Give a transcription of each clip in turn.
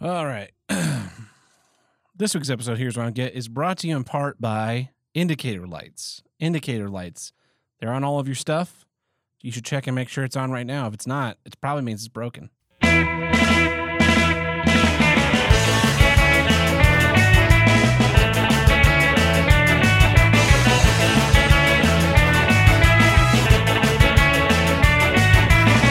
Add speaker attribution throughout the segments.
Speaker 1: All right. this week's episode, Here's What I Get, is brought to you in part by indicator lights. Indicator lights. They're on all of your stuff. You should check and make sure it's on right now. If it's not, it probably means it's broken.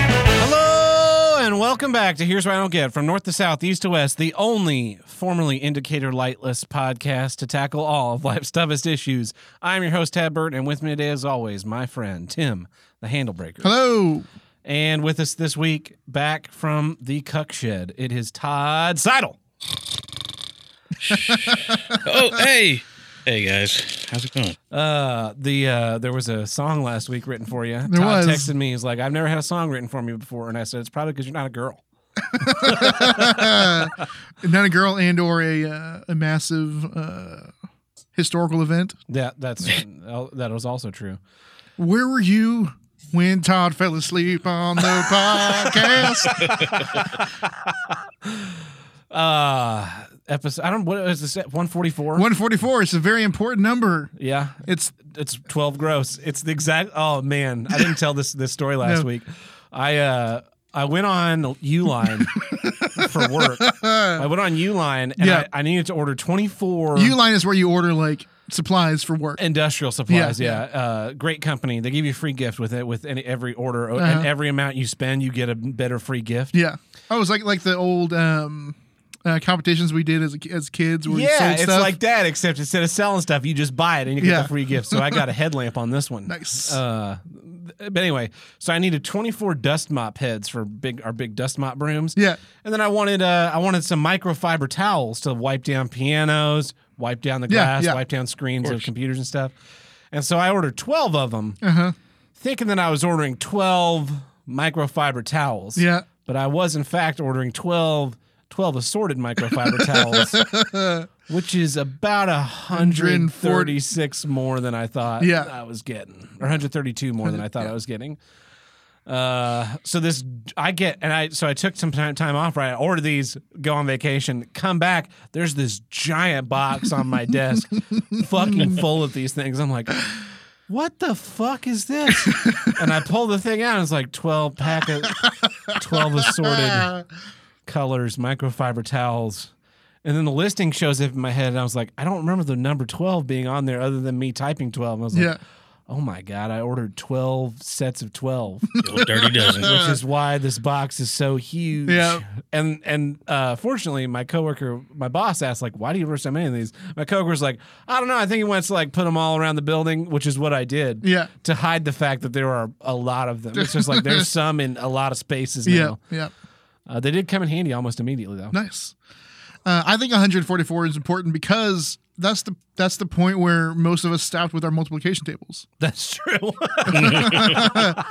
Speaker 1: Hello and welcome back to Here's What I Don't Get from North to South, East to West, the only formerly indicator lightless podcast to tackle all of life's toughest issues. I'm your host, Tad Burt, and with me today, as always, my friend Tim, the handlebreaker.
Speaker 2: Hello.
Speaker 1: And with us this week, back from the cuck shed, it is Todd Seidel.
Speaker 3: oh, hey. Hey guys, how's it going?
Speaker 1: Uh, the uh, there was a song last week written for you.
Speaker 2: There
Speaker 1: Todd
Speaker 2: was.
Speaker 1: texted me. He's like, "I've never had a song written for me before," and I said, "It's probably because you're not a girl."
Speaker 2: Not a girl and or a uh, a massive uh, historical event.
Speaker 1: That that's that was also true.
Speaker 2: Where were you when Todd fell asleep on the podcast?
Speaker 1: Uh episode. I don't. What is this? One forty four.
Speaker 2: One forty four. It's a very important number.
Speaker 1: Yeah,
Speaker 2: It's
Speaker 1: it's twelve gross. It's the exact. Oh man, I didn't tell this this story last
Speaker 2: No.
Speaker 1: week. I uh I went on Uline for work. I went on Uline and
Speaker 2: Yeah.
Speaker 1: I, I needed to order twenty four.
Speaker 2: U line is where you order like supplies for work.
Speaker 1: industrial supplies yeah,
Speaker 2: Yeah.
Speaker 1: Uh, great company they give you a free gift with it with any, every order O-
Speaker 2: Uh-huh.
Speaker 1: and every amount you spend you get a better free gift
Speaker 2: Yeah. Oh, it's like like the old um, uh, competitions we did as as kids. Where we
Speaker 1: yeah
Speaker 2: sold
Speaker 1: it's
Speaker 2: stuff.
Speaker 1: like that except instead of selling stuff you just buy it and you get
Speaker 2: Yeah.
Speaker 1: the free gift so i got a headlamp on this one
Speaker 2: nice.
Speaker 1: uh, but anyway so i needed 24 dust mop heads for big our big dust mop brooms
Speaker 2: yeah.
Speaker 1: and then i wanted uh, i wanted some microfiber towels to wipe down pianos wipe down the
Speaker 2: Yeah,
Speaker 1: glass
Speaker 2: yeah.
Speaker 1: wipe down screens of
Speaker 3: course.
Speaker 1: computers and stuff and so i ordered 12 of them
Speaker 2: Uh huh.
Speaker 1: thinking that I was ordering 12 microfiber towels.
Speaker 2: Yeah.
Speaker 1: But I was, in fact, ordering 12, 12 assorted microfiber towels, which is about 136 more than I thought
Speaker 2: Yeah.
Speaker 1: I was getting, or 132 more than I thought I was getting. Uh, so this I get, and I so I took some time, time off. Right, I order these, go on vacation, come back. There's this giant box on my desk, fucking full of these things. I'm like, what the fuck is this? and I pull the thing out. and It's like twelve pack of twelve assorted
Speaker 2: Uh,
Speaker 1: colors, microfiber towels. And then the listing shows up in my head, and I was like, I don't remember the number twelve being on there, other than me typing twelve. And I was like,
Speaker 2: yeah.
Speaker 1: oh my god, I ordered twelve sets of twelve
Speaker 3: The old dirty dozen.
Speaker 1: which is why this box is so huge.
Speaker 2: Yeah.
Speaker 1: And and uh, fortunately, my coworker, my boss asked like, "Why do you order so many of these?" My coworker's like, "I don't know. I think he wants to like put them all around the building, which is what I did.
Speaker 2: Yeah.
Speaker 1: To hide the fact that there are a lot of them. It's just like there's some in a lot of spaces now.
Speaker 2: Yeah. Yeah.
Speaker 1: Uh, they did come in handy almost immediately though.
Speaker 2: Nice. Uh, I think 144 is important because that's the that's the point where most of us stopped with our multiplication tables.
Speaker 1: That's true.
Speaker 2: Like,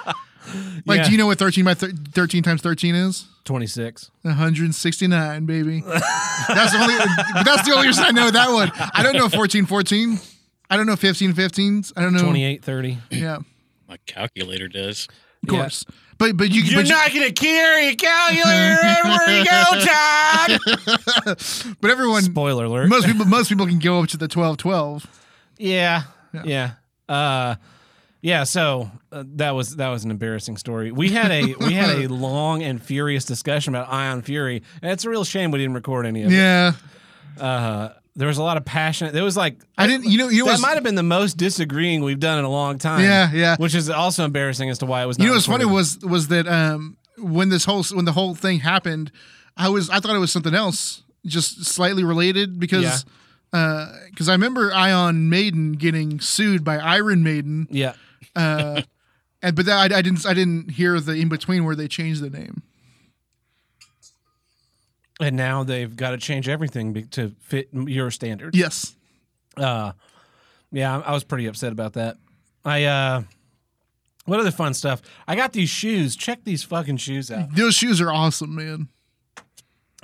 Speaker 1: Yeah.
Speaker 2: do you know what 13 by thir- 13 times 13 is?
Speaker 1: Twenty six.
Speaker 2: 169, baby. that's the only. but that's the only reason I know that one. I don't know 14 14. I don't know 15 15s. I don't know.
Speaker 1: 28, 30.
Speaker 2: Yeah, of
Speaker 3: My calculator does.
Speaker 1: Yeah.
Speaker 2: course. But but you but, you-
Speaker 1: gonna carry a calculator everywhere you go, Todd.
Speaker 2: but everyone
Speaker 1: Spoiler alert.
Speaker 2: most people most people can go up to the 12 12.
Speaker 1: Yeah, yeah, uh, yeah. So uh, that was that was an embarrassing story. We had a we had a long and furious discussion about Ion Fury, and it's a real shame we didn't record any of
Speaker 2: Yeah,
Speaker 1: it. Uh, there was a lot of passion. There was like
Speaker 2: I didn't. You know you know
Speaker 1: that
Speaker 2: what's,
Speaker 1: might have been the most disagreeing we've done in a long time.
Speaker 2: Yeah, yeah.
Speaker 1: Which is also embarrassing as to why it was. Not
Speaker 2: You know what's funny
Speaker 1: recorded.
Speaker 2: was was that um when this whole when the whole thing happened, I was I thought it was something else, just slightly related because because I remember Ion Maiden getting sued by Iron Maiden,
Speaker 1: Yeah.
Speaker 2: uh, and but that, I, I didn't I didn't hear the in between where they changed the name.
Speaker 1: And now they've got to change everything be- to fit your standards.
Speaker 2: Yes,
Speaker 1: uh yeah i I was pretty upset about that i uh what other fun stuff i got these shoes check these fucking shoes out
Speaker 2: those shoes are awesome, man.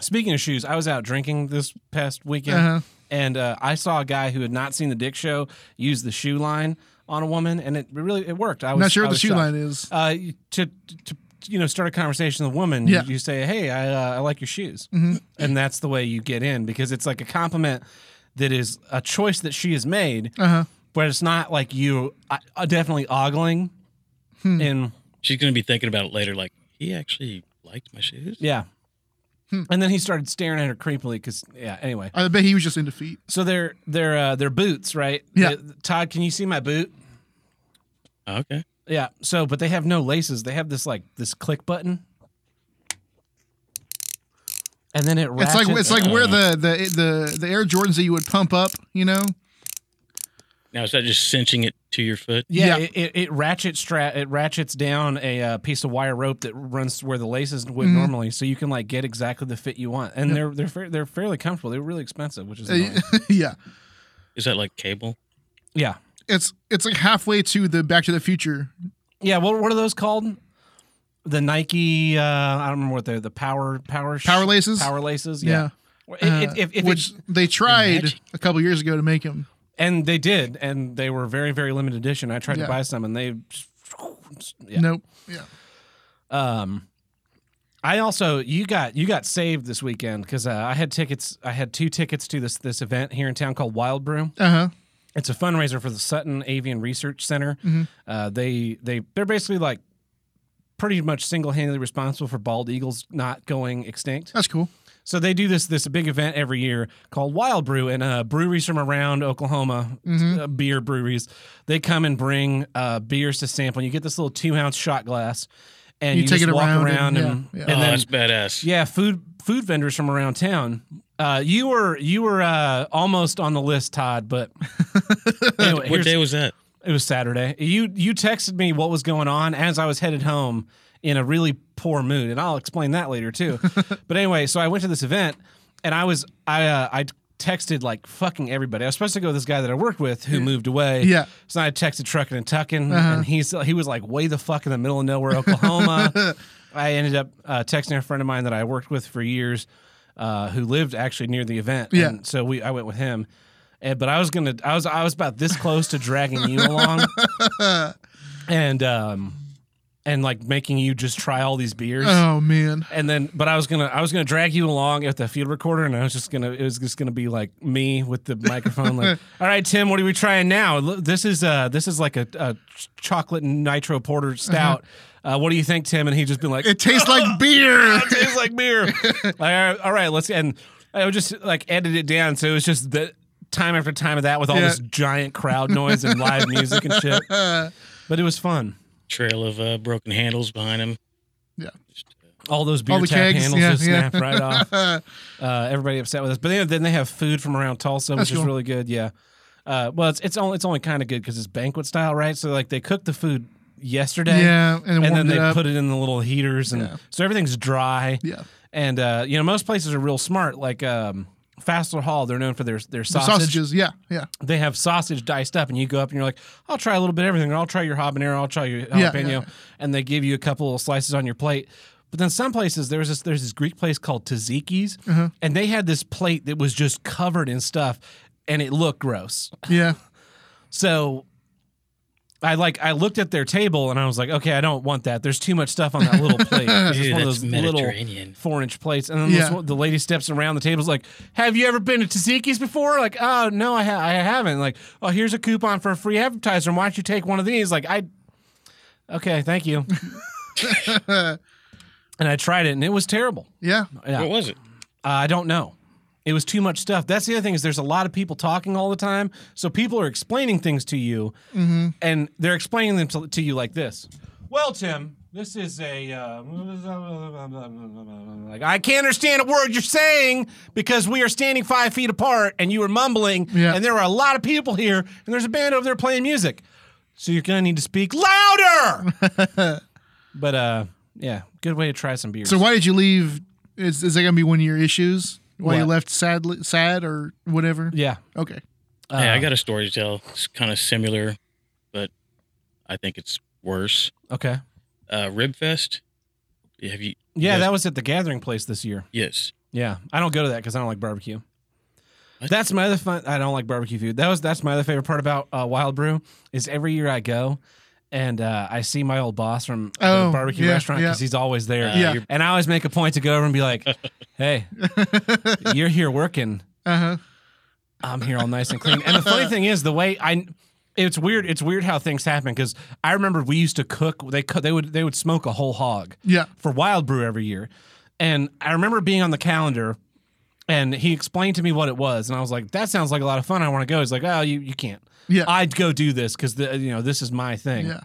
Speaker 1: speaking of shoes i was out drinking this past weekend
Speaker 2: Uh-huh.
Speaker 1: and uh, i saw a guy who had not seen the dick show use the shoe line on a woman and it really it worked i was
Speaker 2: Not sure
Speaker 1: I
Speaker 2: what the
Speaker 1: was
Speaker 2: shoe
Speaker 1: shocked.
Speaker 2: line is.
Speaker 1: uh to to you know start a conversation with a woman
Speaker 2: Yeah. Mm-hmm.
Speaker 1: you say hey i, uh, I like your shoes and that's the way you get in because it's like a compliment that is a choice that she has made
Speaker 2: Uh-huh.
Speaker 1: but it's not like you uh, uh, definitely ogling
Speaker 2: Hmm.
Speaker 1: and
Speaker 3: She's gonna be thinking about it later. Like he actually liked my shoes.
Speaker 1: yeah
Speaker 2: Hmm.
Speaker 1: and then he started staring at her creepily because yeah anyway
Speaker 2: I bet he was just in defeat.
Speaker 1: so they're they're uh, they're boots right
Speaker 2: Yeah.
Speaker 1: The- todd can you see my boot
Speaker 3: Oh, Okay.
Speaker 1: yeah so but they have no laces they have this like this click button and then it
Speaker 2: It's like
Speaker 1: ratchets-
Speaker 2: it's like where the the the the Air Jordans that you would pump up, you know.
Speaker 3: Now is that just cinching it to your foot?
Speaker 1: Yeah,
Speaker 2: Yeah.
Speaker 1: It, it, it ratchet stra- it ratchets down a uh, piece of wire rope that runs where the laces would
Speaker 2: Mm-hmm.
Speaker 1: normally, so you can like get exactly the fit you want. And they're they're fa- they're fairly comfortable. They're really expensive, which is annoying.
Speaker 2: yeah,
Speaker 3: Is that like cable?
Speaker 1: yeah,
Speaker 2: it's it's like halfway to the Back to the Future.
Speaker 1: yeah. What what are those called? The Nike, uh, I don't remember what they're the power power sh-
Speaker 2: Power laces?
Speaker 1: power laces. Yeah, Well, it- it-
Speaker 2: Uh,
Speaker 1: if- if it-
Speaker 2: which they tried
Speaker 3: Imagine.
Speaker 2: a couple years ago to make him.
Speaker 1: and they did, and they were very very limited edition. I tried
Speaker 2: Yeah.
Speaker 1: to buy some, and they yeah.
Speaker 2: Nope. Yeah.
Speaker 1: Um, I also you got you got saved this weekend because uh, I had tickets. I had two tickets to this this event here in town called Wild Brew.
Speaker 2: Uh huh.
Speaker 1: It's a fundraiser for the Sutton Avian Research Center.
Speaker 2: Mm-hmm.
Speaker 1: Uh, they they they're basically like pretty much single handedly responsible for bald eagles not going extinct.
Speaker 2: That's cool.
Speaker 1: So they do this this big event every year called Wild Brew, and uh, breweries from around Oklahoma,
Speaker 2: Mm-hmm.
Speaker 1: uh, beer breweries, they come and bring uh, beers to sample. You get this little two ounce shot glass, and
Speaker 2: You
Speaker 1: you,
Speaker 2: take
Speaker 1: just
Speaker 2: it
Speaker 1: walk
Speaker 2: around
Speaker 1: around,
Speaker 2: and-
Speaker 1: and,
Speaker 2: yeah, yeah.
Speaker 3: oh,
Speaker 1: and then
Speaker 3: that's badass.
Speaker 1: yeah, food food vendors from around town. Uh, you were you were uh, almost on the list, Todd, but anyway,
Speaker 3: what
Speaker 1: here's-
Speaker 3: day was that?
Speaker 1: it was Saturday. You you texted me what was going on as I was headed home in a really poor mood, and I'll explain that later too. but anyway, so I went to this event, and I was I uh, I texted like fucking everybody. I was supposed to go with this guy that I worked with who moved away.
Speaker 2: Yeah.
Speaker 1: So I texted Truckin' and Tuckin', and he's he was like way the fuck in the middle of nowhere, Oklahoma. I ended up uh, texting a friend of mine that I worked with for years, uh, who lived actually near the event.
Speaker 2: Yeah.
Speaker 1: And so we I went with him. And, but I was gonna, I was, I was about this close to dragging you along, and um, and like making you just try all these beers,
Speaker 2: Oh man.
Speaker 1: and then, but I was gonna, I was gonna drag you along at the field recorder, and I was just gonna, it was just gonna be like me with the microphone, like, all right, Tim, what are we trying now? Look, This is, uh, this is like a, a ch- chocolate nitro porter stout. Uh, what do you think, Tim? And he just been like,
Speaker 2: Uh-huh. It tastes like beer.
Speaker 1: it tastes like beer. like, all right, all right, let's and I would just like edit it down, so it was just the time after time of that with all
Speaker 2: Yeah.
Speaker 1: this giant crowd noise and live music and shit.
Speaker 2: Uh,
Speaker 1: But it was fun.
Speaker 3: Trail of uh, broken handles behind him.
Speaker 1: All those beer
Speaker 2: All the
Speaker 1: tap
Speaker 2: kegs,
Speaker 1: handles
Speaker 2: yeah,
Speaker 1: just
Speaker 2: yeah.
Speaker 1: snapped right off. Uh, everybody upset with us, but then, then they have food from around Tulsa, which
Speaker 2: That's
Speaker 1: is
Speaker 2: cool.
Speaker 1: really good. Yeah. Uh, well, it's it's only it's only kind of good because it's banquet style, right? So like they cook the food yesterday,
Speaker 2: yeah,
Speaker 1: and
Speaker 2: and,
Speaker 1: then
Speaker 2: warmed
Speaker 1: they
Speaker 2: it up.
Speaker 1: put it in the little heaters, and so everything's dry.
Speaker 2: yeah.
Speaker 1: And uh, you know, most places are real smart. Like um, Fassler Hall, they're known for their their
Speaker 2: The
Speaker 1: sausage.
Speaker 2: Sausages. Yeah. Yeah.
Speaker 1: They have sausage diced up, and you go up and you're like, "I'll try a little bit of everything. Or I'll try your habanero. I'll try your
Speaker 2: yeah,
Speaker 1: jalapeno."
Speaker 2: yeah.
Speaker 1: And they give you a couple of slices on your plate. But then some places there's this there's this Greek place called Tzatziki's,
Speaker 2: Uh-huh.
Speaker 1: and they had this plate that was just covered in stuff, and it looked gross.
Speaker 2: Yeah.
Speaker 1: So I like I looked at their table and I was like, okay, I don't want that. There's too much stuff on that little plate. It's just
Speaker 3: Ew,
Speaker 1: one of
Speaker 3: that's
Speaker 1: those little
Speaker 3: Mediterranean.
Speaker 1: four inch plates. And then
Speaker 2: Yeah.
Speaker 1: this- the lady steps around the table is like, have you ever been to Tzatziki's before? Like, oh no, I, ha- I haven't. Like, oh here's a coupon for a free advertiser. Why don't you take one of these? Like, I okay, thank you. and I tried it and it was terrible.
Speaker 2: Yeah.
Speaker 1: Yeah.
Speaker 3: What was it?
Speaker 1: Uh, I don't know. It was too much stuff. That's the other thing is there's a lot of people talking all the time, so people are explaining things to you,
Speaker 3: Mm-hmm.
Speaker 1: and they're explaining them to, to you like this. Well, Tim, this is a uh, like I can't understand a word you're saying because we are standing five feet apart and you are mumbling,
Speaker 2: Yeah.
Speaker 1: and there are a lot of people here, and there's a band over there playing music, so you're gonna need to speak louder. but uh, yeah, good way to try some beers.
Speaker 2: So why did you leave? Is is that gonna be one of your issues? Why you
Speaker 1: What?
Speaker 2: left sad, sad or whatever?
Speaker 1: yeah.
Speaker 2: Okay.
Speaker 3: hey, I
Speaker 1: Uh,
Speaker 3: got a story to tell. It's kind of similar, but I think it's worse.
Speaker 1: Okay.
Speaker 3: Uh, Ribfest. Have you?
Speaker 1: Yeah,
Speaker 3: Yes.
Speaker 1: that was at the gathering place this year.
Speaker 3: Yes.
Speaker 1: Yeah, I don't go to that because I don't like barbecue.
Speaker 3: What?
Speaker 1: That's my other fun. I don't like barbecue food. That was that's my other favorite part about uh, Wild Brew is every year I go, and uh, I see my old boss from
Speaker 2: Oh,
Speaker 1: the barbecue
Speaker 2: yeah,
Speaker 1: restaurant because
Speaker 2: yeah.
Speaker 1: he's always there.
Speaker 3: Uh,
Speaker 2: Yeah.
Speaker 3: you're-
Speaker 1: And I always make a point to go over and be like, "Hey, you're here working.
Speaker 2: Uh huh.
Speaker 1: I'm here all nice and clean." And the funny thing is, the way I, it's weird. It's weird how things happen because I remember we used to cook. They cook. They would. They would smoke a whole hog
Speaker 2: Yeah.
Speaker 1: for Wild Brew every year. And I remember being on the calendar and he explained to me what it was. And I was like, that sounds like a lot of fun. I want to go. He's like, oh, you, you can't.
Speaker 2: Yeah.
Speaker 1: I'd go do this because, you know, this is my thing.
Speaker 2: Yeah.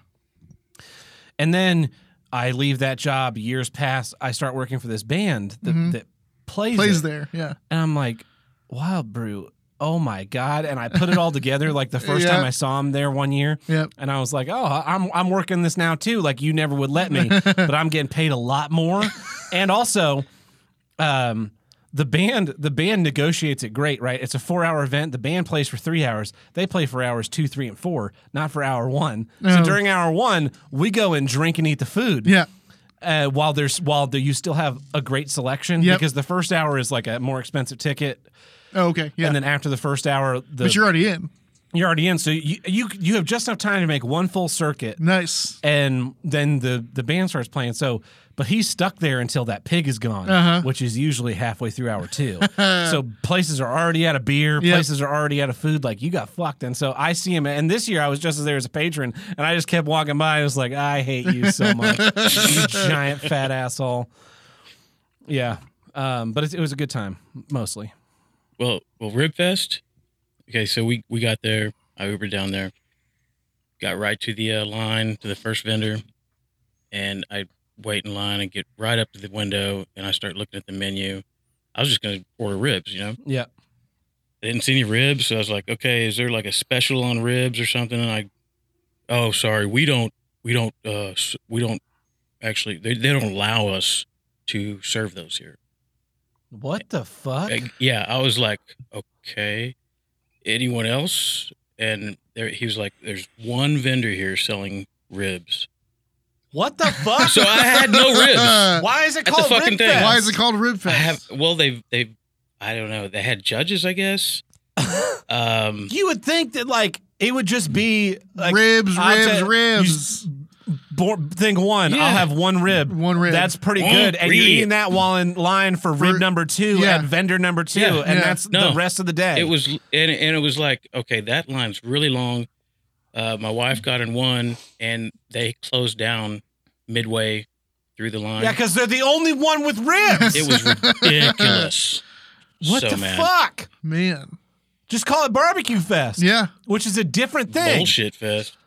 Speaker 1: And then I leave that job. Years pass. I start working for this band that, that plays,
Speaker 2: Mm-hmm. Plays
Speaker 1: it.
Speaker 2: there. Yeah.
Speaker 1: And I'm like, Wild Brew. Oh my God. And I put it all together like the first
Speaker 2: Yeah.
Speaker 1: time I saw him there one year.
Speaker 2: Yep.
Speaker 1: And I was like, oh, I'm I'm working this now too. Like you never would let me, but I'm getting paid a lot more. And also, um, the band the band negotiates it great, right? It's a four hour event. The band plays for three hours. They play for hours two, three, and four, not for hour one. So
Speaker 2: Oh.
Speaker 1: during hour one, we go and drink and eat the food.
Speaker 2: Yeah.
Speaker 1: Uh, while there's while there, you still have a great selection
Speaker 2: Yep.
Speaker 1: because the first hour is like a more expensive ticket,
Speaker 2: Oh, okay. Yeah.
Speaker 1: and then after the first hour, the,
Speaker 2: but you're already in.
Speaker 1: you're already in. So you, you you have just enough time to make one full circuit
Speaker 2: Nice.
Speaker 1: and then the the band starts playing. So, but he's stuck there until that pig is gone,
Speaker 2: Uh-huh.
Speaker 1: which is usually halfway through hour two. so places are already out of beer,
Speaker 2: Yep.
Speaker 1: places are already out of food. Like you got fucked. And so I see him, and this year I was just there as a patron, and I just kept walking by. I was like, I hate you so much, you giant fat asshole. Yeah, um, but it, it was a good time mostly.
Speaker 3: Well, well, Ribfest. Okay, so we we got there. I Ubered down there, got right to the uh, line to the first vendor, and I wait in line and get right up to the window, and I start looking at the menu. I was just gonna order ribs, you know.
Speaker 1: Yeah.
Speaker 3: I didn't see any ribs, so I was like, okay, is there like a special on ribs or something? And I, oh, sorry, we don't, we don't, uh, s- we don't actually, they, they don't allow us to serve those here.
Speaker 1: What the fuck?
Speaker 3: Uh, yeah, I was like, okay, anyone else? And there, he was like, there's one vendor here selling ribs.
Speaker 1: What the fuck?
Speaker 3: So I had no ribs.
Speaker 1: Why is it
Speaker 3: That's a
Speaker 1: called Rib
Speaker 3: fucking thing.
Speaker 1: Fest?
Speaker 2: Why is it called Rib
Speaker 3: I
Speaker 2: Fest?
Speaker 3: have, well, they've, they've, I don't know, they had judges, I guess. Um,
Speaker 1: You would think that like it would just be like
Speaker 2: ribs,
Speaker 1: I'll
Speaker 2: ribs,
Speaker 1: tell-
Speaker 2: ribs.
Speaker 1: bo- thing one.
Speaker 3: Yeah.
Speaker 1: I'll have one
Speaker 3: uh,
Speaker 1: rib.
Speaker 2: One rib.
Speaker 1: That's pretty
Speaker 3: One
Speaker 1: good. And you're
Speaker 3: rib.
Speaker 1: eating that while in line for, rib
Speaker 2: For-
Speaker 1: number two
Speaker 2: yeah.
Speaker 1: at vendor number two,
Speaker 3: Yeah.
Speaker 1: and
Speaker 2: Yeah.
Speaker 1: that's
Speaker 3: No.
Speaker 1: the rest of the day.
Speaker 3: It was and, and it was like okay, that line's really long. Uh, my wife got in one, and they closed down midway through the line.
Speaker 1: yeah, because they're the only one with ribs.
Speaker 3: it was ridiculous.
Speaker 1: what
Speaker 3: so
Speaker 1: the
Speaker 3: mad.
Speaker 1: fuck?
Speaker 2: man.
Speaker 1: Just call it barbecue fest.
Speaker 2: Yeah.
Speaker 1: Which is a different thing.
Speaker 3: Bullshit fest.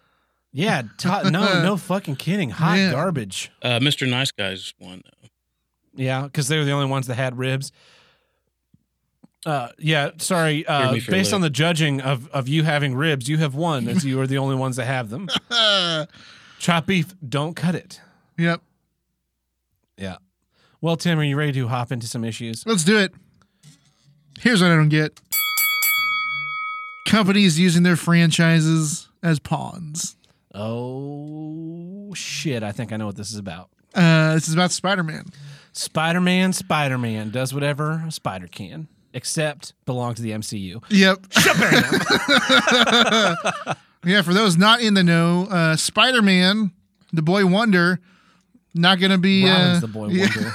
Speaker 1: Yeah, to- no, no fucking kidding. Hot
Speaker 2: Man.
Speaker 1: garbage.
Speaker 3: Uh, Mr. Nice Guys won though.
Speaker 1: Yeah, because they were the only ones that had ribs. Uh, yeah, sorry.
Speaker 3: Hear
Speaker 1: Uh,
Speaker 3: me for a
Speaker 1: based on
Speaker 3: loop.
Speaker 1: the judging of, of you having ribs, you have won as you are the only ones that have them. Chopped beef, don't cut it.
Speaker 2: yep.
Speaker 1: Yeah. Well, Tim, are you ready to hop into some issues?
Speaker 2: Let's do it. Here's what I don't get companies using their franchises as pawns.
Speaker 1: Oh, shit. I think I know what this is about.
Speaker 2: Uh, this is about Spider Man.
Speaker 1: Spider Man, Spider Man does whatever a spider can, except belong to the MCU.
Speaker 2: Yep. yeah, for those not in the know, uh, Spider Man, the boy wonder, not going to be.
Speaker 1: Robin's
Speaker 2: Uh,
Speaker 1: the boy
Speaker 2: yeah.
Speaker 1: wonder.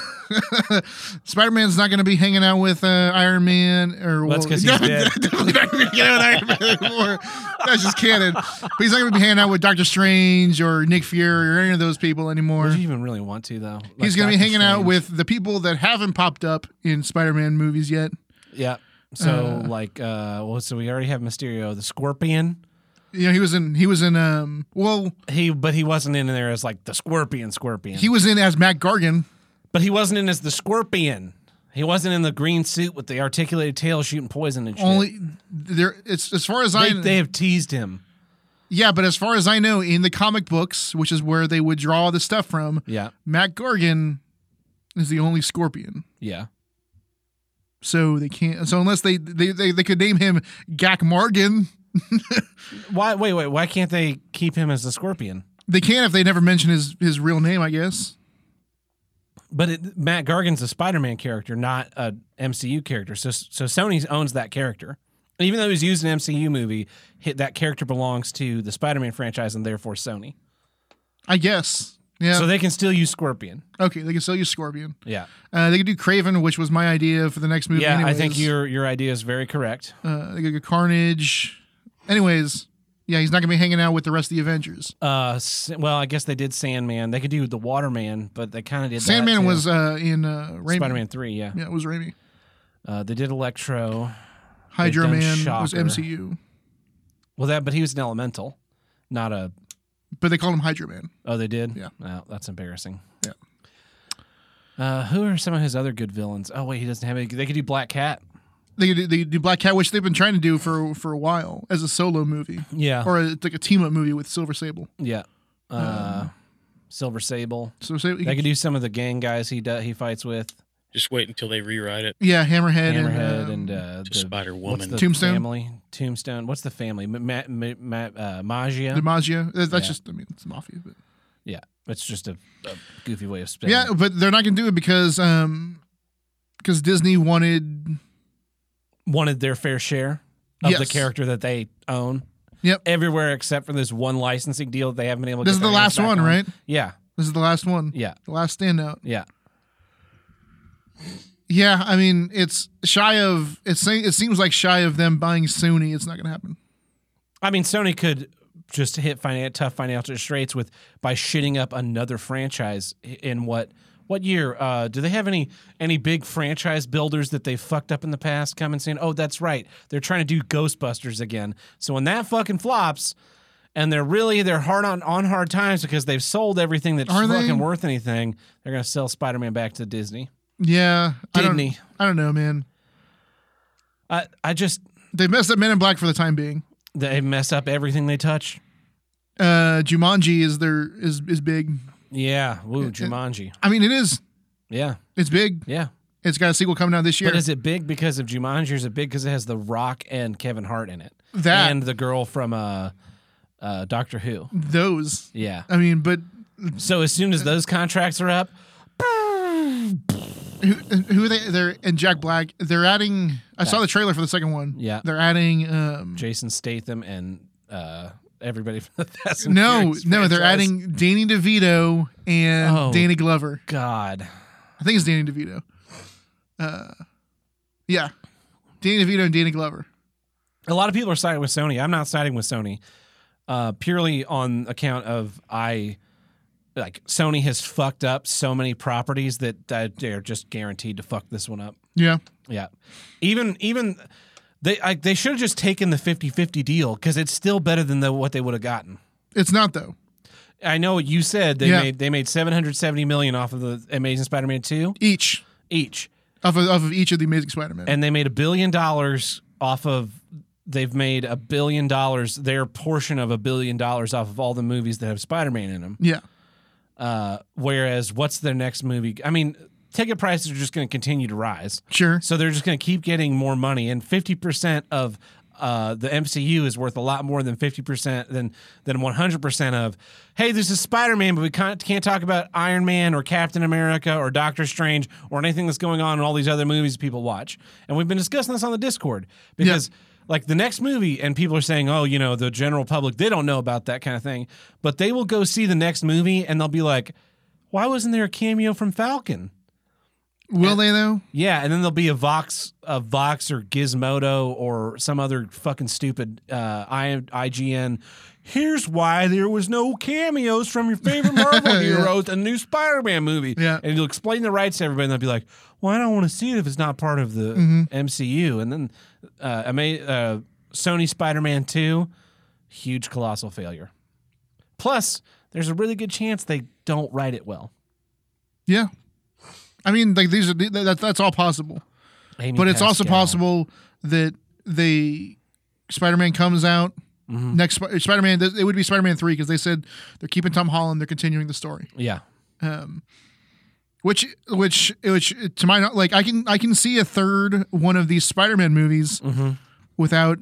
Speaker 2: Spider Man's not going to be hanging out with uh, Iron Man or
Speaker 1: Well, that's 'cause he's dead.
Speaker 2: Definitely not going to be hanging out with Iron Man anymore. That's just canon. But he's not going to be hanging out with Doctor Strange or Nick Fury or any of those people anymore.
Speaker 1: Would you even really want to, though? Like
Speaker 2: he's going to be
Speaker 1: Doctor
Speaker 2: hanging out
Speaker 1: Strange?
Speaker 2: with the people that haven't popped up in Spider Man movies yet.
Speaker 1: Yeah. So like uh well so we already have Mysterio, the Scorpion.
Speaker 2: You know, he was in he was in um well
Speaker 1: He but he wasn't in there as like the Scorpion Scorpion.
Speaker 2: he was in as Matt Gargan.
Speaker 1: but he wasn't in as the Scorpion. He wasn't in the green suit with the articulated tail shooting poison and shit.
Speaker 2: Only there it's as far as
Speaker 1: they,
Speaker 2: I
Speaker 1: they have teased him.
Speaker 2: yeah, but as far as I know, in the comic books, which is where they would draw the stuff from,
Speaker 1: Yeah.
Speaker 2: Matt Gargan is the only Scorpion.
Speaker 1: Yeah.
Speaker 2: So they can't. So unless they they they, they could name him Gak Morgan,
Speaker 1: Why wait, wait, why can't they keep him as the Scorpion?
Speaker 2: they can if they never mention his his real name. I guess.
Speaker 1: But it, Matt Gargan's a Spider-Man character, not a MCU character. So so Sony owns that character. And even though he's used in an MCU movie, hit that character belongs to the Spider-Man franchise and therefore Sony.
Speaker 2: I guess. Yeah.
Speaker 1: So they can still use Scorpion.
Speaker 2: okay, they can still use Scorpion.
Speaker 1: Yeah.
Speaker 2: Uh, they could do Craven, which was my idea for the next movie.
Speaker 1: yeah,
Speaker 2: anyways.
Speaker 1: I think your your idea is very correct.
Speaker 2: Uh, they could do Carnage. Anyways, yeah, he's not gonna be hanging out with the rest of the Avengers.
Speaker 1: Uh, s- well, I guess they did Sandman. They could do the Waterman, but they kind of did. that,
Speaker 2: Sandman
Speaker 1: too.
Speaker 2: was uh, in uh, Raimi.
Speaker 1: Spider-Man Three. Yeah.
Speaker 2: Yeah, it was Raimi.
Speaker 1: Uh, they did Electro. They've
Speaker 2: Hydra
Speaker 1: done
Speaker 2: Man was
Speaker 1: Shocker.
Speaker 2: MCU,
Speaker 1: Well, that but he was an elemental, not a.
Speaker 2: but they called him Hydra Man.
Speaker 1: Oh, they did.
Speaker 2: Yeah.
Speaker 1: Wow, that's embarrassing.
Speaker 2: Yeah.
Speaker 1: Uh, who are some of his other good villains? Oh wait, he doesn't have any. They could do Black Cat.
Speaker 2: They could do, they could do Black Cat, which they've been trying to do for for a while as a solo movie
Speaker 1: Yeah.
Speaker 2: or a, like a team up movie with Silver Sable.
Speaker 1: yeah. Uh, Silver Sable.
Speaker 2: So say
Speaker 1: They could do some of the gang guys he does he fights with.
Speaker 3: Just wait until they rewrite it
Speaker 2: yeah, Hammerhead,
Speaker 1: Hammerhead and
Speaker 2: and, um,
Speaker 1: uh,
Speaker 3: to
Speaker 1: the
Speaker 3: Spider
Speaker 1: what's
Speaker 3: Woman.
Speaker 1: the
Speaker 2: Tombstone?
Speaker 1: family? Tombstone. What's the family? Ma- ma- ma- ma- uh, Magia.
Speaker 2: DiMaggio. That- That's
Speaker 1: Yeah.
Speaker 2: just I mean it's mafia, but
Speaker 1: yeah, it's just a, a goofy way of spelling.
Speaker 2: yeah,
Speaker 1: it.
Speaker 2: but they're not gonna do it because um because Disney wanted
Speaker 1: wanted their fair share of the
Speaker 2: Yes.
Speaker 1: character that they own.
Speaker 2: Yep.
Speaker 1: Everywhere except for this one licensing deal that they haven't been able. to
Speaker 2: this
Speaker 1: get
Speaker 2: is the
Speaker 1: their hands
Speaker 2: last
Speaker 1: back
Speaker 2: one,
Speaker 1: on.
Speaker 2: right?
Speaker 1: Yeah.
Speaker 2: This is the last one,
Speaker 1: Yeah.
Speaker 2: the last standout.
Speaker 1: Yeah.
Speaker 2: Yeah, I mean it's shy of it's it seems like shy of them buying Sony. It's not gonna happen.
Speaker 1: I mean, Sony could just hit finan- tough financial straits with by shitting up another franchise in what what year? Uh, do they have any any big franchise builders that they fucked up in the past come and saying, "Oh, that's right, they're trying to do Ghostbusters again." So when that fucking flops, and they're really they're hard on on hard times because they've sold everything that's
Speaker 2: Are they?
Speaker 1: fucking worth anything. They're gonna sell Spider Man back to Disney.
Speaker 2: Yeah, I don't,
Speaker 1: Disney.
Speaker 2: I don't know, man.
Speaker 1: I I just
Speaker 2: They messed up Men in Black for the time being.
Speaker 1: they mess up everything they touch.
Speaker 2: Uh, Jumanji is their is is big.
Speaker 1: Yeah, woo,
Speaker 2: it-
Speaker 1: Jumanji.
Speaker 2: I mean, it is.
Speaker 1: Yeah,
Speaker 2: It's big.
Speaker 1: yeah.
Speaker 2: It's got a sequel coming out this year.
Speaker 1: But is it big because of Jumanji? Or is it big because it has The Rock and Kevin Hart in it,
Speaker 2: that
Speaker 1: and the girl from uh, uh, Doctor Who?
Speaker 2: those.
Speaker 1: Yeah.
Speaker 2: I mean, but
Speaker 1: So as soon as those contracts are up,
Speaker 2: who, who are they? They're and Jack Black. They're adding. I saw the trailer for the second one.
Speaker 1: Yeah.
Speaker 2: they're adding. Um,
Speaker 1: Jason Statham and uh, everybody from the Fast and
Speaker 2: no,
Speaker 1: Furious
Speaker 2: no, they're
Speaker 1: franchise.
Speaker 2: adding Danny DeVito and
Speaker 1: Oh.
Speaker 2: Danny Glover.
Speaker 1: God.
Speaker 2: I think it's Danny DeVito. Uh, yeah, Danny DeVito and Danny Glover.
Speaker 1: A lot of people are siding with Sony. I'm not siding with Sony, uh, purely on account of I. Like Sony has fucked up so many properties that that they're just guaranteed to fuck this one up.
Speaker 2: Yeah,
Speaker 1: Yeah. Even even they I, they should have just taken the 50-50 deal cuz it's still better than the, what they would have gotten.
Speaker 2: it's not though.
Speaker 1: I know you said they
Speaker 2: Yeah.
Speaker 1: made they made 770 million off of the Amazing Spider-Man 2
Speaker 2: Each
Speaker 1: each
Speaker 2: off of, off of each of the Amazing Spider-Man.
Speaker 1: and they made a billion dollars off of they've made a billion dollars their portion of a billion dollars off of all the movies that have Spider-Man in them.
Speaker 2: yeah,
Speaker 1: Uh, whereas what's their next movie? I mean, ticket prices are just going to continue to rise.
Speaker 2: sure.
Speaker 1: So they're just going to keep getting more money, and fifty percent of uh, the MCU is worth a lot more than fifty percent than than one hundred percent of. Hey, this is Spider Man, but we can't, can't talk about Iron Man or Captain America or Doctor Strange or anything that's going on in all these other movies people watch. And we've been discussing this on the Discord because. Like the next movie, and people are saying, oh, you know, the general public, they don't know about that kind of thing. But they will go see the next movie and they'll be like, why wasn't there a cameo from Falcon?
Speaker 2: Will they though?
Speaker 1: Yeah, and then there'll be a Vox, a Vox or Gizmodo or some other fucking stupid uh, I, IGN. Here's why there was no cameos from your favorite Marvel
Speaker 2: Yeah.
Speaker 1: heroes, a new Spider-Man movie.
Speaker 2: Yeah.
Speaker 1: and you'll explain the rights to everybody, and they'll be like, "Well, I don't want to see it if it's not part of the
Speaker 2: Mm-hmm.
Speaker 1: MCU." And then, uh, ama- uh, Sony Spider-Man Two, huge colossal failure. Plus, there's a really good chance they don't write it well.
Speaker 2: Yeah. I mean, like these are that, that's all possible,
Speaker 1: Amy
Speaker 2: but it's also
Speaker 1: Pascal.
Speaker 2: possible that they Spider-Man comes out next. Spi- Spider-Man, it would be Spider-Man three because they said they're keeping Tom Holland. They're continuing the story.
Speaker 1: Yeah.
Speaker 2: which which which to my know- like I can I can see a third one of these Spider-Man movies
Speaker 1: Mm-hmm.
Speaker 2: without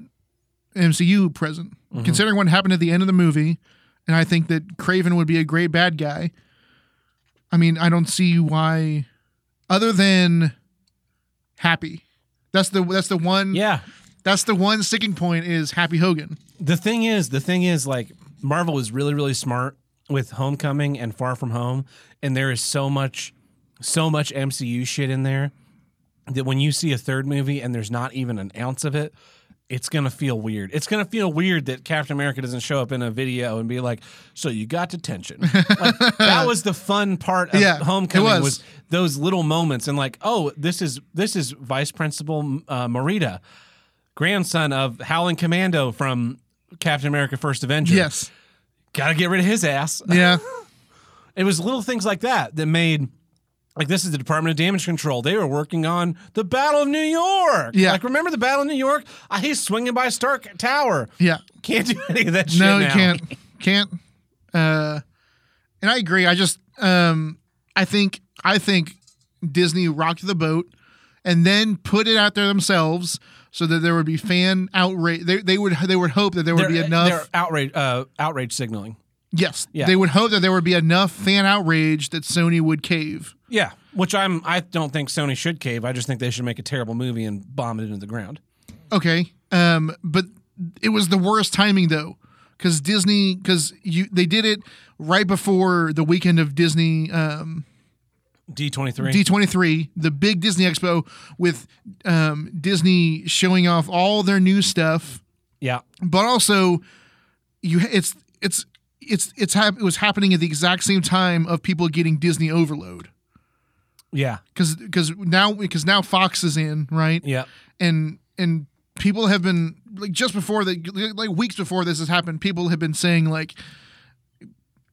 Speaker 2: MCU present. Considering what happened at the end of the movie, and I think that Craven would be a great bad guy. I mean, I don't see why other than Happy. That's the that's the one
Speaker 1: Yeah.
Speaker 2: that's the one sticking point is Happy Hogan.
Speaker 1: the thing is, the thing is, like Marvel was really, really smart with Homecoming and Far From Home, and there is so much, so much MCU shit in there that when you see a third movie and there's not even an ounce of it, it's gonna feel weird. It's gonna feel weird that Captain America doesn't show up in a video and be like, "So you got detention." like, that was the fun part of
Speaker 2: Yeah,
Speaker 1: Homecoming
Speaker 2: it was.
Speaker 1: was. those little moments and like, "Oh, this is this is Vice Principal uh, Marita, grandson of Howling Commando from Captain America: First Avenger."
Speaker 2: Yes.
Speaker 1: gotta get rid of his ass.
Speaker 2: Yeah.
Speaker 1: It was little things like that that made like this is the Department of Damage Control. They were working on the Battle of New York.
Speaker 2: Yeah.
Speaker 1: like remember the Battle of New York? Ah, he's swinging by Stark Tower.
Speaker 2: Yeah.
Speaker 1: Can't do any of that shit.
Speaker 2: No, you
Speaker 1: now.
Speaker 2: can't. Can't. Uh, and I agree. I just, um, I think, I think Disney rocked the boat and then put it out there themselves so that there would be fan outrage. They, they would, they would hope that there would
Speaker 1: They're-
Speaker 2: be enough.
Speaker 1: they're outrage, uh, outrage signaling.
Speaker 2: yes.
Speaker 1: Yeah.
Speaker 2: They would hope that there would be enough fan outrage that Sony would cave.
Speaker 1: Yeah, which I'm. I don't think Sony should cave. I just think they should make a terrible movie and bomb it into the ground.
Speaker 2: Okay. Um, but it was the worst timing though, because Disney, because you, they did it right before the weekend of Disney, um,
Speaker 1: D twenty three.
Speaker 2: D23, the big Disney Expo, with um, Disney showing off all their new stuff,
Speaker 1: Yeah,
Speaker 2: but also you it's it's it's it's hap- it was happening at the exact same time of people getting Disney overload
Speaker 1: yeah,
Speaker 2: because because now because now Fox is in right
Speaker 1: yeah.
Speaker 2: and and people have been like just before the like weeks before this has happened people have been saying like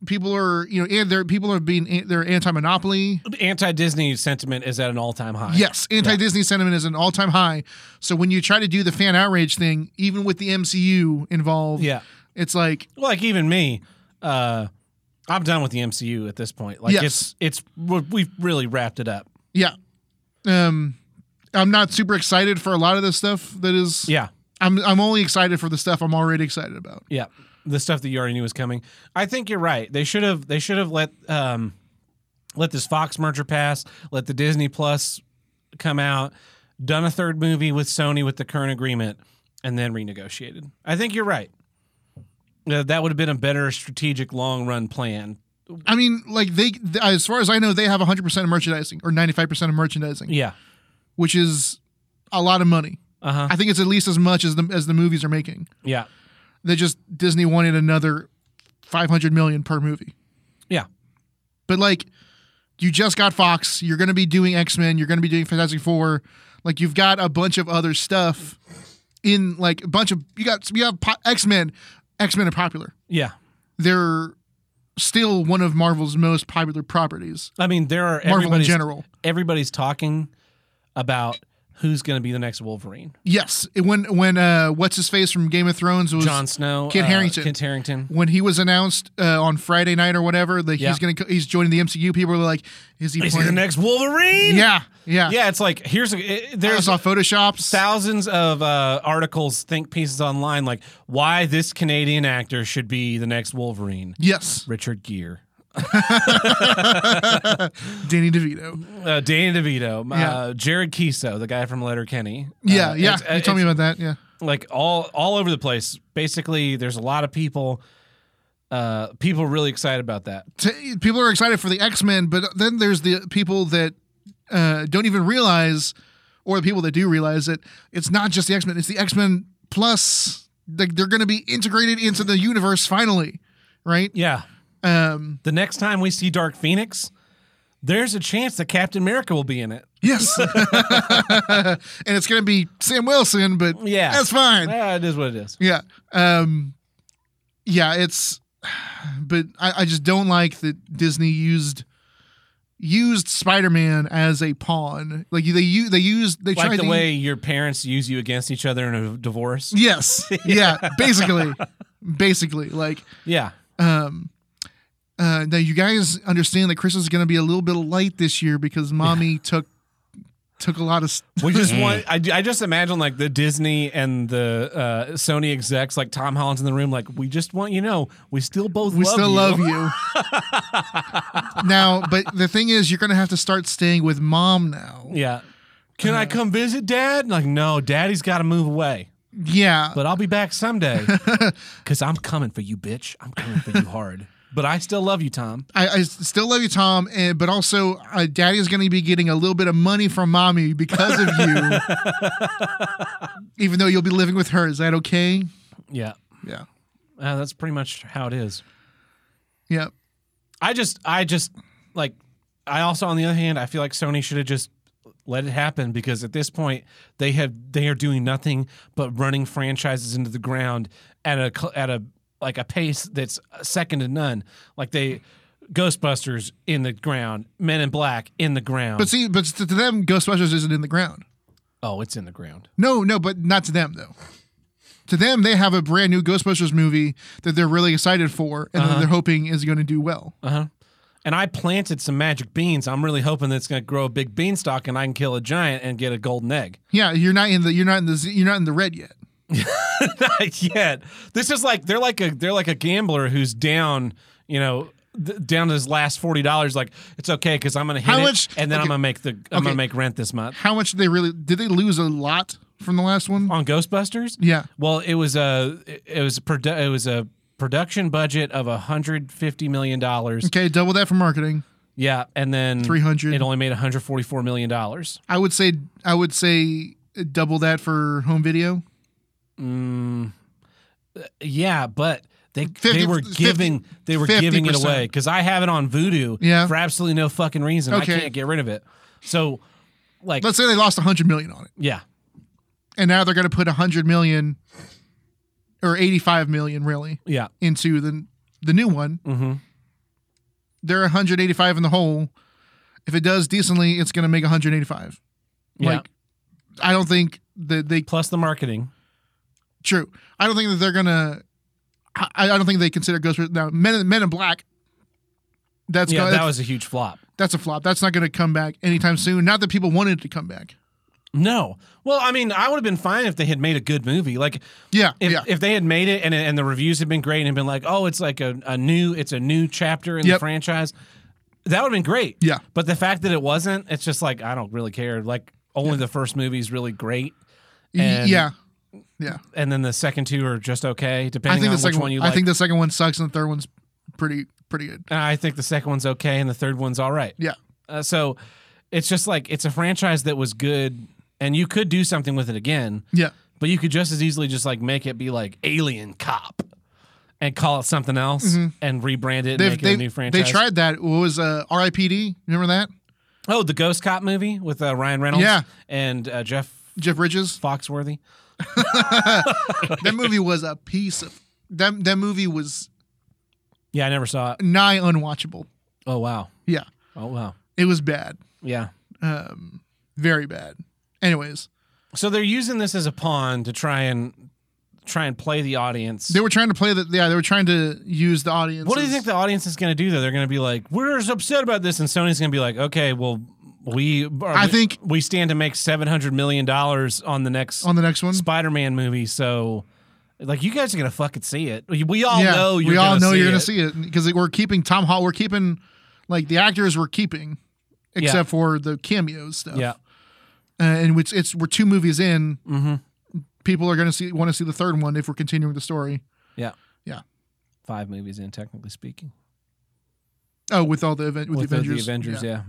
Speaker 2: people are you know and they're people are being they're anti-monopoly
Speaker 1: Anti Disney sentiment is at an all time high.
Speaker 2: Yes, anti Disney sentiment is an all time high. So when you try to do the fan outrage thing, even with the MCU involved,
Speaker 1: yeah.
Speaker 2: it's like
Speaker 1: like even me uh i'm done with the mcu at this point like
Speaker 2: Yes.
Speaker 1: it's it's we- we've really wrapped it up
Speaker 2: yeah. Um, I'm not super excited for a lot of this stuff. That is,
Speaker 1: yeah
Speaker 2: I'm I'm only excited for the stuff I'm already excited about.
Speaker 1: yeah the stuff that you already knew was coming i think you're right they should have they should have let um let this fox merger pass let the disney plus come out done a third movie with sony with the current agreement and then renegotiated i think you're right Uh, that would have been a better strategic long run plan
Speaker 2: I mean, like they, th- as far as I know, they have 100 percent of merchandising or 95 percent of merchandising,
Speaker 1: yeah
Speaker 2: which is a lot of money.
Speaker 1: uh-huh
Speaker 2: I think it's at least as much as the as the movies are making.
Speaker 1: yeah
Speaker 2: They just Disney wanted another 500 million per movie.
Speaker 1: yeah
Speaker 2: But like, you just got Fox. You're going to be doing X Men. You're going to be doing Fantastic Four. Like, you've got a bunch of other stuff in like a bunch of you got you have X Men. X Men are popular.
Speaker 1: yeah
Speaker 2: They're still one of Marvel's most popular properties.
Speaker 1: i mean there are
Speaker 2: Marvel in
Speaker 1: everybody's-
Speaker 2: general.
Speaker 1: everybody's talking about who's going to be the next Wolverine.
Speaker 2: Yes. It- When when uh, what's his face from Game of Thrones was
Speaker 1: Jon Snow,
Speaker 2: Kit
Speaker 1: uh,
Speaker 2: Harington.
Speaker 1: Kit Harrington.
Speaker 2: when he was announced uh, on Friday night or whatever, like
Speaker 1: Yeah.
Speaker 2: he's gonna co- he's joining the MCU. People were like, "Is he
Speaker 1: Is he
Speaker 2: playing?"
Speaker 1: the next Wolverine?
Speaker 2: yeah, yeah,
Speaker 1: Yeah, it's like here's a, it,
Speaker 2: I
Speaker 1: there's
Speaker 2: saw photoshops.
Speaker 1: thousands of uh, articles, think pieces online like why this Canadian actor should be the next Wolverine.
Speaker 2: yes,
Speaker 1: Richard Gere,
Speaker 2: Danny DeVito.
Speaker 1: uh, Danny DeVito,
Speaker 2: Yeah.
Speaker 1: uh, Jared Kiso, the guy from Letterkenny.
Speaker 2: Yeah,
Speaker 1: Uh,
Speaker 2: yeah.
Speaker 1: it's-
Speaker 2: you told me about that. Yeah,
Speaker 1: like all all over the place. Basically, there's a lot of people. Uh, people really excited about that.
Speaker 2: T- people are excited for the X Men, but then there's the people that uh, don't even realize, or the people that do realize that it's not just the X Men; it's the X Men plus. Like they're going to be integrated into the universe finally, right?
Speaker 1: Yeah,
Speaker 2: Um,
Speaker 1: the next time we see Dark Phoenix, there's a chance that Captain America will be in it.
Speaker 2: yes, and it's going to be Sam Wilson, but
Speaker 1: Yeah.
Speaker 2: that's fine.
Speaker 1: Yeah, it is what it is.
Speaker 2: Yeah. Um yeah, it's but I, I just don't like that Disney used used Spider-Man as a pawn. Like they u- they used they
Speaker 1: Like
Speaker 2: tried
Speaker 1: the
Speaker 2: to Mm.
Speaker 1: way your parents use you against each other in a divorce.
Speaker 2: Yes. Yeah, basically. basically like
Speaker 1: Yeah.
Speaker 2: um uh now you guys understand that Christmas is going to be a little bit light this year because mommy took took a lot of s-
Speaker 1: We just want, I, I just imagine like the Disney and the uh, Sony execs, like Tom Holland's in the room, like, we just want you to know, we still both
Speaker 2: We
Speaker 1: love
Speaker 2: still
Speaker 1: you.
Speaker 2: love you. now, but the thing is, you're going to have to start staying with mom now.
Speaker 1: Yeah. Can
Speaker 2: Uh-huh.
Speaker 1: I come visit dad? Like, no, daddy's got to move away,
Speaker 2: Yeah.
Speaker 1: but I'll be back someday because I'm coming for you, bitch. I'm coming for you hard. But I still love you, Tom.
Speaker 2: I, I still love you, Tom, and but also uh, Daddy's going to be getting a little bit of money from Mommy because of you, even though you'll be living with her. Is that okay?
Speaker 1: Yeah.
Speaker 2: Yeah.
Speaker 1: Uh, that's pretty much how it is.
Speaker 2: Yeah.
Speaker 1: I just, I just like, I also, on the other hand, I feel like Sony should have just let it happen because at this point they have they are doing nothing but running franchises into the ground at a cl- at a like a pace that's second to none. Like they Ghostbusters in the ground, Men in Black in the ground.
Speaker 2: But see, but to to them, Ghostbusters isn't in the ground.
Speaker 1: oh, it's in the ground.
Speaker 2: No, no, but not to them though. To them, they have a brand new Ghostbusters movie that they're really excited for, and that they're
Speaker 1: Uh-huh.
Speaker 2: hoping is going to do well.
Speaker 1: And I planted some magic beans. I'm really hoping that's going to grow a big beanstalk and I can kill a giant and get a golden egg.
Speaker 2: Yeah, you're not in the you're not in the z- you're not in the red yet.
Speaker 1: Not yet. This is like they're like a they're like a gambler who's down, you know, th- down to his last forty dollars. Like it's okay because I'm going to hit
Speaker 2: How
Speaker 1: it
Speaker 2: much-
Speaker 1: and then I'm
Speaker 2: okay.
Speaker 1: going to make the I'm going
Speaker 2: Okay.
Speaker 1: to make rent this month
Speaker 2: How much did they really did they lose a lot from the last one?
Speaker 1: on Ghostbusters.
Speaker 2: Yeah.
Speaker 1: Well, it was a it- it was a produ- it was a production budget of hundred fifty million dollars.
Speaker 2: Okay, double that for marketing.
Speaker 1: Yeah, and then
Speaker 2: 300.
Speaker 1: It only made one hundred forty four million dollars.
Speaker 2: I would say I would say double that for home video.
Speaker 1: Yeah, but they
Speaker 2: 50
Speaker 1: they were
Speaker 2: 50
Speaker 1: giving they were giving it
Speaker 2: 50%.
Speaker 1: away because I have it on Voodoo
Speaker 2: Yeah.
Speaker 1: for absolutely no fucking reason.
Speaker 2: Okay.
Speaker 1: I can't get rid of it. So, like,
Speaker 2: Let's say they lost 100 million on it.
Speaker 1: yeah,
Speaker 2: And now they're going to put 100 million or 85 million really
Speaker 1: yeah,
Speaker 2: into the the new one.
Speaker 1: mm-hmm.
Speaker 2: They're 185 in the hole. If it does decently, it's going to make 185.
Speaker 1: yeah.
Speaker 2: Like I don't think that they
Speaker 1: Plus the marketing.
Speaker 2: True. I don't think that they're gonna. I, I don't think they consider Ghost now. Men in- Men in Black. That's
Speaker 1: yeah,
Speaker 2: go-
Speaker 1: that
Speaker 2: that's,
Speaker 1: was a huge flop.
Speaker 2: that's a flop. That's not gonna come back anytime soon. Not that people wanted it to come back.
Speaker 1: No, well, I mean, I would have been fine if they had made a good movie. Like,
Speaker 2: Yeah,
Speaker 1: if,
Speaker 2: yeah.
Speaker 1: if they had made it and and the reviews had been great and been like, oh, it's like a, a new it's a new chapter in
Speaker 2: Yep.
Speaker 1: the franchise, that would have been great.
Speaker 2: Yeah.
Speaker 1: But the fact that it wasn't, it's just like I don't really care. Like only the first movie is really great,
Speaker 2: Y-
Speaker 1: and-
Speaker 2: yeah, yeah.
Speaker 1: and then the second two are just okay,
Speaker 2: I
Speaker 1: depending
Speaker 2: think
Speaker 1: on
Speaker 2: the
Speaker 1: which
Speaker 2: second
Speaker 1: one
Speaker 2: one.
Speaker 1: you
Speaker 2: I
Speaker 1: like.
Speaker 2: think the second one sucks, and the third one's pretty pretty good.
Speaker 1: And I think the second one's okay, and the third one's all right.
Speaker 2: Yeah,
Speaker 1: Uh, so it's just like it's a franchise that was good, and you could do something with it again.
Speaker 2: yeah.
Speaker 1: But you could just as easily just like make it be like Alien Cop and call it something else and rebrand it and
Speaker 2: Mm-hmm. They've,
Speaker 1: make it a new
Speaker 2: they've, they
Speaker 1: franchise.
Speaker 2: tried that. What was uh, R.I.P.D. Remember that?
Speaker 1: oh, the Ghost Cop movie with uh, Ryan Reynolds
Speaker 2: Yeah.
Speaker 1: and uh, Jeff
Speaker 2: Jeff Bridges.
Speaker 1: Foxworthy. Oh,
Speaker 2: that movie was a piece of that. That movie was
Speaker 1: Yeah, I never saw it.
Speaker 2: nigh unwatchable.
Speaker 1: Oh, wow.
Speaker 2: Yeah,
Speaker 1: Oh, wow.
Speaker 2: it was bad.
Speaker 1: Yeah.
Speaker 2: um, very bad. Anyways,
Speaker 1: So they're using this as a pawn to try and try and play the audience.
Speaker 2: they were trying to play the yeah they were trying to use the audience.
Speaker 1: what do you
Speaker 2: as-
Speaker 1: think the audience is going to do though? They're going to be like, "We're so upset about this," and Sony's going to be like, "Okay, well, we
Speaker 2: I
Speaker 1: we-
Speaker 2: think-
Speaker 1: we stand to make seven hundred million dollars on the next
Speaker 2: on the next one?
Speaker 1: Spider-Man movie, so like you guys are going to fucking see it. We, we all
Speaker 2: yeah,
Speaker 1: know you're
Speaker 2: we all
Speaker 1: gonna
Speaker 2: know
Speaker 1: see
Speaker 2: you're
Speaker 1: it.
Speaker 2: gonna see it because we're keeping Tom Hall. We're keeping like the actors we're keeping, except for the cameos stuff.
Speaker 1: Yeah,
Speaker 2: uh, and which it's we're two movies in.
Speaker 1: Mhm.
Speaker 2: People are gonna see want to see the third one if we're continuing the story.
Speaker 1: yeah,
Speaker 2: Yeah.
Speaker 1: Five movies in, technically speaking,
Speaker 2: Oh, with all the event with,
Speaker 1: with
Speaker 2: the
Speaker 1: the- the Avengers.
Speaker 2: Avengers.
Speaker 1: Yeah,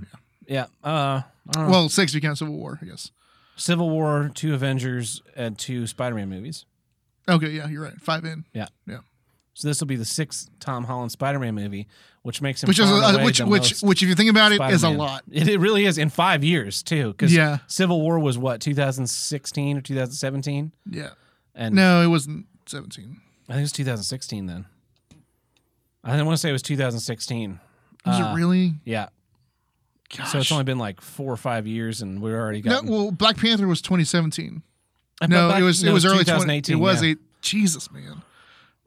Speaker 1: yeah. Uh, I don't know.
Speaker 2: Well, six if you count Civil War, I guess.
Speaker 1: Civil War, two Avengers, and two Spider-Man movies.
Speaker 2: Okay, yeah, you're right. Five in.
Speaker 1: So this will be the sixth Tom Holland Spider-Man movie, which makes him
Speaker 2: Which is
Speaker 1: far and
Speaker 2: uh,
Speaker 1: away
Speaker 2: which
Speaker 1: the
Speaker 2: which
Speaker 1: most
Speaker 2: which if you think about it is a
Speaker 1: Spider-Man.
Speaker 2: lot.
Speaker 1: It, it really is in five years too, because
Speaker 2: Yeah.
Speaker 1: Civil War was what 2016 or 2017,
Speaker 2: Yeah.
Speaker 1: and
Speaker 2: No, it wasn't 17.
Speaker 1: I think it was 2016 then. I didn't want to say it was 2016.
Speaker 2: Was
Speaker 1: Uh,
Speaker 2: it really?
Speaker 1: Yeah,
Speaker 2: Gosh.
Speaker 1: so it's only been like four or five years, and we're already
Speaker 2: no,
Speaker 1: got.
Speaker 2: well, Black Panther was 2017.
Speaker 1: I
Speaker 2: No,
Speaker 1: thought back-
Speaker 2: it was it was early
Speaker 1: 2018.
Speaker 2: 2018. It was
Speaker 1: yeah.
Speaker 2: a Jesus man.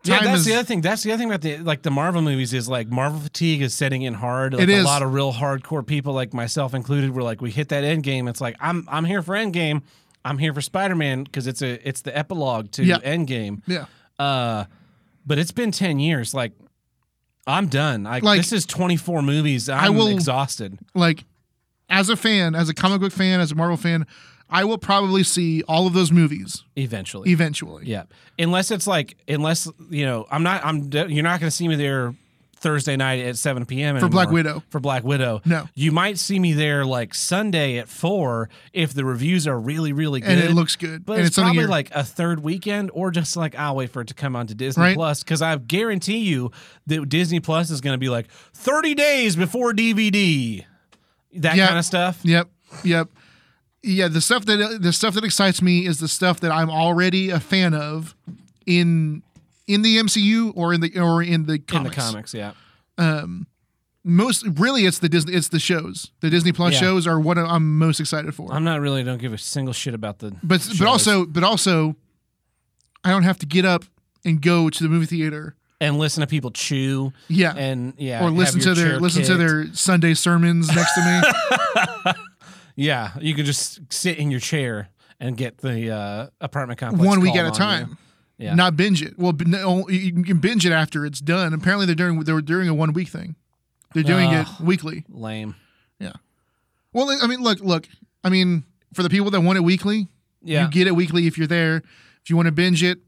Speaker 1: Yeah,
Speaker 2: time
Speaker 1: that's
Speaker 2: is-
Speaker 1: the other thing. That's the other thing about the like the Marvel movies is like Marvel fatigue is setting in hard. Like
Speaker 2: It is.
Speaker 1: a lot of real hardcore people, like myself included, were like, we hit that end game. It's like I'm I'm here for end game. I'm here for Spider Man because it's a it's the epilogue to
Speaker 2: Yeah.
Speaker 1: end game.
Speaker 2: Yeah,
Speaker 1: Uh, but it's been ten years. Like I'm done. Like,
Speaker 2: Like-
Speaker 1: this is 24 movies. I'm
Speaker 2: will-
Speaker 1: exhausted.
Speaker 2: like as a fan, as a comic book fan, as a Marvel fan, I will probably see all of those movies
Speaker 1: Eventually,
Speaker 2: eventually.
Speaker 1: yeah. Unless it's like unless you know I'm not I'm de- you're not going to see me there Thursday night at 7 p.m.
Speaker 2: for Black
Speaker 1: anymore.
Speaker 2: Widow.
Speaker 1: For Black Widow.
Speaker 2: No.
Speaker 1: You might see me there like Sunday at four if the reviews are really, really good.
Speaker 2: And it looks good.
Speaker 1: But
Speaker 2: and
Speaker 1: it's,
Speaker 2: something
Speaker 1: probably
Speaker 2: you're-
Speaker 1: like a third weekend, or just like I'll wait for it to come onto Disney
Speaker 2: Right.
Speaker 1: Plus because I guarantee you that Disney Plus is going to be like thirty days before DVD, that
Speaker 2: Yeah.
Speaker 1: kind of stuff.
Speaker 2: Yep. Yep. Yeah, the stuff that the stuff that excites me is the stuff that I'm already a fan of in in the MCU or in the or in the
Speaker 1: In the
Speaker 2: comics.
Speaker 1: comics, yeah,
Speaker 2: Most really it's the Disney it's the shows. The Disney Plus
Speaker 1: Yeah.
Speaker 2: shows are what I'm most excited for.
Speaker 1: I'm not really don't give a single shit about the.
Speaker 2: but
Speaker 1: shows.
Speaker 2: but also but also I don't have to get up and go to the movie theater.
Speaker 1: and listen to people chew
Speaker 2: Yeah.
Speaker 1: and yeah,
Speaker 2: or
Speaker 1: have
Speaker 2: listen to
Speaker 1: your
Speaker 2: their
Speaker 1: chair
Speaker 2: listen to
Speaker 1: kicked.
Speaker 2: their Sunday sermons next to me.
Speaker 1: yeah. You can just sit in your chair and get the uh, apartment complex
Speaker 2: one week at a
Speaker 1: called on you.
Speaker 2: time.
Speaker 1: Yeah.
Speaker 2: Not binge it. Well, b- no, you you can binge it after it's done. Apparently, they're doing they're doing a one week thing. They're doing it
Speaker 1: Ugh.
Speaker 2: weekly.
Speaker 1: Lame.
Speaker 2: Well, I mean, look, look. I mean, for the people that want it weekly,
Speaker 1: Yeah,
Speaker 2: you get it weekly if you're there. If you want to binge it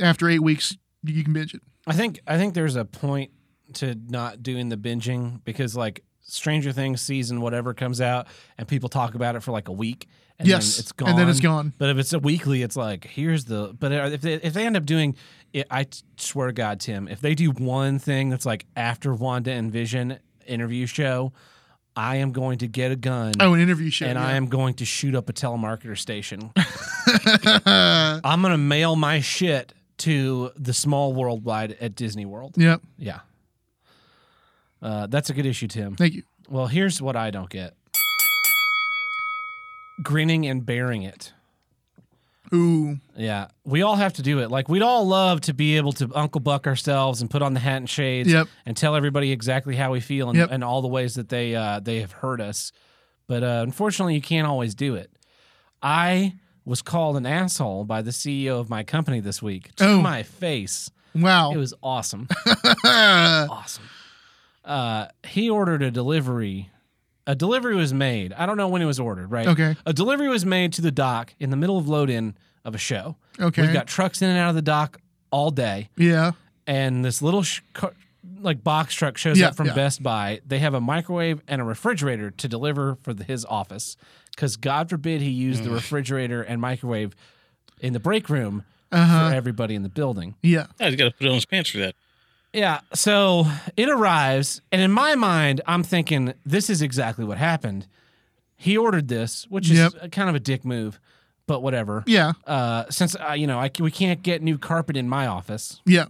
Speaker 2: after eight weeks, you you can binge it.
Speaker 1: I think I think there's a point to not doing the binging because like Stranger Things season whatever comes out and people talk about it for like a week and
Speaker 2: yes,
Speaker 1: then it's gone
Speaker 2: and then it's gone.
Speaker 1: But if it's a weekly, it's like here's the. But if they if they end up doing it, I t- swear to God, Tim, if they do one thing that's like after Wanda and Vision interview show, I am going to get a gun.
Speaker 2: Oh, an interview show.
Speaker 1: And I
Speaker 2: yeah.
Speaker 1: am going to shoot up a telemarketer station.
Speaker 2: I am.
Speaker 1: I'm going to mail my shit to the small worldwide at Disney World.
Speaker 2: yep.
Speaker 1: Yeah. Uh, that's a good issue, Tim.
Speaker 2: Thank you.
Speaker 1: Well, here's what I don't get grinning and bearing it.
Speaker 2: Ooh,
Speaker 1: Yeah. We all have to do it. Like, we'd all love to be able to Uncle Buck ourselves and put on the hat and shades
Speaker 2: Yep.
Speaker 1: and tell everybody exactly how we feel and,
Speaker 2: Yep.
Speaker 1: and all the ways that they, uh, they have hurt us. But uh, unfortunately, you can't always do it. I was called an asshole by the CEO of my company this week to
Speaker 2: Oh.
Speaker 1: my face.
Speaker 2: wow.
Speaker 1: It was awesome. awesome. Uh, he ordered a delivery. A delivery was made. I don't know when it was ordered, right?
Speaker 2: okay.
Speaker 1: A delivery was made to the dock in the middle of load in of a show.
Speaker 2: Okay.
Speaker 1: We've got trucks in and out of the dock all day,
Speaker 2: yeah.
Speaker 1: and this little sh- car, like box truck shows
Speaker 2: Yeah,
Speaker 1: up from
Speaker 2: yeah.
Speaker 1: Best Buy. They have a microwave and a refrigerator to deliver for the, his office because God forbid he used the
Speaker 2: Mm.
Speaker 1: refrigerator and microwave in the break room
Speaker 2: Uh
Speaker 1: for
Speaker 2: huh.
Speaker 1: everybody in the building.
Speaker 2: Yeah.
Speaker 3: I just got to put on his pants for that.
Speaker 1: Yeah, so it arrives, and in my mind, I'm thinking this is exactly what happened. He ordered this, which is
Speaker 2: Yep.
Speaker 1: a- kind of a dick move, but whatever.
Speaker 2: Yeah.
Speaker 1: Uh, since uh, you know, I, c- we can't get new carpet in my office,
Speaker 2: Yeah.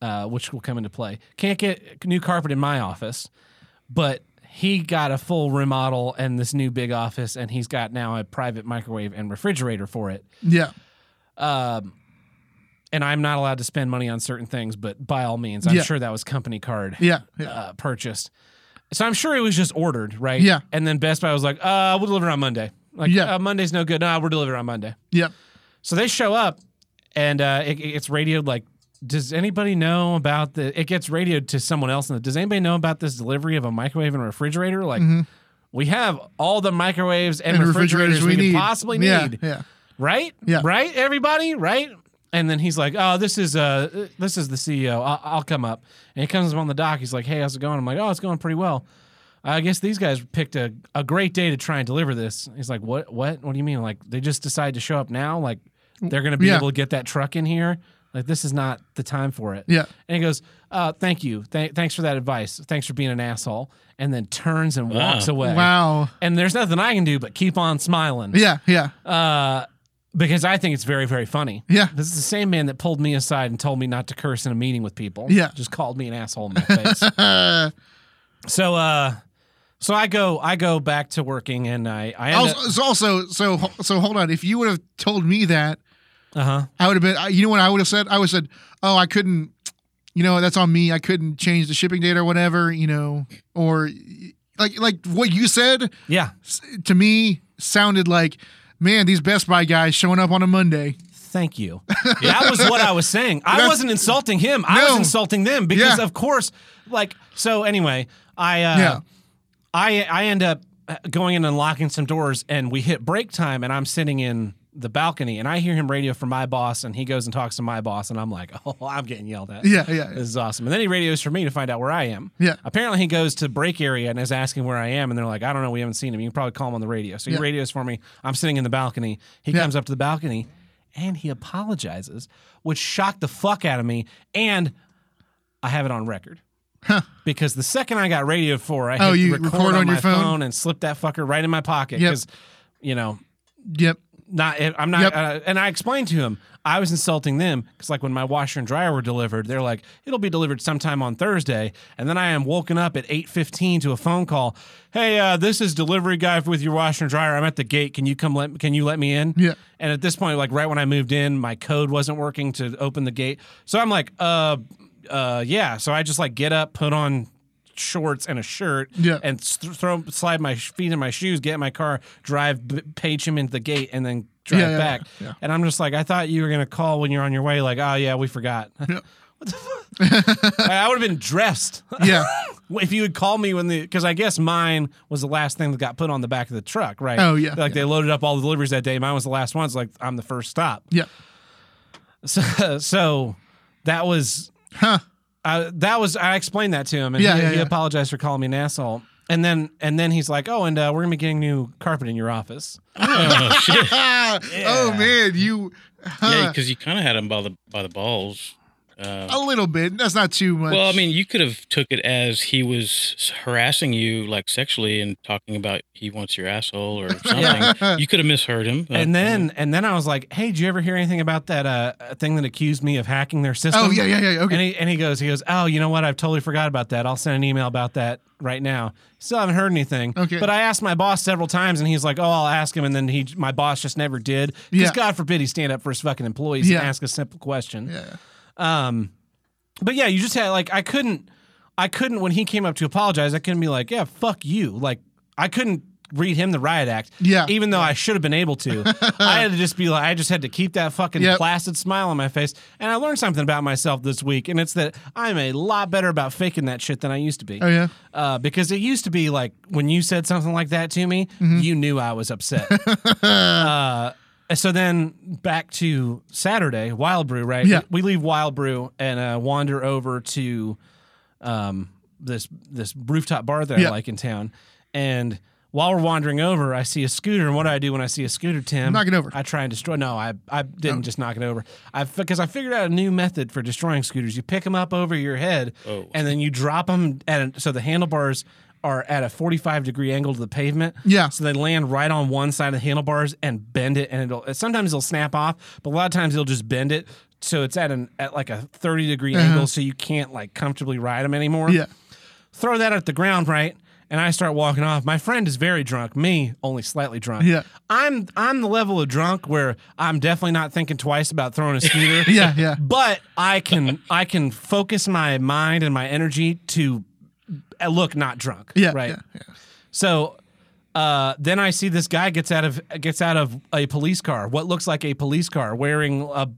Speaker 1: uh, which will come into play. Can't get new carpet in my office, but he got a full remodel and this new big office, and he's got now a private microwave and refrigerator for it.
Speaker 2: Yeah.
Speaker 1: Um, and I'm not allowed to spend money on certain things, but by all means, I'm
Speaker 2: Yeah.
Speaker 1: sure that was company card
Speaker 2: Yeah. Yeah.
Speaker 1: uh, purchased. So I'm sure it was just ordered, right?
Speaker 2: Yeah.
Speaker 1: And then Best Buy was like, uh, we'll deliver on Monday. Like,
Speaker 2: Yeah.
Speaker 1: uh, Monday's no good. Nah, we're delivering on Monday.
Speaker 2: Yeah.
Speaker 1: So they show up and uh, it, it's radioed like, does anybody know about the? It gets radioed to someone else. And does anybody know about this delivery of a microwave and refrigerator? Like,
Speaker 2: Mhm.
Speaker 1: we have all the microwaves Mm-hmm. and,
Speaker 2: And
Speaker 1: refrigerators, we, could possibly need
Speaker 2: Yeah. Yeah.
Speaker 1: right?
Speaker 2: Yeah.
Speaker 1: Right, everybody, right? And then he's like, "Oh, this is uh, this is the CEO. I'll, I'll come up." And he comes up on the dock. He's like, "Hey, how's it going?" I'm like, "Oh, it's going pretty well." I guess these guys picked a, a great day to try and deliver this. He's like, "What? What? What do you mean? Like they just decide to show up now? Like they're going to be
Speaker 2: Yeah.
Speaker 1: able to get that truck in here? Like this is not the time for it."
Speaker 2: Yeah.
Speaker 1: And he goes, uh, "Thank you. Th- thanks for that advice. Thanks for being an asshole." And then turns and
Speaker 3: Wow.
Speaker 1: walks away.
Speaker 2: Wow.
Speaker 1: And there's nothing I can do but keep on smiling
Speaker 2: Yeah, yeah,
Speaker 1: uh, because I think it's very, very funny.
Speaker 2: yeah,
Speaker 1: This is the same man that pulled me aside and told me not to curse in a meeting with people.
Speaker 2: Yeah.
Speaker 1: just called me an asshole in my face.
Speaker 2: Uh,
Speaker 1: so, uh, so I go, I go back to working, and I, I end
Speaker 2: also, so also, so so hold on. If you would have told me that,
Speaker 1: uh huh,
Speaker 2: I would have been. I- You know what I would have said? I would have said, "Oh, I couldn't. You know, that's on me. I couldn't change the shipping date or whatever. You know, or like like what you said
Speaker 1: yeah.
Speaker 2: s- to me sounded like, man, these Best Buy guys showing up on a Monday.
Speaker 1: Thank you. That was what I was saying. I
Speaker 2: That's-
Speaker 1: wasn't insulting him. I was
Speaker 2: No.
Speaker 1: insulting them because,
Speaker 2: Yeah.
Speaker 1: of course, like so. Anyway, I uh,
Speaker 2: Yeah.
Speaker 1: I I end up going in and locking some doors, and we hit break time, and I'm sitting in the balcony, and I hear him radio for my boss, and he goes and talks to my boss, and I'm like, oh, I'm getting yelled at.
Speaker 2: Yeah, yeah,
Speaker 1: This is awesome. And then he radios for me to find out where I am.
Speaker 2: yeah.
Speaker 1: Apparently, he goes to break area and is asking where I am, and they're like, I don't know, we haven't seen him. You can probably call him on the radio. So he
Speaker 2: Yeah.
Speaker 1: radios for me. I'm sitting in the balcony. He
Speaker 2: Yeah.
Speaker 1: comes up to the balcony and he apologizes, which shocked the fuck out of me. And I have it on record.
Speaker 2: Huh.
Speaker 1: Because the second I got radioed for, I hit
Speaker 2: Oh, you
Speaker 1: record,
Speaker 2: record
Speaker 1: on,
Speaker 2: on your
Speaker 1: my phone?
Speaker 2: phone?
Speaker 1: and slipped that fucker right in my pocket.
Speaker 2: Yep.
Speaker 1: Because, you know,
Speaker 2: Yep.
Speaker 1: not I'm not
Speaker 2: Yep.
Speaker 1: uh, and I explained to him I was insulting them because like when my washer and dryer were delivered they're like it'll be delivered sometime on Thursday and then I am woken up at 8:15 to a phone call hey uh, this is delivery guy with your washer and dryer I'm at the gate can you come let can you let me in
Speaker 2: Yeah.
Speaker 1: and at this point like right when I moved in my code wasn't working to open the gate so I'm like uh uh yeah so I just like get up put on shorts and a shirt
Speaker 2: Yeah.
Speaker 1: and s- th- throw slide my sh- feet in my shoes, get in my car, drive, b- page him into the gate, and then drive
Speaker 2: Yeah, yeah,
Speaker 1: back.
Speaker 2: yeah.
Speaker 1: And I'm just like, I thought you were gonna call when you're on your way. Like, oh yeah, we forgot.
Speaker 2: Yeah.
Speaker 1: what the fuck? I would have been dressed
Speaker 2: Yeah.
Speaker 1: if you had called me when the because I guess mine was the last thing that got put on the back of the truck, right?
Speaker 2: Oh, yeah,
Speaker 1: like
Speaker 2: yeah.
Speaker 1: they loaded up all the deliveries that day. Mine was the last one. It's like I'm the first stop.
Speaker 2: Yeah.
Speaker 1: So, so that was
Speaker 2: Huh.
Speaker 1: uh, that was I explained that to him, and
Speaker 2: Yeah,
Speaker 1: he,
Speaker 2: yeah,
Speaker 1: he
Speaker 2: yeah.
Speaker 1: apologized for calling me an asshole. And then and then he's like, "Oh, and uh, we're gonna be getting new carpet in your office."
Speaker 3: Oh shit!
Speaker 2: Oh man, you.
Speaker 3: Yeah,
Speaker 2: Huh.
Speaker 3: because you kind of had him by the by the balls. Uh,
Speaker 2: a little bit. That's not too much.
Speaker 3: well, I mean, you could have took it as he was harassing you, like sexually, and talking about he wants your asshole or something. You could have misheard him. Uh,
Speaker 1: And then and then I was like, "Hey, did you ever hear anything about that uh, thing that accused me of hacking their system?"
Speaker 2: Oh yeah, yeah, yeah.
Speaker 1: And
Speaker 2: Okay.
Speaker 1: he and he goes, he goes, "Oh, you know what? I've totally forgot about that. I'll send an email about that right now." Still haven't heard anything.
Speaker 2: Okay.
Speaker 1: But I asked my boss several times, and he's like, "Oh, I'll ask him," and then he my boss just never did. Because
Speaker 2: Yeah.
Speaker 1: God forbid he stand up for his fucking employees
Speaker 2: Yeah.
Speaker 1: and ask a simple question.
Speaker 2: Yeah.
Speaker 1: Um, but yeah, you just had like I couldn't, I couldn't when he came up to apologize, I couldn't be like, yeah, fuck you. Like I couldn't read him the riot act.
Speaker 2: Yeah.
Speaker 1: Even though I should have been able to, I had to just be like, I just had to keep that fucking
Speaker 2: Yep.
Speaker 1: placid smile on my face. And I learned something about myself this week, and it's that I'm a lot better about faking that shit than I used to be.
Speaker 2: Oh yeah.
Speaker 1: Uh, because it used to be like when you said something like that to me,
Speaker 2: Mm-hmm.
Speaker 1: you knew I was upset. uh, so then back to Saturday, Wild Brew, right?
Speaker 2: Yeah.
Speaker 1: We leave Wild Brew and uh, wander over to um, this this rooftop bar that I
Speaker 2: Yeah.
Speaker 1: like in town. And while we're wandering over, I see a scooter. And what do I do when I see a scooter, Tim?
Speaker 2: Knock it over.
Speaker 1: I try and destroy. No, I, I didn't
Speaker 2: Oh.
Speaker 1: just knock it over. I because I figured out a new method for destroying scooters. You pick them up over your head,
Speaker 3: Oh.
Speaker 1: and then you drop them at a, so the handlebars are at a 45 degree angle to the pavement.
Speaker 2: Yeah.
Speaker 1: So they land right on one side of the handlebars and bend it, and it'll sometimes it'll snap off, but a lot of times it'll just bend it. So it's at an at like a 30 degree angle, so you can't like comfortably ride them anymore
Speaker 2: Uh-huh. Yeah.
Speaker 1: throw that at the ground, right? And I start walking off. My friend is very drunk. Me, only slightly drunk.
Speaker 2: Yeah.
Speaker 1: I'm I'm the level of drunk where I'm definitely not thinking twice about throwing a scooter.
Speaker 2: Yeah. Yeah.
Speaker 1: But I can I can focus my mind and my energy to uh, look not drunk.
Speaker 2: Yeah.
Speaker 1: Right.
Speaker 2: Yeah. yeah.
Speaker 1: So uh, then I see this guy gets out of gets out of a police car, what looks like a police car, wearing a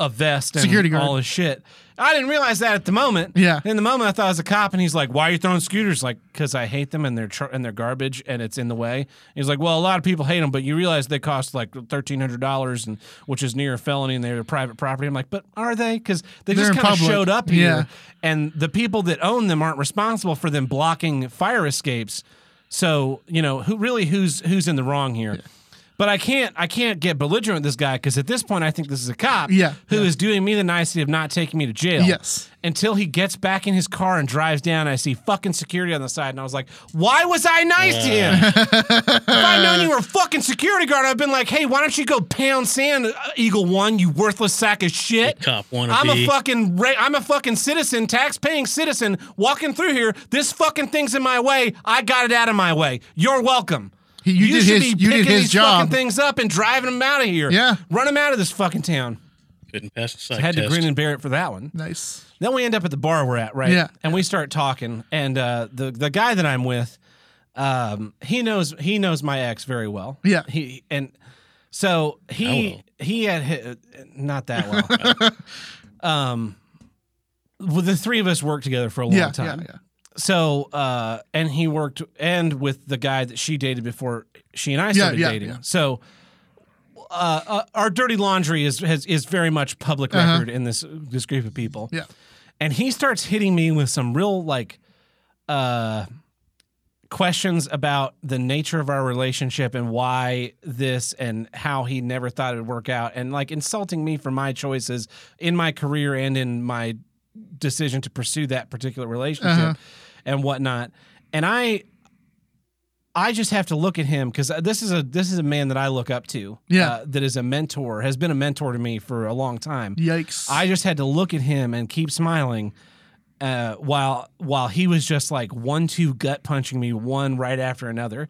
Speaker 1: a vest and
Speaker 2: Security guard.
Speaker 1: all his shit. I didn't realize that at the moment.
Speaker 2: Yeah.
Speaker 1: In the moment, I thought it was a cop, and he's like, "Why are you throwing scooters?" Like, because I hate them and they're tr- and they're garbage and it's in the way. And he's like, "Well, a lot of people hate them, but you realize they cost like thirteen hundred dollars, and which is near a felony, and they're private property." I'm like, "But are they? Because they
Speaker 2: They're
Speaker 1: just
Speaker 2: in
Speaker 1: kind of
Speaker 2: public.
Speaker 1: showed up here."
Speaker 2: Yeah.
Speaker 1: and the people that own them aren't responsible for them blocking fire escapes. So you know who really who's who's in the wrong here. But I can't I can't get belligerent with this guy because at this point I think this is a cop
Speaker 2: Yeah,
Speaker 1: who
Speaker 2: yeah.
Speaker 1: is doing me the nicety of not taking me to jail.
Speaker 2: Yes.
Speaker 1: Until he gets back in his car and drives down, I see fucking security on the side, and I was like, "Why was I nice to him? if I'd known you were a fucking security guard, I've been like, hey, why don't you go pound sand, uh, Eagle One, you worthless sack of shit?
Speaker 3: cop wannabe.
Speaker 1: I'm a fucking ra- I'm a fucking citizen, tax-paying citizen walking through here. This fucking thing's in my way. I got it out of my way. You're welcome.
Speaker 2: He- you did
Speaker 1: should
Speaker 2: his-
Speaker 1: be
Speaker 2: you did
Speaker 1: picking
Speaker 2: his
Speaker 1: these
Speaker 2: job.
Speaker 1: fucking things up and driving them out of here.
Speaker 2: Yeah.
Speaker 1: run them out of this fucking town.
Speaker 3: couldn't pass the psych
Speaker 1: Had to
Speaker 3: test.
Speaker 1: grin and bear it for that one.
Speaker 2: Nice.
Speaker 1: Then we end up at the bar we're at, right?
Speaker 2: Yeah.
Speaker 1: And we start talking, and uh, the the guy that I'm with, um, he knows he knows my ex very well.
Speaker 2: Yeah.
Speaker 1: He and so he
Speaker 3: Oh,
Speaker 1: he had hi- not that well. um, well, the three of us worked together for a long
Speaker 2: Yeah. Yeah.
Speaker 1: time.
Speaker 2: Yeah.
Speaker 1: So uh, and he worked and with the guy that she dated before she and I
Speaker 2: Yeah,
Speaker 1: started
Speaker 2: yeah,
Speaker 1: dating.
Speaker 2: yeah.
Speaker 1: So uh, uh, our dirty laundry is has, is very much public
Speaker 2: Uh-huh.
Speaker 1: record in this this group of people.
Speaker 2: Yeah.
Speaker 1: and he starts hitting me with some real like uh, questions about the nature of our relationship and why this and how he never thought it would work out, and like insulting me for my choices in my career and in my decision to pursue that particular relationship
Speaker 2: Uh-huh.
Speaker 1: and whatnot. And I I just have to look at him because this is a this is a man that I look up to. uh,
Speaker 2: Yeah.
Speaker 1: that is a mentor, has been a mentor to me for a long time.
Speaker 2: Yikes.
Speaker 1: I just had to look at him and keep smiling, uh, while while he was just like one two gut punching me one right after another.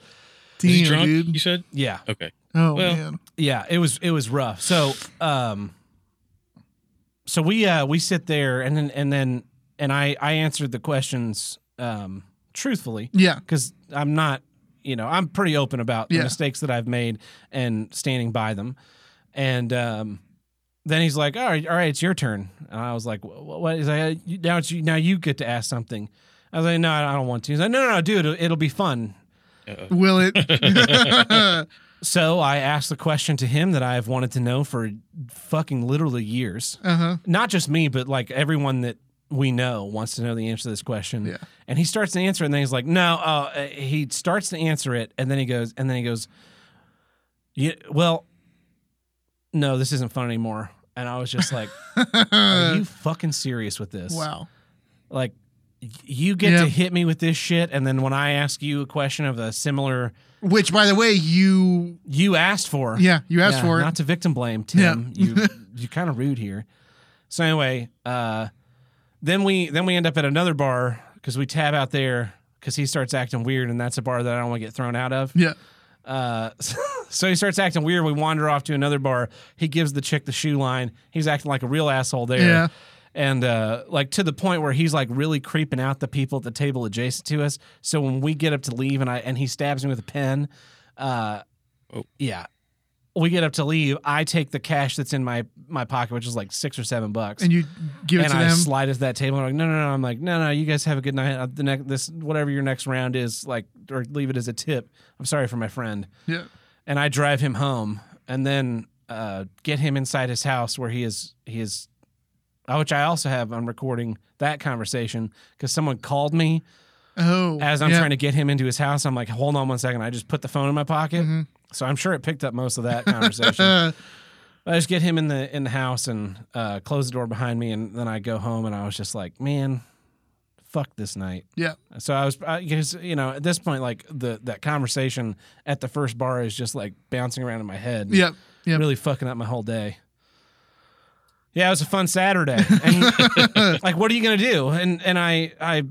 Speaker 2: Damn,
Speaker 3: Is he drunk? You
Speaker 2: dude.
Speaker 3: said
Speaker 1: Yeah,
Speaker 3: okay.
Speaker 2: Oh
Speaker 3: Well-
Speaker 2: man.
Speaker 1: yeah, it was it was rough. So um, so we uh we sit there and then and then and I I answered the questions um truthfully.
Speaker 2: Yeah.
Speaker 1: because I'm not, you know, I'm pretty open about the
Speaker 2: Yeah.
Speaker 1: mistakes that I've made and standing by them. And um, then he's like, "All right, all right, it's your turn." And I was like, "Wh- wh- "What is that? Now it's you, now you get to ask something." I was like, "No, I don't want to." He's like, "No, no, no, dude, it'll, it'll be fun."
Speaker 3: Uh-oh.
Speaker 2: Will it?
Speaker 1: So I asked the question to him that I've wanted to know for fucking literally years.
Speaker 2: uh huh.
Speaker 1: Not just me, but like everyone that we know wants to know the answer to this question.
Speaker 2: Yeah.
Speaker 1: And he starts to answer it, and then he's like, "No." Uh, he starts to answer it, and then he goes, and then he goes, "Yeah, well, no, this isn't fun anymore." And I was just like, "Are you fucking serious with this?
Speaker 2: wow.
Speaker 1: Like, y- you get
Speaker 2: Yeah.
Speaker 1: to hit me with this shit, and then when I ask you a question of a similar,
Speaker 2: Which, by the way, you
Speaker 1: you asked for,
Speaker 2: yeah you asked
Speaker 1: Yeah,
Speaker 2: for it.
Speaker 1: Not to victim blame, Tim. You you're kind of rude here. So anyway, uh, then we then we end up at another bar because we tab out there because he starts acting weird, and that's a bar that I don't want to get thrown out of.
Speaker 2: yeah.
Speaker 1: Uh, so he starts acting weird. We wander off to another bar. He gives the chick the shoe line. He's acting like a real asshole there.
Speaker 2: Yeah.
Speaker 1: And uh, like to the point where he's like really creeping out the people at the table adjacent to us. So when we get up to leave and I and he stabs me with a pen, uh,
Speaker 3: Oh.
Speaker 1: yeah, we get up to leave. I take the cash that's in my my pocket, which is like six or seven bucks,
Speaker 2: And you give it
Speaker 1: and
Speaker 2: to
Speaker 1: I
Speaker 2: them.
Speaker 1: slide it to that table. And I'm like, no, no, no. I'm like, no, no. You guys have a good night. Uh, The next this whatever your next round is, like, or leave it as a tip. I'm sorry for my friend
Speaker 2: yeah.
Speaker 1: and I drive him home and then uh, get him inside his house where he is he is uh, which I also have on recording that conversation because someone called me
Speaker 2: Oh.
Speaker 1: as I'm trying to get him into his house. I'm like, hold on one second. I just put the phone in my pocket. So I'm sure it picked up most of that conversation.
Speaker 2: Uh,
Speaker 1: I just get him in the in the house and uh, close the door behind me, and then I go home. And I was just like, man, fuck this night.
Speaker 2: yeah.
Speaker 1: So I was, I guess, you know, at this point, like the that conversation at the first bar is just like bouncing around in my head
Speaker 2: Yeah. Yeah.
Speaker 1: really fucking up my whole day. Yeah, it was a fun Saturday. And like, what are you gonna do? And and I I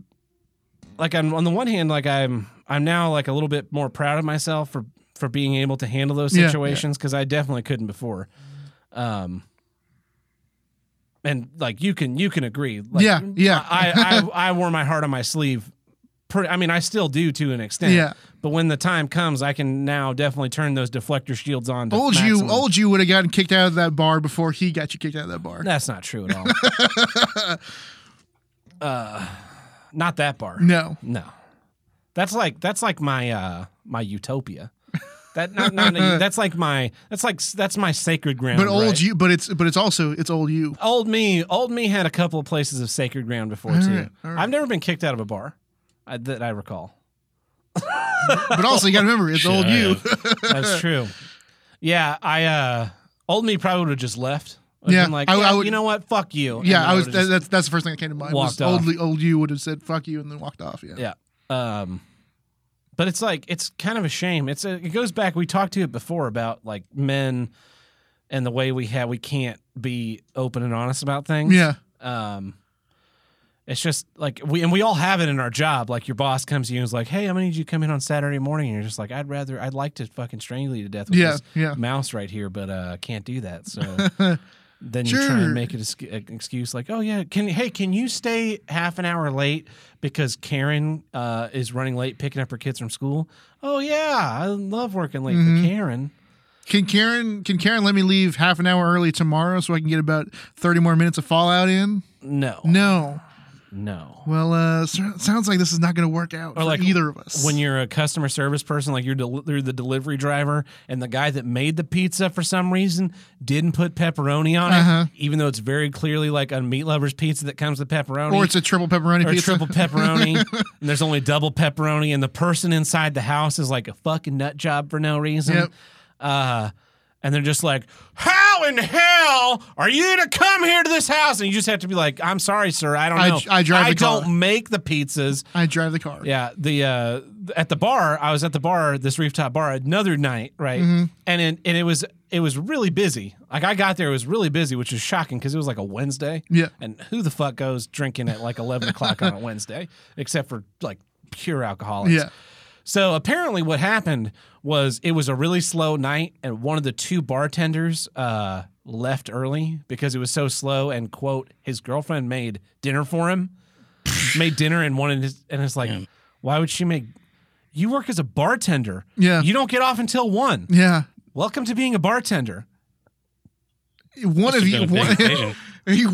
Speaker 1: like I'm on the one hand like I'm I'm now like a little bit more proud of myself for for being able to handle those
Speaker 2: Yeah.
Speaker 1: situations because I definitely couldn't before. Um. And like you can you can agree. Like,
Speaker 2: Yeah, yeah.
Speaker 1: I, I I wore my heart on my sleeve. Pretty, I mean, I still do to an extent.
Speaker 2: Yeah.
Speaker 1: But when the time comes, I can now definitely turn those deflector shields on. To
Speaker 2: Old you,
Speaker 1: maximum.
Speaker 2: old you would have gotten kicked out of that bar before he got you kicked out of that bar.
Speaker 1: That's not true at all. uh, not that bar.
Speaker 2: No.
Speaker 1: No. That's like that's like my uh my utopia. That not, not that's like my that's like that's my sacred ground.
Speaker 2: But old
Speaker 1: right?
Speaker 2: you, but it's but it's also it's old you.
Speaker 1: old me, old me had a couple of places of sacred ground before too.
Speaker 2: right, all right.
Speaker 1: I've never been kicked out of a bar I, that I recall.
Speaker 2: But also you got to remember it's
Speaker 3: Shit,
Speaker 2: old
Speaker 3: I
Speaker 2: you.
Speaker 3: have.
Speaker 1: That's true. Yeah, I uh old me probably would have just left. I'd
Speaker 2: Yeah,
Speaker 1: been like
Speaker 2: I- I
Speaker 1: yeah,
Speaker 2: would-
Speaker 1: you know what, fuck you. And
Speaker 2: yeah,
Speaker 1: then
Speaker 2: I was.
Speaker 1: would've just-
Speaker 2: that's that's the first thing that came to mind. was
Speaker 1: walked off.
Speaker 2: Old old you would have said fuck you and then walked off. Yeah.
Speaker 1: Yeah. Um, but it's like it's kind of a shame. It's a, it goes back. We talked to it before about like men and the way we have we can't be open and honest about things.
Speaker 2: Yeah.
Speaker 1: Um, it's just like we and we all have it in our job. Like your boss comes to you and is like, "Hey, I'm gonna need you to come in on Saturday morning," and you're just like, "I'd rather I'd like to fucking strangle you to death with
Speaker 2: Yeah.
Speaker 1: this
Speaker 2: Yeah.
Speaker 1: mouse right here, but uh, can't do that." So. Then you try
Speaker 2: Sure.
Speaker 1: and make it ex- an excuse like, "Oh yeah, can hey, can you stay half an hour late because Karen uh, is running late picking up her kids from school?" Oh yeah, I love working late
Speaker 2: Mm-hmm.
Speaker 1: for Karen.
Speaker 2: Can Karen can Karen let me leave half an hour early tomorrow so I can get about thirty more minutes of Fallout in?
Speaker 1: No,
Speaker 2: No.
Speaker 1: No.
Speaker 2: Well, uh, so- sounds like this is not going to work out
Speaker 1: Or
Speaker 2: for
Speaker 1: like
Speaker 2: either of us.
Speaker 1: When you're a customer service person, like you're, del- you're the delivery driver, and the guy that made the pizza for some reason didn't put pepperoni on
Speaker 2: Uh-huh.
Speaker 1: it, even though it's very clearly like a meat lover's pizza that comes with pepperoni.
Speaker 2: or it's a triple pepperoni
Speaker 1: or
Speaker 2: pizza.
Speaker 1: triple pepperoni, and there's only double pepperoni, and the person inside the house is like a fucking nut job for no reason.
Speaker 2: Yep.
Speaker 1: Uh, and they're just like, "How in hell are you to come here to this house?" And you just have to be like, "I'm sorry, sir, I don't
Speaker 2: I-
Speaker 1: know.
Speaker 2: I drive the car."
Speaker 1: don't make the pizzas."
Speaker 2: I drive the car.
Speaker 1: Yeah, the uh, at the bar, I was at the bar, this rooftop bar, another night, right?
Speaker 2: Mm-hmm.
Speaker 1: And it, and it was it was really busy. Like I got there, it was really busy, which is shocking because it was like a Wednesday.
Speaker 2: Yeah.
Speaker 1: And who the fuck goes drinking at like eleven o'clock on a Wednesday, except for like pure alcoholics?
Speaker 2: Yeah.
Speaker 1: So apparently, what happened was it was a really slow night, and one of the two bartenders uh, left early because it was so slow. And quote, his girlfriend made dinner for him, made dinner, and wanted, his, and it's like,
Speaker 3: Yeah.
Speaker 1: why would she make? You work as a bartender.
Speaker 2: Yeah.
Speaker 1: You don't get off until one.
Speaker 2: Yeah.
Speaker 1: Welcome to being a bartender.
Speaker 2: One of
Speaker 3: Must've
Speaker 2: you,
Speaker 3: been a
Speaker 2: one,
Speaker 3: big occasion.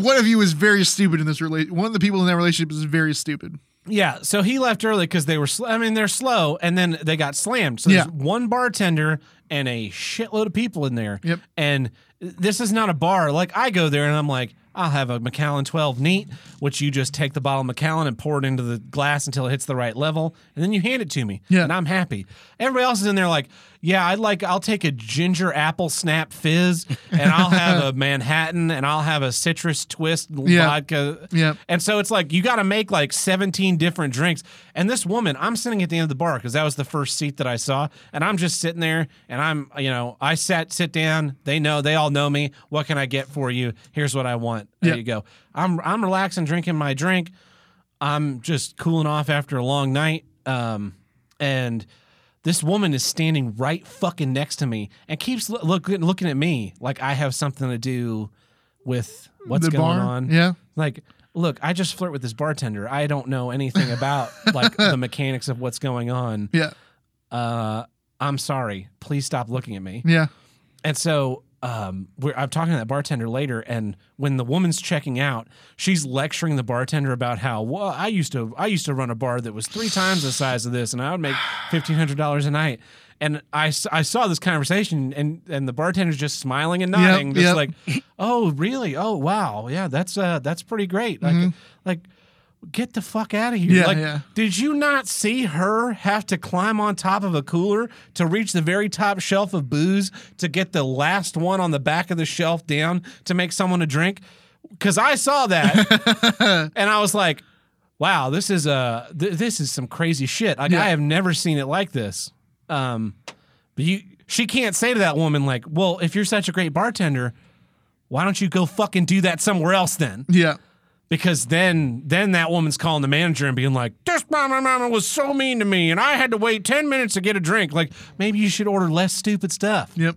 Speaker 2: one of you is very stupid in this relation. One of the people in that relationship is very stupid.
Speaker 1: Yeah, so he left early because they were. Sl- I mean, they're slow, and then they got slammed. So there's
Speaker 2: Yeah.
Speaker 1: one bartender and a shitload of people in there.
Speaker 2: Yep.
Speaker 1: And this is not a bar. Like I go there and I'm like, I'll have a Macallan 12 neat, which you just take the bottle of Macallan and pour it into the glass until it hits the right level, and then you hand it to me.
Speaker 2: Yeah.
Speaker 1: And I'm happy. Everybody else is in there like, yeah, I'd like, I'll take a ginger apple snap fizz, and I'll have a Manhattan, and I'll have a citrus twist
Speaker 2: Yeah.
Speaker 1: vodka.
Speaker 2: Yep.
Speaker 1: And so it's like you got to make like 17 different drinks. And this woman, I'm sitting at the end of the bar because that was the first seat that I saw, and I'm just sitting there, and I'm you know I sat sit down. They know they all know me. What can I get for you? Here's what I want. There
Speaker 2: Yeah.
Speaker 1: you go. I'm I'm relaxing, drinking my drink. I'm just cooling off after a long night. Um, and this woman is standing right fucking next to me and keeps lo- look, looking at me like I have something to do with what's
Speaker 2: the
Speaker 1: going
Speaker 2: bar.
Speaker 1: on.
Speaker 2: Yeah.
Speaker 1: Like, look, I just flirt with this bartender. I don't know anything about like the mechanics of what's going on.
Speaker 2: Yeah.
Speaker 1: Uh, I'm sorry. Please stop looking at me.
Speaker 2: Yeah.
Speaker 1: And so um, we're, I'm talking to that bartender later, and when the woman's checking out, she's lecturing the bartender about how well I used to I used to run a bar that was three times the size of this, and I would make fifteen hundred dollars a night. And I, s- I saw this conversation, and and the bartender's just smiling and
Speaker 2: Yep,
Speaker 1: nodding, just
Speaker 2: yep.
Speaker 1: like, oh really? Oh wow, yeah, that's uh that's pretty great.
Speaker 2: Mm-hmm.
Speaker 1: Like like. Get the fuck out of here!
Speaker 2: Yeah,
Speaker 1: like,
Speaker 2: yeah.
Speaker 1: did you not see her have to climb on top of a cooler to reach the very top shelf of booze to get the last one on the back of the shelf down to make someone a drink? Because I saw that and I was like, wow, this is uh, th- this is some crazy shit. Like,
Speaker 2: Yeah.
Speaker 1: I have never seen it like this. Um, but you, she can't say to that woman like, well, if you're such a great bartender, why don't you go fucking do that somewhere else then?
Speaker 2: Yeah.
Speaker 1: because then then that woman's calling the manager and being like, "This mama mama was so mean to me, and I had to wait ten minutes to get a drink." Like maybe you should order less stupid stuff.
Speaker 2: Yep.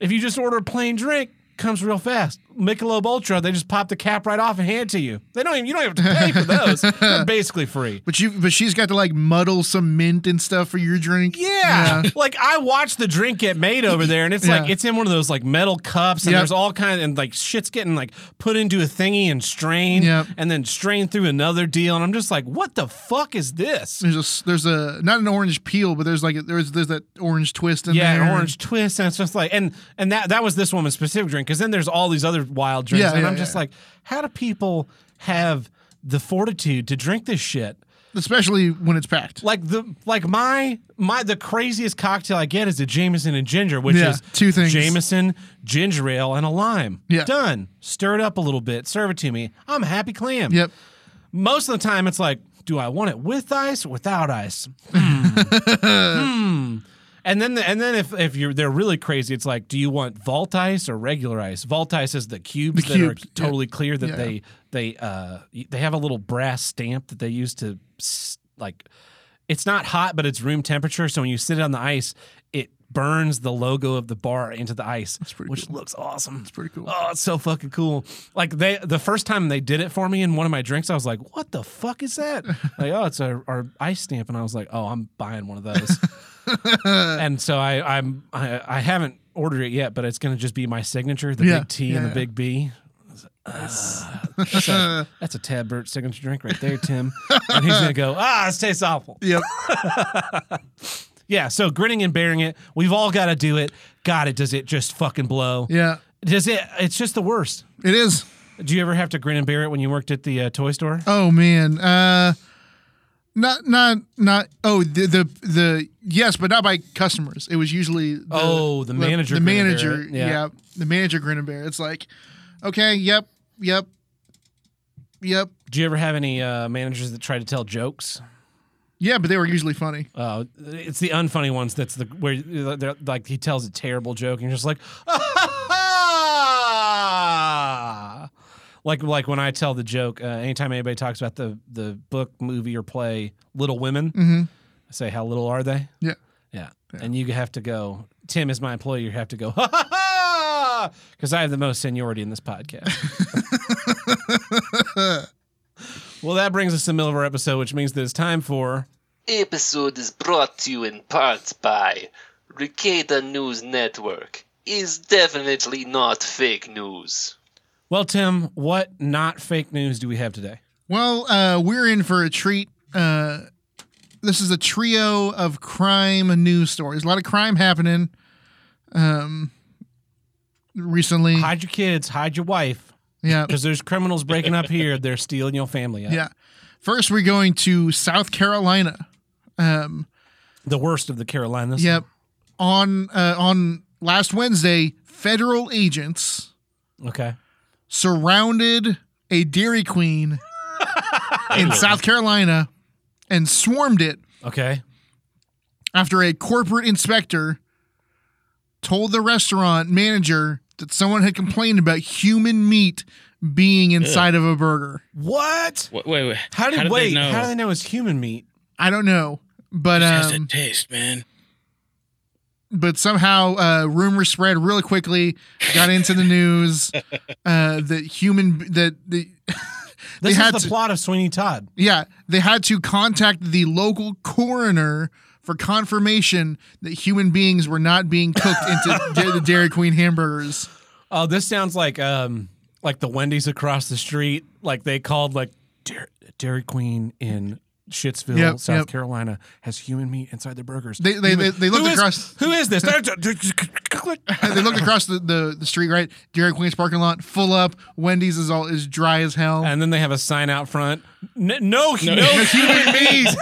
Speaker 1: If you just order a plain drink, comes real fast. Michelob Ultra, they just pop the cap right off and hand it to you. They don't even you don't have to pay for those. They're basically free.
Speaker 2: But you, but she's got to like muddle some mint and stuff for your drink.
Speaker 1: Yeah. Like I watched the drink get made over there and it's like
Speaker 2: Yeah.
Speaker 1: it's in one of those like metal cups and
Speaker 2: Yep.
Speaker 1: there's all kind of and like shit's getting like put into a thingy and strained
Speaker 2: Yep.
Speaker 1: and then strained through another deal and I'm just like what the fuck is this?
Speaker 2: There's a, s- there's a not an orange peel, but there's like a, there's there's that orange twist in
Speaker 1: yeah,
Speaker 2: there.
Speaker 1: an orange twist, and it's just like, and and that that was this woman's specific drink because then there's all these other wild drinks,
Speaker 2: Yeah,
Speaker 1: and
Speaker 2: yeah,
Speaker 1: I'm just
Speaker 2: yeah.
Speaker 1: like, how do people have the fortitude to drink this shit?
Speaker 2: especially when it's packed.
Speaker 1: Like the like my my the craziest cocktail I get is a Jameson and ginger, which
Speaker 2: Yeah,
Speaker 1: is
Speaker 2: two things.
Speaker 1: Jameson, ginger ale, and a lime.
Speaker 2: Yeah.
Speaker 1: done. Stir it up a little bit, serve it to me. I'm a happy clam.
Speaker 2: Yep.
Speaker 1: Most of the time, it's like, do I want it with ice or without ice? Hmm. Hmm. And then, and then if, if you're they're really crazy, it's like, do you want vault ice or regular ice? Vault ice is the cubes,
Speaker 2: The cubes,
Speaker 1: that are totally clear that
Speaker 2: Yeah.
Speaker 1: they they uh they have a little brass stamp that they use to s- like it's not hot but it's room temperature. So when you sit it on the ice, it burns the logo of the bar into the ice,
Speaker 2: pretty
Speaker 1: which looks awesome. It's
Speaker 2: pretty cool.
Speaker 1: Oh, it's so fucking cool. Like they the first time they did it for me in one of my drinks, I was like, what the fuck is that? like, oh, it's our, our ice stamp. And I was like, oh, I'm buying one of those. and so I I'm I, I haven't ordered it yet, but it's gonna just be my signature, the
Speaker 2: Yeah,
Speaker 1: big T
Speaker 2: yeah,
Speaker 1: and the
Speaker 2: yeah.
Speaker 1: big B. That's a, that's a Tab Burt signature drink right there, Tim. And he's gonna go, ah, this tastes awful.
Speaker 2: Yep.
Speaker 1: Yeah, so grinning and bearing it. We've all gotta do it. God, it does it just fucking blow.
Speaker 2: Yeah.
Speaker 1: Does it it's just the worst.
Speaker 2: It is.
Speaker 1: Do you ever have to grin and bear it when you worked at the uh, toy store?
Speaker 2: Oh man. Uh not not not oh the the, the yes, but not by customers. It was usually the,
Speaker 1: Oh, the manager
Speaker 2: The
Speaker 1: grin and bear
Speaker 2: manager.
Speaker 1: it. Yeah.
Speaker 2: Yeah. The manager grin and bear. It's like, okay, yep, yep, yep.
Speaker 1: Do you ever have any uh, managers that try to tell jokes?
Speaker 2: Yeah, but they were usually funny.
Speaker 1: Uh, it's the unfunny ones that's the where they're, like he tells a terrible joke and you're just like, "Ah!" like like when I tell the joke. Uh, anytime anybody talks about the the book, movie, or play Little Women,
Speaker 2: Mm-hmm.
Speaker 1: I say, "How little are they?"
Speaker 2: Yeah.
Speaker 1: yeah,
Speaker 2: Yeah.
Speaker 1: and you have to go. Tim is my employee. You have to go because I have the most seniority in this podcast. well, that brings us to the middle of our episode, which means that it's time for.
Speaker 4: episode is brought to you in part by Ricada News Network. Is definitely not fake news.
Speaker 1: Well, Tim, what not fake news do we have today?
Speaker 2: Well, uh, we're in for a treat. Uh, this is a trio of crime news stories. A lot of crime happening um, recently.
Speaker 1: Hide your kids, hide your wife,
Speaker 2: Yeah.
Speaker 1: because there's criminals breaking up here. They're stealing your family. Up.
Speaker 2: Yeah. First, we're going to South Carolina. Um,
Speaker 1: The worst of the Carolinas.
Speaker 2: yep. On uh, on last Wednesday, federal agents
Speaker 1: Okay.
Speaker 2: surrounded a Dairy Queen in South Carolina and swarmed it
Speaker 1: Okay.
Speaker 2: after a corporate inspector told the restaurant manager that someone had complained about human meat being inside of a burger.
Speaker 1: What?
Speaker 3: Wait, wait, wait.
Speaker 1: How did,
Speaker 3: How did they
Speaker 1: wait?
Speaker 3: know?
Speaker 1: How do they know it's human meat?
Speaker 2: I don't know, but
Speaker 3: Just
Speaker 2: um,
Speaker 3: a taste, man.
Speaker 2: but somehow uh, rumors spread really quickly, got into the news uh, that human that the
Speaker 1: This is
Speaker 2: had
Speaker 1: the
Speaker 2: to-
Speaker 1: plot of Sweeney Todd.
Speaker 2: yeah they had to contact the local coroner for confirmation that human beings were not being cooked into da- the Dairy Queen hamburgers.
Speaker 1: Oh, this sounds like um like the Wendy's across the street. Like they called like Dairy, Dairy Queen in Shittsville,
Speaker 2: Yep,
Speaker 1: South
Speaker 2: yep.
Speaker 1: Carolina has human meat inside their burgers.
Speaker 2: They they they, they
Speaker 1: Who
Speaker 2: looked
Speaker 1: is-
Speaker 2: across
Speaker 1: Who is this?
Speaker 2: they looked across the, the, the street right Dairy Queen's parking lot full up Wendy's is all is dry as hell.
Speaker 1: and then they have a sign out front. N- no, no,
Speaker 2: no human beings,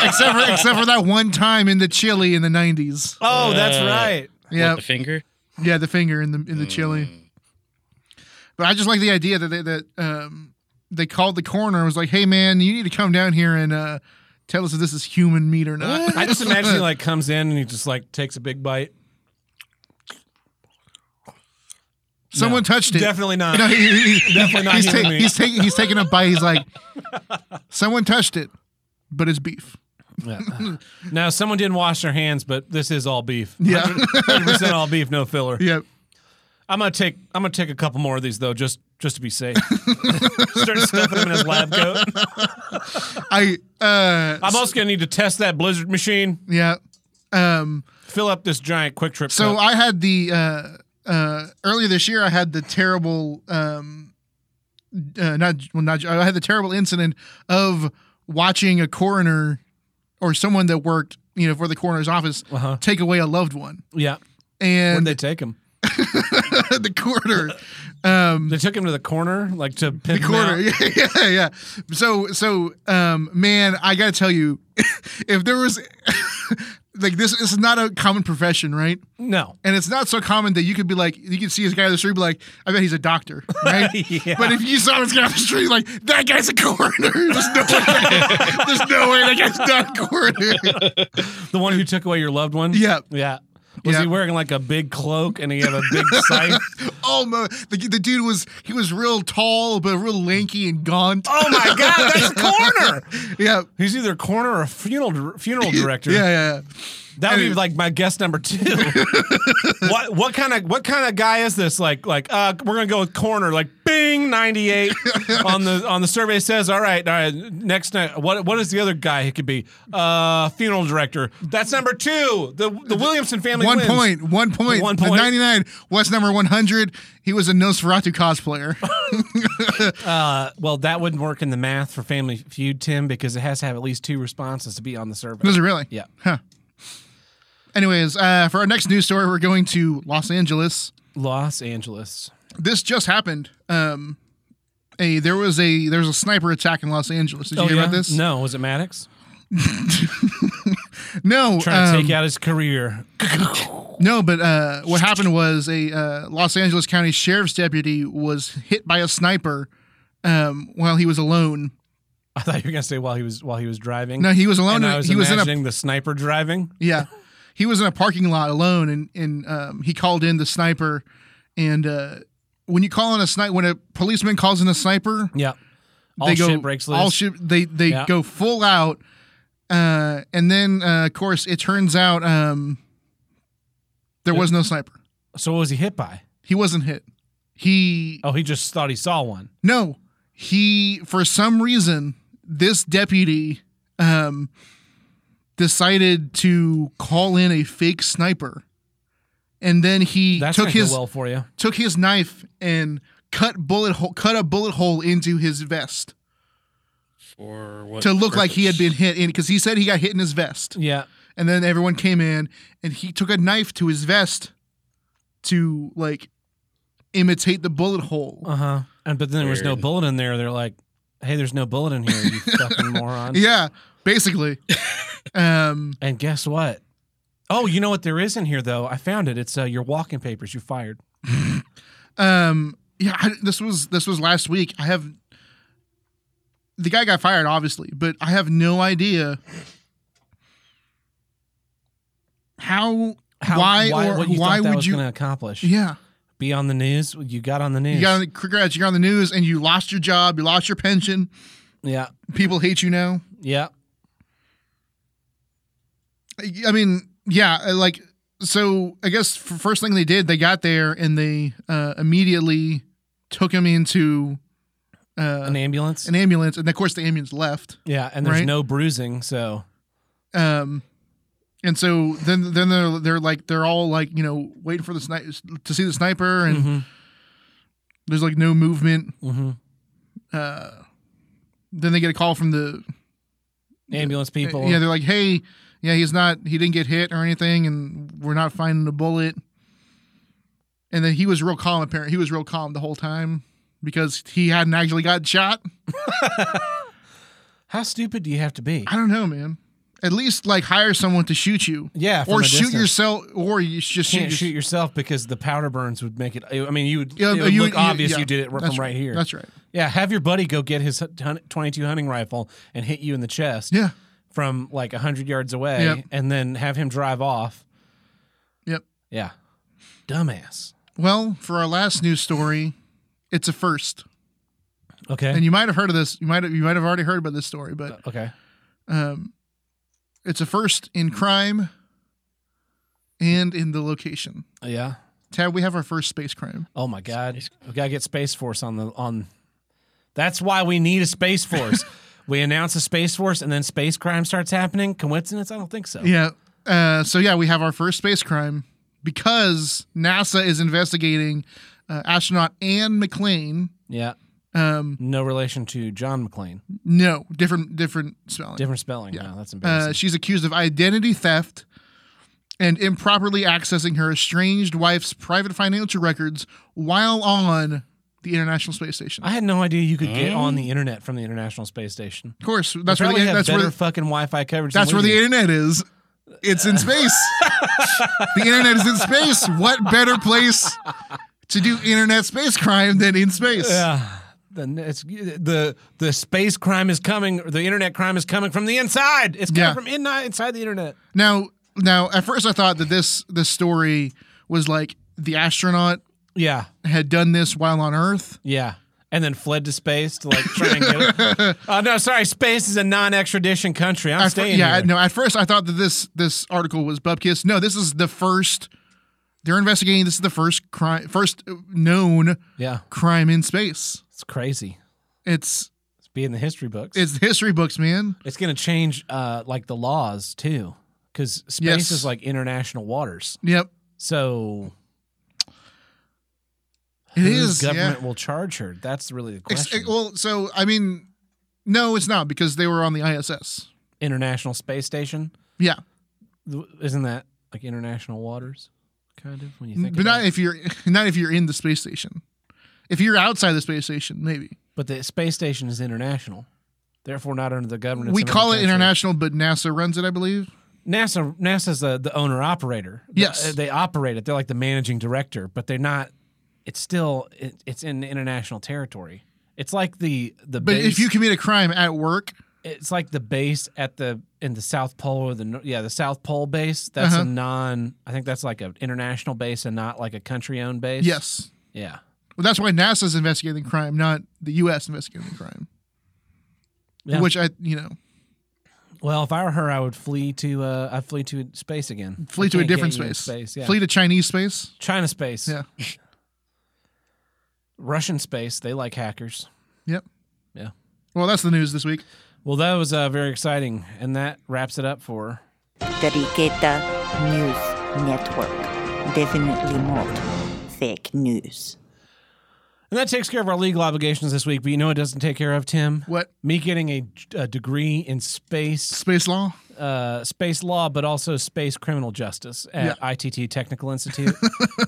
Speaker 2: except for except for that one time in the chili in the nineties.
Speaker 1: Oh, that's right.
Speaker 2: Yeah,
Speaker 3: What, the finger.
Speaker 2: Yeah, the finger in the in the chili.
Speaker 1: Mm.
Speaker 2: But I just like the idea that they, that um, they called the coroner and was like, "Hey man, you need to come down here and uh, tell us if this is human meat or not."
Speaker 1: I just imagine he like comes in and he just like takes a big bite.
Speaker 2: someone touched it.
Speaker 1: Definitely not.
Speaker 2: No, he- he- he-
Speaker 1: Definitely not
Speaker 2: he's,
Speaker 1: human
Speaker 2: ta-
Speaker 1: meat.
Speaker 2: he's taking he's taking a bite. He's like, "Someone touched it, but it's beef."
Speaker 1: Yeah. Now someone didn't wash their hands, but this is all beef.
Speaker 2: Yeah.
Speaker 1: 100% all beef, no filler.
Speaker 2: Yep.
Speaker 1: I'm gonna take I'm gonna take a couple more of these though, just just to be safe. Start stuffing him in his lab coat.
Speaker 2: I uh
Speaker 1: I'm also gonna need to test that Blizzard machine.
Speaker 2: yeah. Um
Speaker 1: Fill up this giant Quick Trip.
Speaker 2: So
Speaker 1: cup.
Speaker 2: I had the uh, uh, earlier this year. I had the terrible, um, uh, not well, not I had the terrible incident of watching a coroner or someone that worked, you know, for the coroner's office
Speaker 1: Uh-huh.
Speaker 2: take away a loved one,
Speaker 1: yeah, when
Speaker 2: and
Speaker 1: they take him,
Speaker 2: the coroner, um,
Speaker 1: they took him to the corner, like to pimp
Speaker 2: the coroner,
Speaker 1: Him out.
Speaker 2: yeah, yeah, yeah. So, so, um, man, I gotta tell you, if there was. Like this, this is not a common profession, right?
Speaker 1: No,
Speaker 2: And it's not so common that you could be like, you could see this guy on the street, be like, I bet he's a doctor, right?
Speaker 1: Yeah.
Speaker 2: But if you saw this guy on the street, like, that guy's a coroner. There's no way, there's no way that guy's not a coroner.
Speaker 1: the one who took away your loved one.
Speaker 2: Yeah.
Speaker 1: yeah. Was
Speaker 2: Yeah.
Speaker 1: he wearing like a big cloak and he had a big scythe?
Speaker 2: Almost. Oh, The, the dude was, he was real tall, but real lanky and gaunt.
Speaker 1: oh my God, that's a corner.
Speaker 2: Yeah.
Speaker 1: He's either corner or funeral funeral director.
Speaker 2: Yeah, yeah, yeah.
Speaker 1: That would be like my guess number two. what what kind of what kind of guy is this? Like like uh, we're gonna go with corner. Like Bing ninety eight on the on the survey says all right all right next night what what is the other guy he could be uh funeral director. That's number two. The the Williamson family
Speaker 2: One
Speaker 1: wins.
Speaker 2: point, one point.
Speaker 1: One
Speaker 2: The
Speaker 1: point.
Speaker 2: 99 was number 100. He was a Nosferatu cosplayer.
Speaker 1: Uh, well that wouldn't work in the math for Family Feud Tim because it has to have at least two responses to be on the survey.
Speaker 2: Does it really?
Speaker 1: Yeah.
Speaker 2: Anyways, uh, for our next news story, we're going to Los Angeles.
Speaker 1: Los Angeles.
Speaker 2: This just happened. Um, a there was a there was a sniper attack in Los Angeles. Did you hear about this?
Speaker 1: Oh, No, was it Maddox?
Speaker 2: no.
Speaker 1: Trying to
Speaker 2: um,
Speaker 1: take out his career.
Speaker 2: No, but uh, what happened was a uh, Los Angeles County Sheriff's deputy was hit by a sniper um, while he was alone.
Speaker 1: I thought you were gonna say while he was while he was driving.
Speaker 2: No, he was alone.
Speaker 1: and I was
Speaker 2: he was in a
Speaker 1: imagining the sniper driving.
Speaker 2: yeah, he was in a parking lot alone, and and um, he called in the sniper. And uh, when you call in a sniper, when a policeman calls in a sniper,
Speaker 1: Yeah. All
Speaker 2: they go
Speaker 1: shit breaks loose.
Speaker 2: all shit. They they
Speaker 1: Yeah.
Speaker 2: go full out. Uh, and then uh, of course it turns out um, there was no sniper.
Speaker 1: so what was he hit by?
Speaker 2: He wasn't hit. He
Speaker 1: Oh, he just thought he saw one.
Speaker 2: No, he for some reason this deputy um decided to call in a fake sniper, and then he
Speaker 1: That's
Speaker 2: took
Speaker 1: not gonna
Speaker 2: his
Speaker 1: go well for you.
Speaker 2: took his knife and cut bullet hole, cut a bullet hole into his vest
Speaker 3: For what?
Speaker 2: to look like he had
Speaker 3: purpose?
Speaker 2: been hit in because he said he got hit in his vest,
Speaker 1: Yeah.
Speaker 2: and then everyone came in and he took a knife to his vest to like imitate the bullet hole.
Speaker 1: Uh huh. And but then there was no
Speaker 3: Weird.
Speaker 1: bullet in there. They're like, hey, there's no bullet in here, you fucking moron.
Speaker 2: Yeah, basically. um
Speaker 1: And guess what? Oh, you know what there is in here though? I found it. It's uh, your walking papers. You fired.
Speaker 2: Um, yeah, I, this was this was last week. I have the guy got fired, obviously, but I have no idea how,
Speaker 1: How-
Speaker 2: why, or
Speaker 1: what you
Speaker 2: why
Speaker 1: thought that
Speaker 2: would
Speaker 1: was
Speaker 2: you?
Speaker 1: gonna accomplish?
Speaker 2: yeah,
Speaker 1: Be on the news. You got on the news.
Speaker 2: you got on the, congrats, you're on the news, and you lost your job, you lost your pension.
Speaker 1: yeah.
Speaker 2: People hate you now.
Speaker 1: Yeah.
Speaker 2: I I mean, yeah, uh, like so. I guess f- first thing they did, they got there and they uh, immediately took him into uh,
Speaker 1: An ambulance.
Speaker 2: an ambulance, and of course, the ambulance left.
Speaker 1: yeah, and there's
Speaker 2: right?
Speaker 1: no bruising, so
Speaker 2: um and so then then they're they're like they're all like you know waiting for the sniper to see the sniper and
Speaker 1: Mm-hmm.
Speaker 2: there's like no movement
Speaker 1: hmm
Speaker 2: uh then they get a call from the
Speaker 1: ambulance people.
Speaker 2: yeah they're like hey yeah he's not he didn't get hit or anything and we're not finding a bullet and then he was real calm apparently he was real calm the whole time because he hadn't actually gotten shot
Speaker 1: How stupid do you have to be?
Speaker 2: i don't know man at least like hire someone to shoot you
Speaker 1: Yeah, from
Speaker 2: or
Speaker 1: a
Speaker 2: shoot
Speaker 1: distance.
Speaker 2: yourself or you just
Speaker 1: Can't
Speaker 2: shoot, your,
Speaker 1: shoot yourself because the powder burns would make it. I mean, you would.
Speaker 2: Yeah, uh,
Speaker 1: it would
Speaker 2: you-
Speaker 1: look
Speaker 2: you-
Speaker 1: obvious
Speaker 2: yeah,
Speaker 1: you did it from
Speaker 2: that's
Speaker 1: right here.
Speaker 2: That's right.
Speaker 1: yeah, have your buddy go get his hun- 22 hunting rifle and hit you in the chest
Speaker 2: Yeah.
Speaker 1: from like 100 yards away,
Speaker 2: Yep.
Speaker 1: and then have him drive off.
Speaker 2: Yep.
Speaker 1: Yeah, dumbass.
Speaker 2: Well, for our last news story, it's a first,
Speaker 1: Okay.
Speaker 2: and you might have heard of this. You might have you might have already heard about this story, but
Speaker 1: okay.
Speaker 2: um, it's a first in crime and in the location.
Speaker 1: Yeah.
Speaker 2: Tab, we have our first space crime.
Speaker 1: Oh my God, we gotta get Space Force on the on. That's why we need a Space Force. we announce a Space Force, and then space crime starts happening. Coincidence? I don't think so.
Speaker 2: Yeah. Uh, so yeah, we have our first space crime because NASA is investigating uh, astronaut Anne McLean.
Speaker 1: Yeah.
Speaker 2: Um,
Speaker 1: No relation to John McClane.
Speaker 2: no, different different spelling.
Speaker 1: Different spelling. Yeah, that's
Speaker 2: Uh,
Speaker 1: embarrassing.
Speaker 2: she's accused of identity theft and improperly accessing her estranged wife's private financial records while on the International Space Station.
Speaker 1: I had no idea you could get
Speaker 3: Hmm?
Speaker 1: on the internet from the International Space Station.
Speaker 2: of course,
Speaker 1: They
Speaker 2: that's where the
Speaker 1: probably have
Speaker 2: that's where
Speaker 1: better
Speaker 2: the,
Speaker 1: fucking Wi-Fi coverage. than
Speaker 2: that's where
Speaker 1: we
Speaker 2: the
Speaker 1: do.
Speaker 2: internet is. It's in space. the internet is in space. What better place to do internet space crime than in space?
Speaker 1: yeah. The, it's, the the space crime is coming. or The internet crime is coming from the inside. It's coming
Speaker 2: Yeah.
Speaker 1: from in, inside the internet.
Speaker 2: Now, now at first I thought that this this story was like the astronaut
Speaker 1: Yeah,
Speaker 2: had done this while on Earth.
Speaker 1: yeah. and then fled to space to like try and get it. Oh no, sorry, space is a non-extradition country. I'm
Speaker 2: At fir-
Speaker 1: staying
Speaker 2: yeah,
Speaker 1: here.
Speaker 2: no. At first, I thought that this this article was Bubkiss. No, this is the first. They're investigating. This is the first crime, first known
Speaker 1: Yeah,
Speaker 2: crime in space.
Speaker 1: it's crazy.
Speaker 2: It's
Speaker 1: It's being in the history books.
Speaker 2: it's history books, man.
Speaker 1: It's going to change uh, like the laws too, because space
Speaker 2: Yes.
Speaker 1: is like international waters.
Speaker 2: Yep,
Speaker 1: So
Speaker 2: it
Speaker 1: whose
Speaker 2: is. yeah.
Speaker 1: government will charge her? That's really the
Speaker 2: Ex-
Speaker 1: question.
Speaker 2: well, so I mean, no, it's not because they were on the ISS.
Speaker 1: international space station
Speaker 2: Yeah,
Speaker 1: Th- isn't that like international waters? Kind of when you think
Speaker 2: but
Speaker 1: about
Speaker 2: not
Speaker 1: it.
Speaker 2: if you're not if you're in the space station. If you're outside the space station, maybe
Speaker 1: But the space station is international, therefore not under the governance.
Speaker 2: we
Speaker 1: of any
Speaker 2: call it
Speaker 1: country.
Speaker 2: international, but NASA runs it, I believe.
Speaker 1: NASA NASA's the, the owner operator.
Speaker 2: Yes.
Speaker 1: they operate it. They're like the managing director, but they're not. It's still it, it's in international territory. It's like the the
Speaker 2: But
Speaker 1: base,
Speaker 2: if you commit a crime at work,
Speaker 1: it's like the base at the in the South Pole or the nor- yeah the South Pole base. That's
Speaker 2: Uh-huh.
Speaker 1: a non. I think that's like an international base and not like a country owned base.
Speaker 2: yes,
Speaker 1: Yeah.
Speaker 2: Well, that's why NASA's investigating crime, not the U.S. investigating crime.
Speaker 1: Yeah.
Speaker 2: Which I, you know,
Speaker 1: Well, if I were her, I would flee to uh, I would flee to space again. I
Speaker 2: flee to a
Speaker 1: can't get
Speaker 2: different
Speaker 1: you in
Speaker 2: space.
Speaker 1: Space. Yeah.
Speaker 2: Flee to Chinese space.
Speaker 1: China space.
Speaker 2: Yeah.
Speaker 1: Russian space. They like hackers.
Speaker 2: Well, that's the news this week.
Speaker 1: Well, that was uh, very exciting, and that wraps it up for.
Speaker 5: The Riketa News Network. Definitely not fake news.
Speaker 1: And that takes care of our legal obligations this week. But you know, it doesn't take care of Tim.
Speaker 2: What
Speaker 1: Me getting a, a degree in space,
Speaker 2: space law?
Speaker 1: uh, space law, but also space criminal justice at ITT Technical Institute.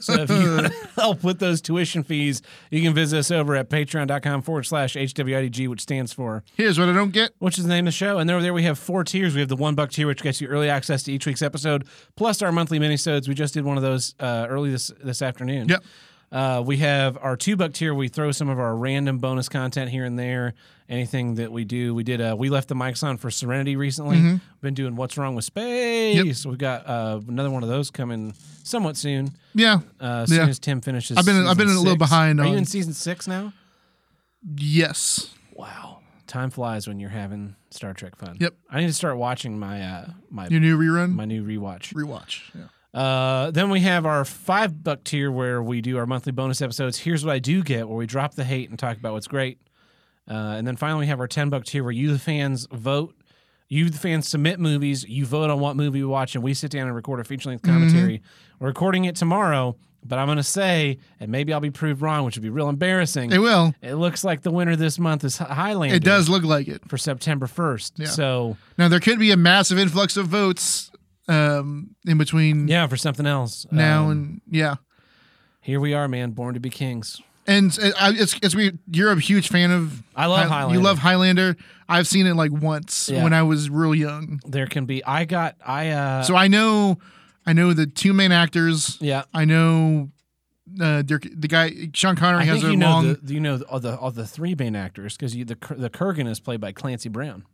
Speaker 1: so if you want to help with those tuition fees, you can visit us over at patreon.com forward slash HWIDG, which stands for
Speaker 2: Here's what I don't get.
Speaker 1: which is the name of the show. And over there we have four tiers. We have the one buck tier, which gets you early access to each week's episode, plus our monthly minisodes. We just did one of those uh, early this this afternoon.
Speaker 2: Yep.
Speaker 1: Uh, we have our two buck tier. We throw some of our random bonus content here and there. Anything that we do, we did. Uh, we left the mics on for Serenity recently.
Speaker 2: Mm-hmm.
Speaker 1: Been doing what's wrong with space. We've got uh, another one of those coming somewhat soon.
Speaker 2: Yeah.
Speaker 1: Uh, as soon
Speaker 2: Yeah.
Speaker 1: as Tim finishes,
Speaker 2: I've been-
Speaker 1: season
Speaker 2: I've been a little
Speaker 1: six.
Speaker 2: behind
Speaker 1: Are you
Speaker 2: on-
Speaker 1: in season six now?
Speaker 2: Yes.
Speaker 1: Wow. Time flies when you're having Star Trek fun.
Speaker 2: Yep.
Speaker 1: I need to start watching my uh my
Speaker 2: Your new rerun.
Speaker 1: my new rewatch.
Speaker 2: Rewatch. Yeah.
Speaker 1: Uh then we have our five buck tier where we do our monthly bonus episodes. Here's what I do get, where we drop the hate and talk about what's great. Uh, and then finally we have our ten buck tier where you the fans vote. You the fans submit movies, you vote on what movie we watch, and we sit down and record a feature
Speaker 2: Mm-hmm.
Speaker 1: length commentary. We're recording it tomorrow, but I'm gonna say, and maybe I'll be proved wrong, which would be real embarrassing.
Speaker 2: It will.
Speaker 1: It looks like the winner this month is Hi- Highlander.
Speaker 2: It does look like it.
Speaker 1: for September 1st.
Speaker 2: Yeah.
Speaker 1: So,
Speaker 2: Now there could be a massive influx of votes um, in between
Speaker 1: yeah, for something else.
Speaker 2: now
Speaker 1: Um,
Speaker 2: and yeah.
Speaker 1: here we are, man, born to be kings.
Speaker 2: And uh, I- it's it's weird. You're a huge fan of.
Speaker 1: I love
Speaker 2: Hi-
Speaker 1: Highlander.
Speaker 2: You love Highlander. I've seen it like once
Speaker 1: Yeah.
Speaker 2: when I was real young.
Speaker 1: There can be I got I uh
Speaker 2: So I know, I know the two main actors.
Speaker 1: yeah.
Speaker 2: I know, uh, Dirk, the guy Sean Connery
Speaker 1: I
Speaker 2: has
Speaker 1: think
Speaker 2: a
Speaker 1: you know
Speaker 2: long.
Speaker 1: the you know the- all the all the three main actors because the Kur- the Kurgan is played by Clancy Brown.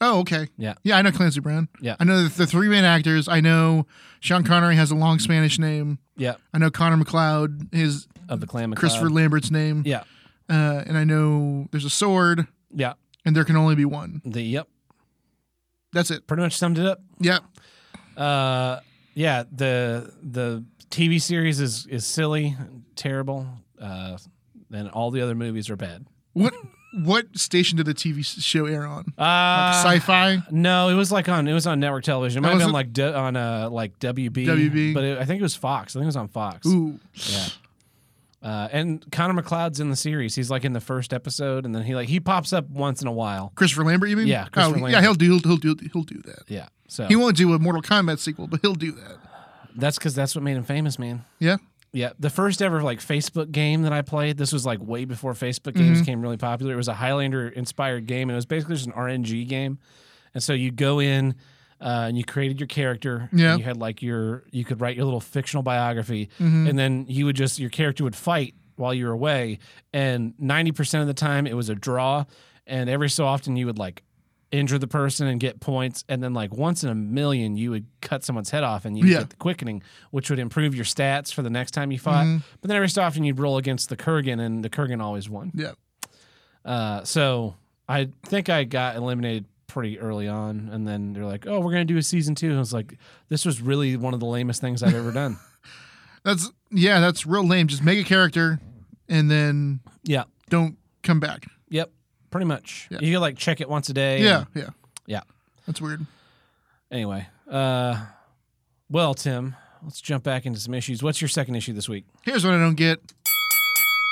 Speaker 2: oh, okay.
Speaker 1: Yeah.
Speaker 2: Yeah, I know Clancy Brown.
Speaker 1: Yeah.
Speaker 2: I know the, the three main actors. I know Sean Connery has a long Spanish name.
Speaker 1: Yeah,
Speaker 2: I know Connor McLeod, his
Speaker 1: of the Clan McLeod.
Speaker 2: Christopher Lambert's name.
Speaker 1: Yeah,
Speaker 2: Uh, and I know there's a sword,
Speaker 1: yeah.
Speaker 2: and there can only be one.
Speaker 1: The yep,
Speaker 2: That's it.
Speaker 1: pretty much summed it up.
Speaker 2: Yeah.
Speaker 1: Uh, yeah. The the TV series is is silly, and terrible. Uh, and all the other movies are bad.
Speaker 2: What what station did the TV s- show air on?
Speaker 1: Uh,
Speaker 2: Sci-fi.
Speaker 1: No, it was like on it was on network television. It might
Speaker 2: Oh,
Speaker 1: have
Speaker 2: was
Speaker 1: been
Speaker 2: it?
Speaker 1: like d on uh like WB,
Speaker 2: WB.
Speaker 1: but it, I think it was Fox. I think it was on Fox.
Speaker 2: Ooh.
Speaker 1: Yeah. Uh, and Connor McLeod's in the series. He's like in the first episode, and then he like he pops up once in a while.
Speaker 2: Christopher Lambert, you mean?
Speaker 1: Yeah,
Speaker 2: Oh,
Speaker 1: Christopher
Speaker 2: yeah,
Speaker 1: Lambert.
Speaker 2: he'll do he'll, do he'll do that.
Speaker 1: Yeah. So
Speaker 2: He won't do a Mortal Kombat sequel, but he'll do that.
Speaker 1: that's because that's what made him famous, man.
Speaker 2: Yeah.
Speaker 1: Yeah. The first ever like Facebook game that I played. This was like way before Facebook games
Speaker 2: Mm-hmm.
Speaker 1: came really popular. It was a Highlander inspired game, and it was basically just an RNG game. And so you go in uh, and you created your character. and
Speaker 2: Yeah.
Speaker 1: you had like your you could write your little fictional biography,
Speaker 2: Mhm.
Speaker 1: and then you would just your character would fight while you were away, and ninety percent of the time it was a draw, and every so often you would like. injure the person and get points, and then like once in a million, you would cut someone's head off and you would
Speaker 2: Yeah.
Speaker 1: get the quickening, which would improve your stats for the next time you
Speaker 2: Mm-hmm.
Speaker 1: fought. But then every so often you'd roll against the Kurgan, and the Kurgan always won.
Speaker 2: Yeah.
Speaker 1: Uh, so I think I got eliminated pretty early on, and then they're like, "Oh, we're gonna do a season two. And I was like, "This was really one of the lamest things I've ever done."
Speaker 2: That's yeah, that's real lame. Just make a character and then
Speaker 1: yeah.
Speaker 2: don't come back.
Speaker 1: Yep. Pretty much.
Speaker 2: Yeah.
Speaker 1: You could like check it once a day.
Speaker 2: Yeah,
Speaker 1: and-
Speaker 2: yeah.
Speaker 1: Yeah.
Speaker 2: That's weird.
Speaker 1: Anyway. Uh, well, Tim, let's jump back into some issues. What's your second issue this week?
Speaker 2: Here's what I don't get.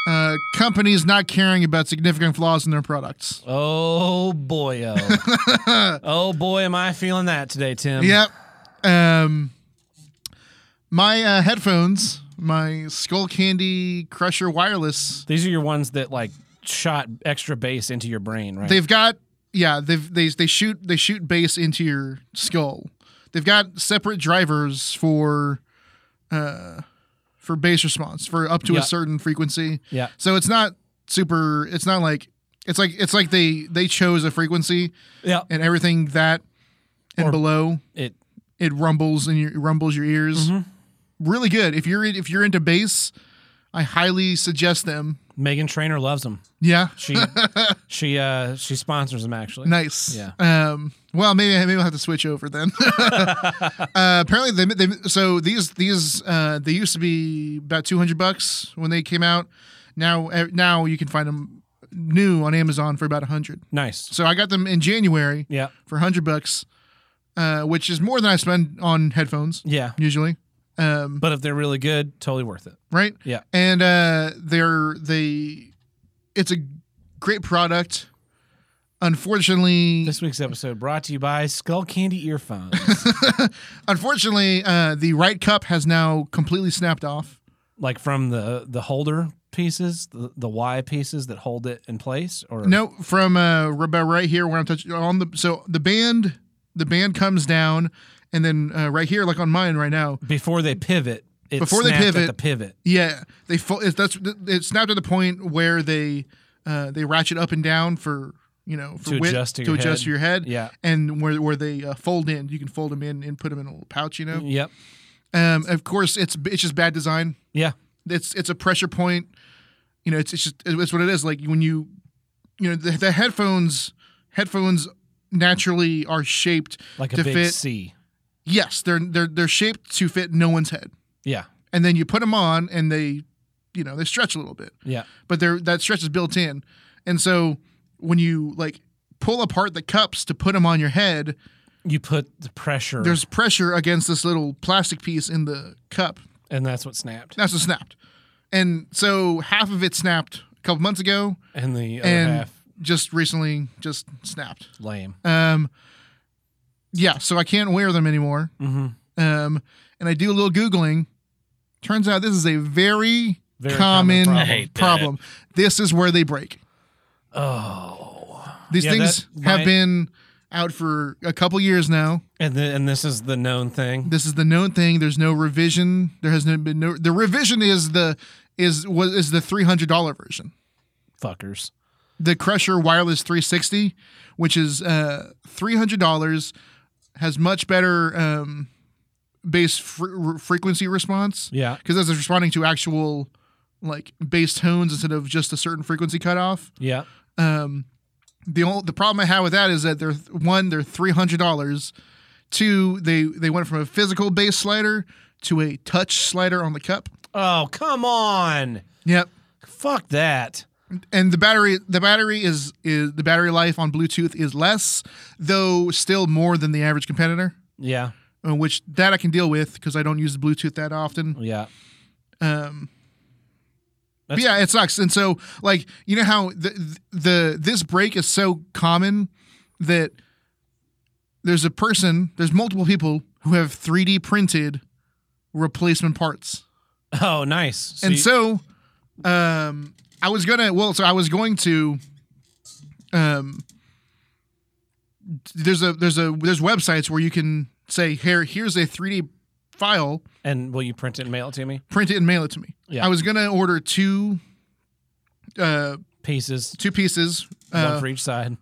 Speaker 2: Uh, companies not caring about significant flaws in their products.
Speaker 1: Oh boy, oh. oh boy, am I feeling that today, Tim?
Speaker 2: Yep. Um, my uh, headphones, my Skull Candy Crusher wireless.
Speaker 1: These are your ones that like shot extra bass into your brain, right?
Speaker 2: They've got yeah, they've they they shoot they shoot bass into your skull. They've got separate drivers for uh for bass response for up to
Speaker 1: Yeah.
Speaker 2: a certain frequency.
Speaker 1: yeah.
Speaker 2: So it's not super it's not like it's like it's like they they chose a frequency
Speaker 1: Yeah.
Speaker 2: and everything that and
Speaker 1: Or-
Speaker 2: below
Speaker 1: It
Speaker 2: it rumbles in your it rumbles your ears.
Speaker 1: Mm-hmm.
Speaker 2: Really good. If you're in- if you're into bass, I highly suggest them.
Speaker 1: Megan Trainer loves them.
Speaker 2: Yeah.
Speaker 1: She she uh she sponsors them actually.
Speaker 2: Nice.
Speaker 1: Yeah.
Speaker 2: Um. Well, maybe maybe I'll have to switch over then. uh, apparently, they, they so these these uh, they used to be about two hundred bucks when they came out. Now eh, now you can find them new on Amazon for about a hundred.
Speaker 1: Nice.
Speaker 2: So I got them in January
Speaker 1: Yeah.
Speaker 2: for hundred bucks, uh, which is more than I spend on headphones
Speaker 1: Yeah.
Speaker 2: usually. Um,
Speaker 1: But if they're really good, totally worth it.
Speaker 2: right?
Speaker 1: Yeah.
Speaker 2: And uh, they're they, it's a great product. Unfortunately,
Speaker 1: This week's episode brought to you by Skull Candy earphones,
Speaker 2: Unfortunately, uh, the right cup has now completely snapped off.
Speaker 1: like from the the holder pieces, the, the Y pieces that hold it in place. Or
Speaker 2: No, from uh, about right here where I'm touching on the so the band, the band comes down, and then uh, right here, like on mine right now,
Speaker 1: before they pivot. It
Speaker 2: Before they
Speaker 1: snapped at
Speaker 2: pivot.
Speaker 1: the pivot.
Speaker 2: yeah, they fo- it, that's it snapped at the point where they uh, they ratchet up and down for you know for
Speaker 1: To
Speaker 2: width,
Speaker 1: adjust to
Speaker 2: to
Speaker 1: your
Speaker 2: adjust
Speaker 1: head.
Speaker 2: to your head,
Speaker 1: Yeah.
Speaker 2: and where where they uh, fold in, you can fold them in and put them in a little pouch, you know.
Speaker 1: Yep.
Speaker 2: Um, of course, it's it's just bad design.
Speaker 1: Yeah.
Speaker 2: it's it's a pressure point. You know, it's it's just it's what it is. Like when you, you know, the, the headphones headphones naturally are shaped
Speaker 1: Like a
Speaker 2: to
Speaker 1: big
Speaker 2: fit.
Speaker 1: C.
Speaker 2: Yes, they're they're they're shaped to fit no one's head,
Speaker 1: Yeah.
Speaker 2: and then you put them on and they, you know, they stretch a little bit,
Speaker 1: Yeah.
Speaker 2: but they're that stretch is built in, and so when you like pull apart the cups to put them on your head,
Speaker 1: You put the pressure,
Speaker 2: there's pressure against this little plastic piece in the cup.
Speaker 1: and that's what snapped.
Speaker 2: That's what snapped, and so half of it snapped a couple months ago.
Speaker 1: And the other
Speaker 2: and
Speaker 1: half,
Speaker 2: just recently just snapped.
Speaker 1: lame.
Speaker 2: Um, yeah, so I can't wear them anymore.
Speaker 1: Mm-hmm.
Speaker 2: Um, and I do a little googling. Turns out this is a very, common,
Speaker 3: I
Speaker 1: problem.
Speaker 3: hate that.
Speaker 2: problem. This is where they break.
Speaker 1: Oh.
Speaker 2: These
Speaker 1: Yeah,
Speaker 2: things
Speaker 1: that
Speaker 2: have
Speaker 1: might-
Speaker 2: been out for a couple years now.
Speaker 1: And the, and this is the known thing.
Speaker 2: This is the known thing. There's no revision. There has no been no. The revision is the is was is the three hundred dollar version.
Speaker 1: Fuckers.
Speaker 2: the Crusher Wireless 360, which is uh, $300, has much better um, bass fre- frequency response
Speaker 1: Yeah.
Speaker 2: because that's responding to actual like bass tones instead of just a certain frequency cutoff.
Speaker 1: Yeah.
Speaker 2: Um, the only, the problem I have with that is that they're one they're three hundred dollars, two they they went from a physical bass slider to a touch slider on the cup.
Speaker 1: Oh, come on.
Speaker 2: Yep,
Speaker 1: Fuck that.
Speaker 2: and the battery the battery is is the battery life on Bluetooth is less, though still more than the average competitor,
Speaker 1: Yeah.
Speaker 2: uh, which that I can deal with because I don't use Bluetooth that often.
Speaker 1: Yeah.
Speaker 2: Um, but
Speaker 1: That's-
Speaker 2: yeah, it sucks. And so, like, you know how the, the this break is so common that there's a person, there's multiple people who have 3D printed replacement parts.
Speaker 1: Oh, nice. So
Speaker 2: and
Speaker 1: you-
Speaker 2: so um i was gonna well so i was going to um there's a there's a there's websites where you can say here here's a 3d file
Speaker 1: and will you print it and mail it to me?
Speaker 2: print it and mail it to me
Speaker 1: Yeah.
Speaker 2: i was gonna order two uh
Speaker 1: Pieces,
Speaker 2: two pieces uh,
Speaker 1: one for each side.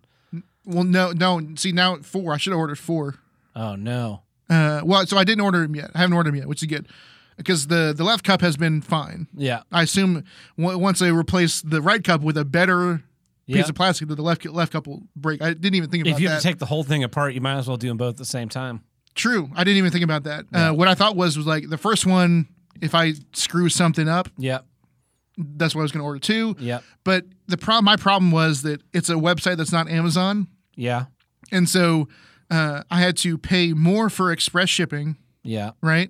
Speaker 2: Well, no, no. See, now four. I should have ordered four.
Speaker 1: Oh no.
Speaker 2: Uh, well, so I didn't order them yet. I haven't ordered them yet, which is good because the the left cup has been fine.
Speaker 1: Yeah.
Speaker 2: I assume w- once they replace the right cup with a better
Speaker 1: Yeah.
Speaker 2: piece of plastic, that the left left cup will break. I didn't even think about
Speaker 1: If you
Speaker 2: that.
Speaker 1: have to take the whole thing apart, you might as well do them both at the same time.
Speaker 2: True, I didn't even think about that. Uh, what I thought was was like the first one. If I screw something up,
Speaker 1: Yep.
Speaker 2: that's what I was going to order two.
Speaker 1: Yep.
Speaker 2: But the problem, my problem was that it's a website that's not Amazon,
Speaker 1: Yeah.
Speaker 2: and so uh, I had to pay more for express shipping.
Speaker 1: Yeah.
Speaker 2: right?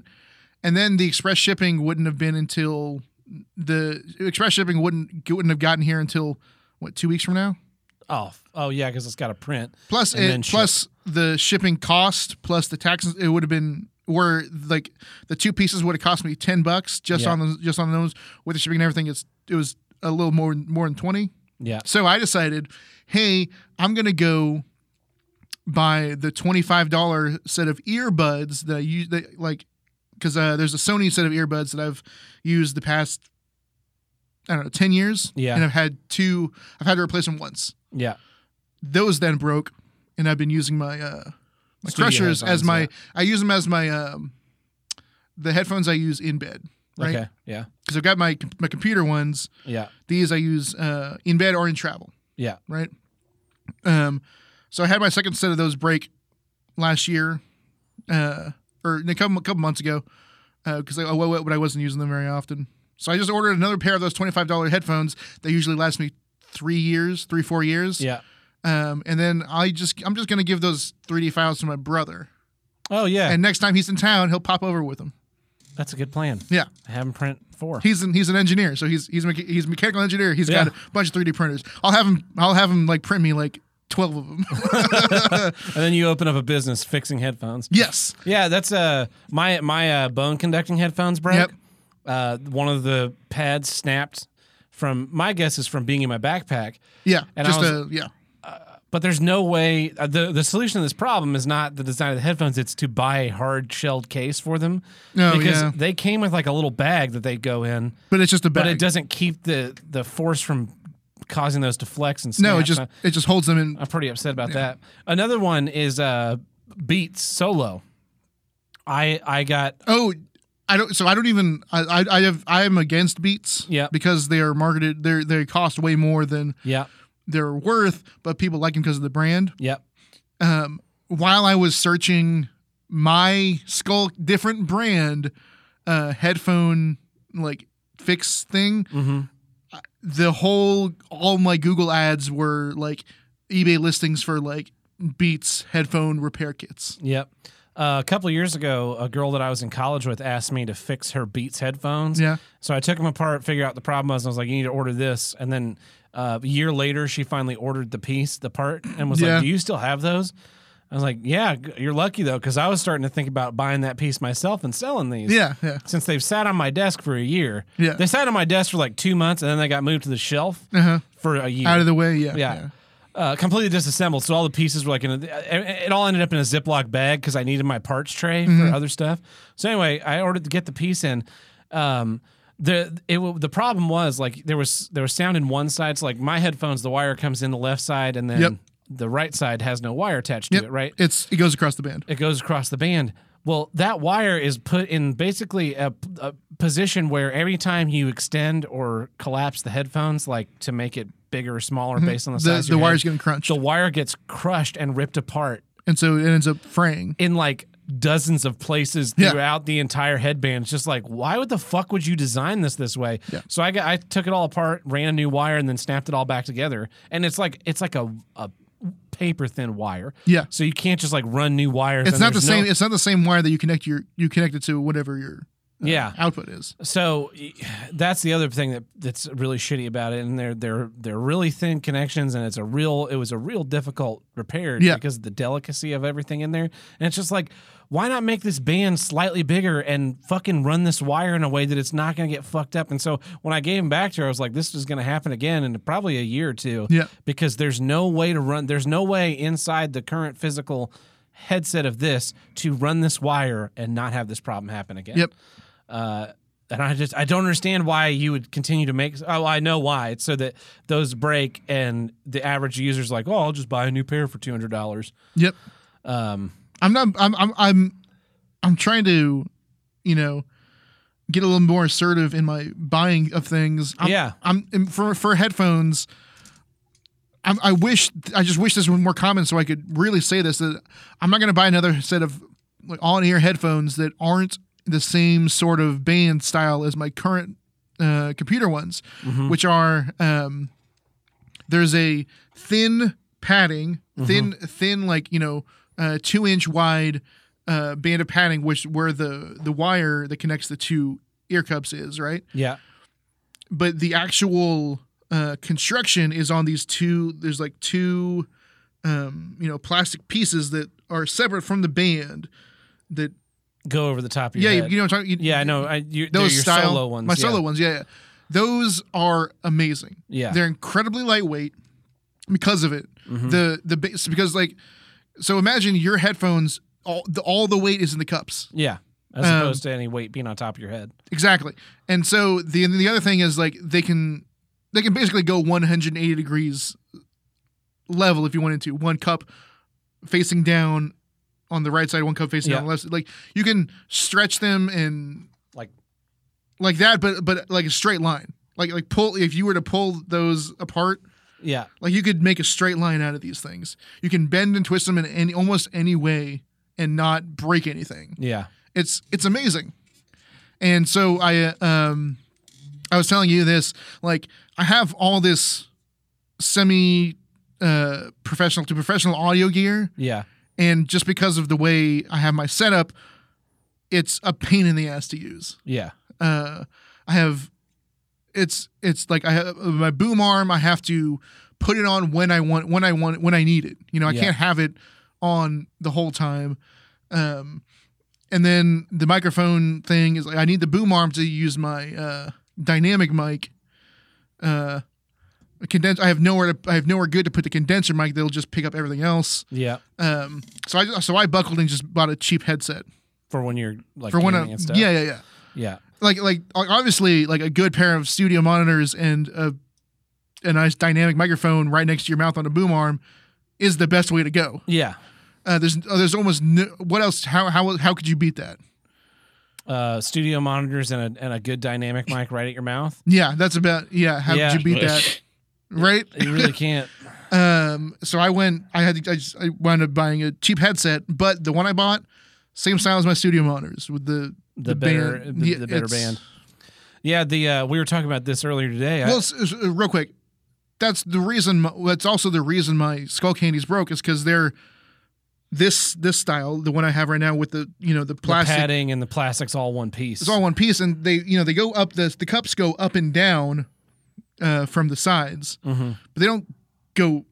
Speaker 2: And then the express shipping wouldn't have been until the express shipping wouldn't wouldn't have gotten here until what two weeks from now.
Speaker 1: Oh. f- Oh yeah, because it's got a print.
Speaker 2: Plus,
Speaker 1: And then
Speaker 2: it, plus the shipping cost, plus the taxes, it would have been where like the two pieces would have cost me ten bucks just
Speaker 1: Yeah.
Speaker 2: on those just on those with the shipping and everything. It's it was a little more more than twenty.
Speaker 1: Yeah.
Speaker 2: So I decided, hey, I'm gonna go buy the twenty five dollar set of earbuds that I use that like because uh, there's a Sony set of earbuds that I've used the past I don't know ten years.
Speaker 1: Yeah.
Speaker 2: and I've had two. I've had to replace them once.
Speaker 1: Yeah.
Speaker 2: Those then broke, and I've been using my uh, my
Speaker 1: Studio
Speaker 2: crushers as
Speaker 1: headphones,
Speaker 2: my
Speaker 1: yeah.
Speaker 2: I use them as my um, the headphones I use in bed. Right,
Speaker 1: Okay. Yeah.
Speaker 2: because I've got my my computer ones.
Speaker 1: Yeah.
Speaker 2: These I use uh, in bed or in travel
Speaker 1: Yeah.
Speaker 2: right? Um, so I had my second set of those break last year, uh, or a couple couple months ago, because I well, well, but I wasn't using them very often. So I just ordered another pair of those twenty five dollar headphones. They usually last me three years, three four years.
Speaker 1: Yeah.
Speaker 2: Um, and then I just I'm just gonna give those three D files to my brother,
Speaker 1: Oh yeah.
Speaker 2: and next time he's in town, he'll pop over with them.
Speaker 1: That's a good plan.
Speaker 2: Yeah.
Speaker 1: Have them print four.
Speaker 2: He's an he's an engineer, so he's he's a mecha- he's a mechanical engineer. He's
Speaker 1: Yeah.
Speaker 2: got a bunch of three D printers. I'll have him I'll have him like print me like twelve of them.
Speaker 1: and then you open up a business fixing headphones.
Speaker 2: yes.
Speaker 1: Yeah, that's uh my my uh, bone conducting headphones broke.
Speaker 2: Yep.
Speaker 1: Uh, one of the pads snapped from my guess is from being in my backpack.
Speaker 2: Yeah.
Speaker 1: And I
Speaker 2: just
Speaker 1: was-
Speaker 2: a yeah.
Speaker 1: But there's no way uh, the the solution to this problem is not the design of the headphones. It's to buy a hard shelled case for them
Speaker 2: Oh,
Speaker 1: because
Speaker 2: yeah.
Speaker 1: they came with like a little bag that they go in,
Speaker 2: But it's just a bag.
Speaker 1: but it doesn't keep the the force from causing those to flex and snap.
Speaker 2: No, it just
Speaker 1: I-
Speaker 2: it just holds them in.
Speaker 1: I'm pretty upset about that. Another one is uh Beats Solo. I I got
Speaker 2: Oh, I don't. So I don't even. I I, I have. I am against Beats.
Speaker 1: Yeah.
Speaker 2: Because they are marketed. They they cost way more than
Speaker 1: yeah
Speaker 2: they're worth, but people like them because of the brand.
Speaker 1: yeah
Speaker 2: Um, while I was searching my skull different brand, uh, headphone like fix thing,
Speaker 1: mm-hmm.
Speaker 2: the whole all my Google ads were like eBay listings for like Beats headphone repair kits.
Speaker 1: Yep. Uh, a couple of years ago, a girl that I was in college with asked me to fix her Beats headphones.
Speaker 2: Yeah.
Speaker 1: So I took them apart, figured out the problem was, and I was like, "You need to order this." And then uh, a year later, she finally ordered the piece, the part, and was
Speaker 2: Yeah.
Speaker 1: like, "Do you still have those?" I was like, "Yeah, g- you're lucky though, because I was starting to think about buying that piece myself and selling these."
Speaker 2: Yeah. Yeah.
Speaker 1: Since they've sat on my desk for a year,
Speaker 2: Yeah.
Speaker 1: they sat on my desk for like two months, and then they got moved to the shelf
Speaker 2: Uh huh.
Speaker 1: for a year
Speaker 2: out of the way. Yeah,
Speaker 1: yeah. Uh, completely disassembled, so all the pieces were like in a, it it all ended up in a Ziploc bag because I needed my parts tray
Speaker 2: Mm-hmm.
Speaker 1: for other stuff. So anyway, I ordered to get the piece in. Um, the it wa- the problem was like there was there was sound in one side. So like my headphones, the wire comes in the left side, and then
Speaker 2: Yep.
Speaker 1: the right side has no wire attached
Speaker 2: Yep.
Speaker 1: to it. Right?
Speaker 2: It's it goes across the band.
Speaker 1: It goes across the band. Well, that wire is put in basically a, a position where every time you extend or collapse the headphones, like to make it bigger or smaller based on the,
Speaker 2: Mm-hmm. The
Speaker 1: size, of
Speaker 2: the
Speaker 1: your head,
Speaker 2: wire's getting crunched,
Speaker 1: the wire gets crushed and ripped apart
Speaker 2: and so it ends up fraying.
Speaker 1: in like dozens of places
Speaker 2: Yeah.
Speaker 1: throughout the entire headband. It's just like, why would the fuck would you design this this way?
Speaker 2: Yeah.
Speaker 1: So I got, I took it all apart, ran a new wire, and then snapped it all back together. And it's like it's like a, a paper thin wire.
Speaker 2: Yeah.
Speaker 1: So you can't just like run new wires.
Speaker 2: It's
Speaker 1: and
Speaker 2: not the
Speaker 1: there's no-
Speaker 2: same. It's not the same wire that you connect your you connect it to whatever your
Speaker 1: yeah.
Speaker 2: output is.
Speaker 1: So y- that's the other thing that that's really shitty about it, and they're they're they're really thin connections, and it's a real it was a real difficult repair
Speaker 2: Yeah.
Speaker 1: because of the delicacy of everything in there, and it's just like why not make this band slightly bigger and fucking run this wire in a way that it's not going to get fucked up? And so when I gave him back to her, I was like, this is going to happen again in probably a year or two,
Speaker 2: Yeah.
Speaker 1: because there's no way to run there's no way inside the current physical headset of this to run this wire and not have this problem happen again.
Speaker 2: Yep.
Speaker 1: Uh, And I just I don't understand why you would continue to make. Oh, I know why. It's so that those break and the average user's like, oh, I'll just buy a new pair for two hundred dollars.
Speaker 2: Yep.
Speaker 1: Um,
Speaker 2: I'm not. I'm. I'm. I'm. I'm trying to, you know, get a little more assertive in my buying of things. I'm,
Speaker 1: Yeah.
Speaker 2: I'm and for for headphones. I'm, I wish. I just wish this was more common, so I could really say this. That I'm not going to buy another set of like on ear headphones that aren't the same sort of band style as my current uh, computer ones,
Speaker 1: Mm-hmm.
Speaker 2: which are um, there's a thin padding,
Speaker 1: Mm-hmm.
Speaker 2: thin thin like you know uh, two inch wide uh, band of padding, which where the the wire that connects the two ear cups is right,
Speaker 1: yeah.
Speaker 2: but the actual uh, construction is on these two. There's like two um, you know plastic pieces that are separate from the band that
Speaker 1: Go over the top of your
Speaker 2: yeah
Speaker 1: head.
Speaker 2: you know what I'm talking
Speaker 1: yeah, I know. I, you, they're
Speaker 2: those
Speaker 1: your
Speaker 2: style
Speaker 1: solo ones.
Speaker 2: my
Speaker 1: yeah.
Speaker 2: solo ones yeah, yeah. those are amazing
Speaker 1: Yeah. Mm-hmm.
Speaker 2: they're incredibly lightweight because of it.
Speaker 1: Hmm.
Speaker 2: The the base because like so imagine your headphones all the, all the weight is in the cups
Speaker 1: Yeah. As
Speaker 2: Um,
Speaker 1: opposed to any weight being on top of your head.
Speaker 2: exactly. And so the and the other thing is like they can they can basically go 180 degrees level if you wanted to. One cup facing down on the right side, one cup facing down
Speaker 1: Yeah.
Speaker 2: on the left. side. Like you can stretch them and
Speaker 1: Like-
Speaker 2: like that, but but like a straight line. Like like pull if you were to pull those apart.
Speaker 1: Yeah.
Speaker 2: Like you could make a straight line out of these things. You can bend and twist them in any almost any way and not break anything.
Speaker 1: Yeah.
Speaker 2: It's it's amazing. And so I uh, um I was telling you this like I have all this semi uh professional to professional audio gear
Speaker 1: Yeah.
Speaker 2: and just because of the way I have my setup it's a pain in the ass to use
Speaker 1: Yeah.
Speaker 2: uh, I have it's it's like I have uh, my boom arm. I have to put it on when I want when I want when I need it. You know, I
Speaker 1: Yeah.
Speaker 2: can't have it on the whole time. Um, and then the microphone thing is like I need the boom arm to use my uh, dynamic mic. Uh, a condens- I have nowhere to I have nowhere good to put the condenser mic. They'll just pick up everything else.
Speaker 1: Yeah.
Speaker 2: Um, so I so I buckled and just bought a cheap headset
Speaker 1: For when you're like
Speaker 2: for when I
Speaker 1: gaming and stuff.
Speaker 2: yeah yeah yeah
Speaker 1: Yeah.
Speaker 2: like like like, obviously like a good pair of studio monitors and a a nice dynamic microphone right next to your mouth on a boom arm is the best way to go.
Speaker 1: Yeah.
Speaker 2: Uh, there's uh, there's almost no, what else how how how could you beat that?
Speaker 1: Uh, studio monitors and a, and a good dynamic mic right at your mouth.
Speaker 2: Yeah, that's about yeah. How
Speaker 1: Yeah.
Speaker 2: could you beat that? Right.
Speaker 1: You really can't.
Speaker 2: Um. So I went. I had. To, I just. I wound up buying a cheap headset, but the one I bought, same style as my studio monitors with the
Speaker 1: The, better,
Speaker 2: band.
Speaker 1: the,
Speaker 2: Yeah,
Speaker 1: the better
Speaker 2: it's-
Speaker 1: band. Yeah, the uh, we were talking about this earlier today. I-
Speaker 2: Well, s- s- real quick, that's the reason. My, that's also the reason my skull candies broke is because they're this this style, the one I have right now with the you know the
Speaker 1: the
Speaker 2: plastic.
Speaker 1: padding and the plastics all one piece.
Speaker 2: it's all one piece, and they you know they go up the the cups go up and down uh, from the sides,
Speaker 1: Mhm.
Speaker 2: but they don't go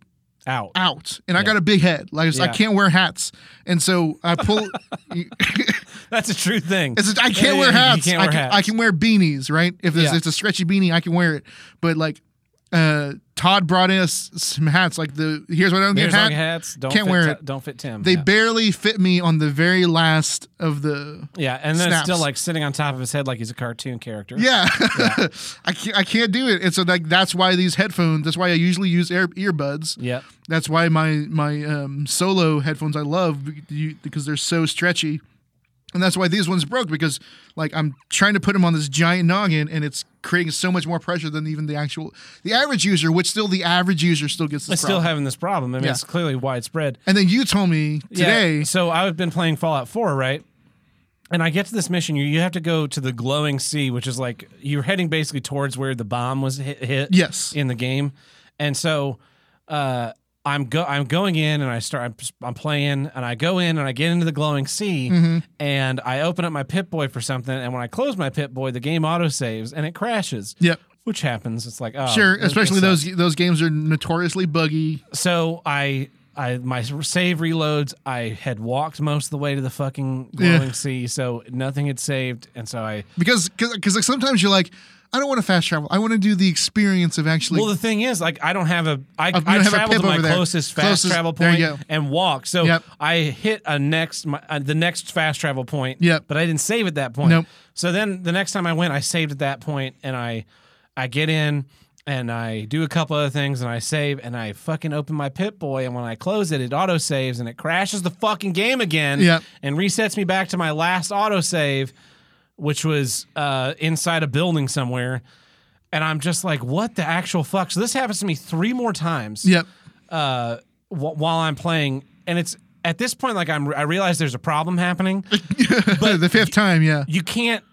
Speaker 1: out.
Speaker 2: out. And I
Speaker 1: Yeah.
Speaker 2: got a big head, like I
Speaker 1: Yeah.
Speaker 2: can't wear hats, and so I pull.
Speaker 1: That's a true thing.
Speaker 2: It's I
Speaker 1: Yeah,
Speaker 2: can't wear
Speaker 1: you
Speaker 2: hats.
Speaker 1: can't
Speaker 2: I,
Speaker 1: wear
Speaker 2: can,
Speaker 1: hats.
Speaker 2: I can wear beanies, right? If there's,
Speaker 1: Yeah.
Speaker 2: it's a stretchy beanie, I can wear it. But like, uh, Todd brought us some hats. Like the here's what I don't
Speaker 1: There's
Speaker 2: get hat.
Speaker 1: long hats. Don't
Speaker 2: Can't
Speaker 1: fit
Speaker 2: wear
Speaker 1: Ti-
Speaker 2: it.
Speaker 1: Don't fit Tim.
Speaker 2: They
Speaker 1: yeah.
Speaker 2: barely fit me on the very last of the.
Speaker 1: yeah, and then it's still
Speaker 2: snaps.
Speaker 1: like sitting on top of his head like he's a cartoon character.
Speaker 2: Yeah, I can't. I can't do it. And so like that's why these headphones. That's why I usually use air, earbuds.
Speaker 1: Yep.
Speaker 2: That's why my my um, solo headphones I love be- you- because they're so stretchy, and that's why these ones broke because like I'm trying to put them on this giant noggin and it's creating so much more pressure than even the actual the average user, which still the average user still gets
Speaker 1: I'm
Speaker 2: this
Speaker 1: still
Speaker 2: problem.
Speaker 1: having this problem. I mean,
Speaker 2: Yeah.
Speaker 1: it's clearly widespread.
Speaker 2: and then you told me today,
Speaker 1: Yeah, so I've been playing Fallout 4, right? And I get to this mission, you you have to go to the glowing sea, which is like you're heading basically towards where the bomb was hit, hit
Speaker 2: Yes.
Speaker 1: in the game. And so uh, I'm go I'm going in and I start I'm, I'm playing and I go in and I get into the glowing sea
Speaker 2: Mm-hmm.
Speaker 1: and I open up my Pip Boy for something and when I close my Pip Boy, the game autosaves and it crashes.
Speaker 2: Yep.
Speaker 1: Which happens. It's like oh
Speaker 2: sure,
Speaker 1: this-
Speaker 2: especially
Speaker 1: this
Speaker 2: those those games are notoriously buggy.
Speaker 1: so I I my save reloads. I had walked most of the way to the fucking glowing
Speaker 2: Yeah.
Speaker 1: sea, so nothing had saved, and so I
Speaker 2: because because like sometimes you're like I don't want to fast travel. I want to do the experience of actually. Oh,
Speaker 1: well, the thing is, like, I don't have a. I,
Speaker 2: don't
Speaker 1: I
Speaker 2: have a
Speaker 1: travel
Speaker 2: pip
Speaker 1: to my
Speaker 2: over there.
Speaker 1: closest fast
Speaker 2: Closest-
Speaker 1: travel
Speaker 2: there you
Speaker 1: point
Speaker 2: go.
Speaker 1: and walk. So
Speaker 2: Yep.
Speaker 1: I hit a next my, uh, the next fast travel point.
Speaker 2: Yep.
Speaker 1: But I didn't save at that point.
Speaker 2: Nope.
Speaker 1: So then the next time I went, I saved at that point, and I, I get in, and I do a couple other things, and I save, and I fucking open my Pip Boy, and when I close it, it auto saves, and it crashes the fucking game again.
Speaker 2: Yep.
Speaker 1: And resets me back to my last auto save, which was uh, inside a building somewhere and I'm just like, what the actual fuck? So this happens to me three more times
Speaker 2: yep.
Speaker 1: uh, wh- while I'm playing, and it's at this point like I'm I realize there's a problem happening.
Speaker 2: the fifth time, yeah.
Speaker 1: You can't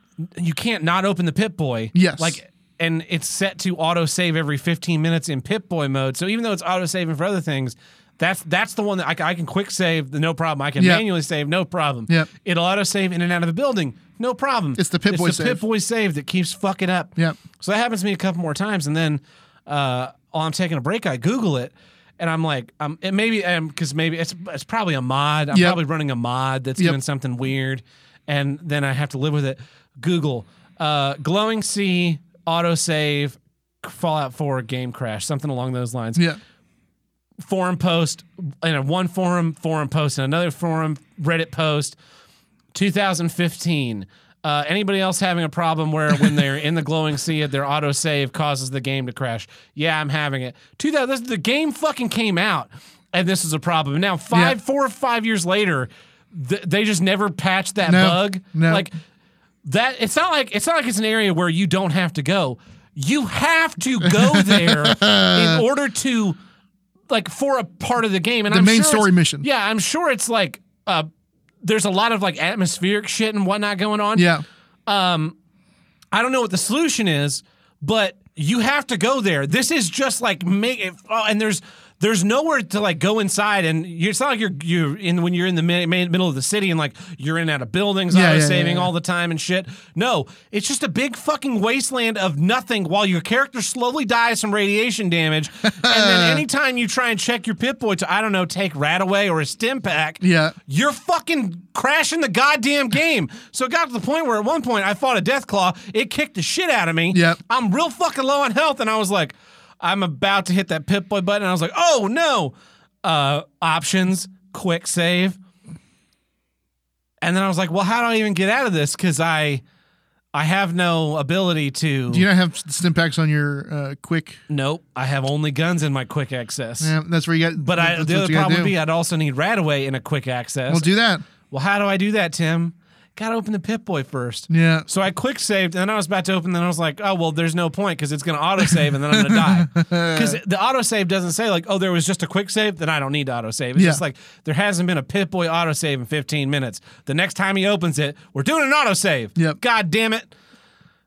Speaker 1: you can't not open the Pip Boy.
Speaker 2: Yes.
Speaker 1: like and it's set to auto save every 15 minutes in Pip Boy mode. So even though it's auto saving for other things. That's that's the one that I, ca- I can quick save, no problem. I can
Speaker 2: Yep.
Speaker 1: manually save, no problem.
Speaker 2: Yep.
Speaker 1: It'll auto save in and out of the building, no problem.
Speaker 2: It's the Pip Boy
Speaker 1: It's the
Speaker 2: save.
Speaker 1: Pip Boy save that keeps fucking up.
Speaker 2: Yep.
Speaker 1: So that happens to me a couple more times, and then uh, while I'm taking a break, I Google it, and I'm like, um, it maybe because maybe it's it's probably a mod. I'm
Speaker 2: Yep.
Speaker 1: probably running a mod that's
Speaker 2: Yep.
Speaker 1: doing something weird, and then I have to live with it. Google uh, glowing sea autosave Fallout 4 game crash, something along those lines
Speaker 2: Yeah.
Speaker 1: forum post in a one forum forum post and another forum reddit post 2015 uh, anybody else having a problem where when they're in the glowing sea their autosave causes the game to crash yeah i'm having it 2000 this, the game fucking came out and this is a problem And now five
Speaker 2: Yeah.
Speaker 1: four or five years later th- they just never patched that
Speaker 2: No,
Speaker 1: bug
Speaker 2: no.
Speaker 1: like that it's not like it's not like it's an area where you don't have to go. You have to go there in order to like for a part of the game. And
Speaker 2: The
Speaker 1: I'm
Speaker 2: main
Speaker 1: sure
Speaker 2: story
Speaker 1: it's-
Speaker 2: mission.
Speaker 1: Yeah, I'm sure it's like uh, there's a lot of like atmospheric shit and whatnot going on.
Speaker 2: Yeah.
Speaker 1: I don't know what the solution is, but you have to go there. This is just like make it, oh, and there's there's nowhere to like go inside, and you it's not like you're you're in when you're in the mi- main, middle of the city and like you're in and out of buildings,
Speaker 2: Yeah, yeah,
Speaker 1: auto
Speaker 2: yeah,
Speaker 1: saving
Speaker 2: yeah.
Speaker 1: all the time and shit. No, it's just a big fucking wasteland of nothing while your character slowly dies from radiation damage, and then anytime you try and check your pit boy to I don't know take rat away or a stim pack,
Speaker 2: Yeah.
Speaker 1: you're fucking crashing the goddamn game. So it got to the point where at one point I fought a death claw. It kicked the shit out of me.
Speaker 2: Yep.
Speaker 1: I'm real fucking low on health, and I was like, I'm about to hit that pip boy button. And I was like, oh no. Uh, options, quick save. And then I was like, well, how do I even get out of this? Because I, I have no ability to.
Speaker 2: Do you not have Stimpaks on your uh, quick?
Speaker 1: nope. I have only guns in my quick access.
Speaker 2: Yeah, that's where you got.
Speaker 1: But I,
Speaker 2: that's
Speaker 1: the
Speaker 2: what
Speaker 1: other
Speaker 2: you gotta
Speaker 1: problem would
Speaker 2: do.
Speaker 1: be I'd also need Radaway in a quick access.
Speaker 2: We'll do that.
Speaker 1: Well, how do I do that, Tim? Got to open the Pip Boy first.
Speaker 2: Yeah.
Speaker 1: So I quick saved, and then I was about to open, then I was like, oh, well, there's no point because it's going to autosave, and then I'm going to die. Because the autosave doesn't say, like, oh, there was just a quick save, then I don't need to autosave. It's
Speaker 2: Yeah.
Speaker 1: just like, there hasn't been a Pip Boy autosave in 15 minutes. The next time he opens it, we're doing an autosave.
Speaker 2: Yep.
Speaker 1: God damn it.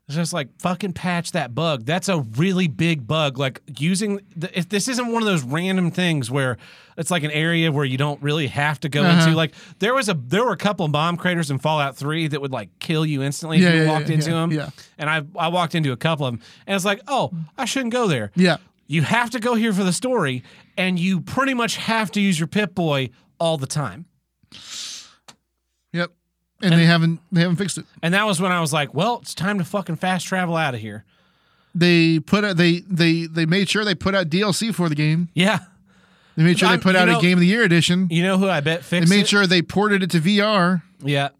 Speaker 1: It's just like fucking patch that bug. That's a really big bug. Like using the, if this isn't one of those random things where it's like an area where you don't really have to go
Speaker 2: Uh-huh.
Speaker 1: into. Like there was a there were a couple bomb craters in Fallout Three that would like kill you instantly if
Speaker 2: Yeah,
Speaker 1: you
Speaker 2: yeah,
Speaker 1: walked
Speaker 2: yeah,
Speaker 1: into
Speaker 2: yeah,
Speaker 1: them.
Speaker 2: yeah.
Speaker 1: And I I walked into a couple of them and it's like oh I shouldn't go there.
Speaker 2: Yeah.
Speaker 1: You have to go here for the story, and you pretty much have to use your Pip Boy all the time.
Speaker 2: Yep. And, they haven't they haven't fixed it.
Speaker 1: And that was when I was like, well, it's time to fucking fast travel out of here.
Speaker 2: They put out they they they made sure they put out DLC for the game.
Speaker 1: Yeah.
Speaker 2: They made sure
Speaker 1: I'm-
Speaker 2: they put
Speaker 1: you
Speaker 2: out
Speaker 1: know-
Speaker 2: a Game of the Year edition.
Speaker 1: You know who I bet
Speaker 2: They
Speaker 1: fixed
Speaker 2: made
Speaker 1: it?
Speaker 2: sure they ported it to VR.
Speaker 1: Yeah.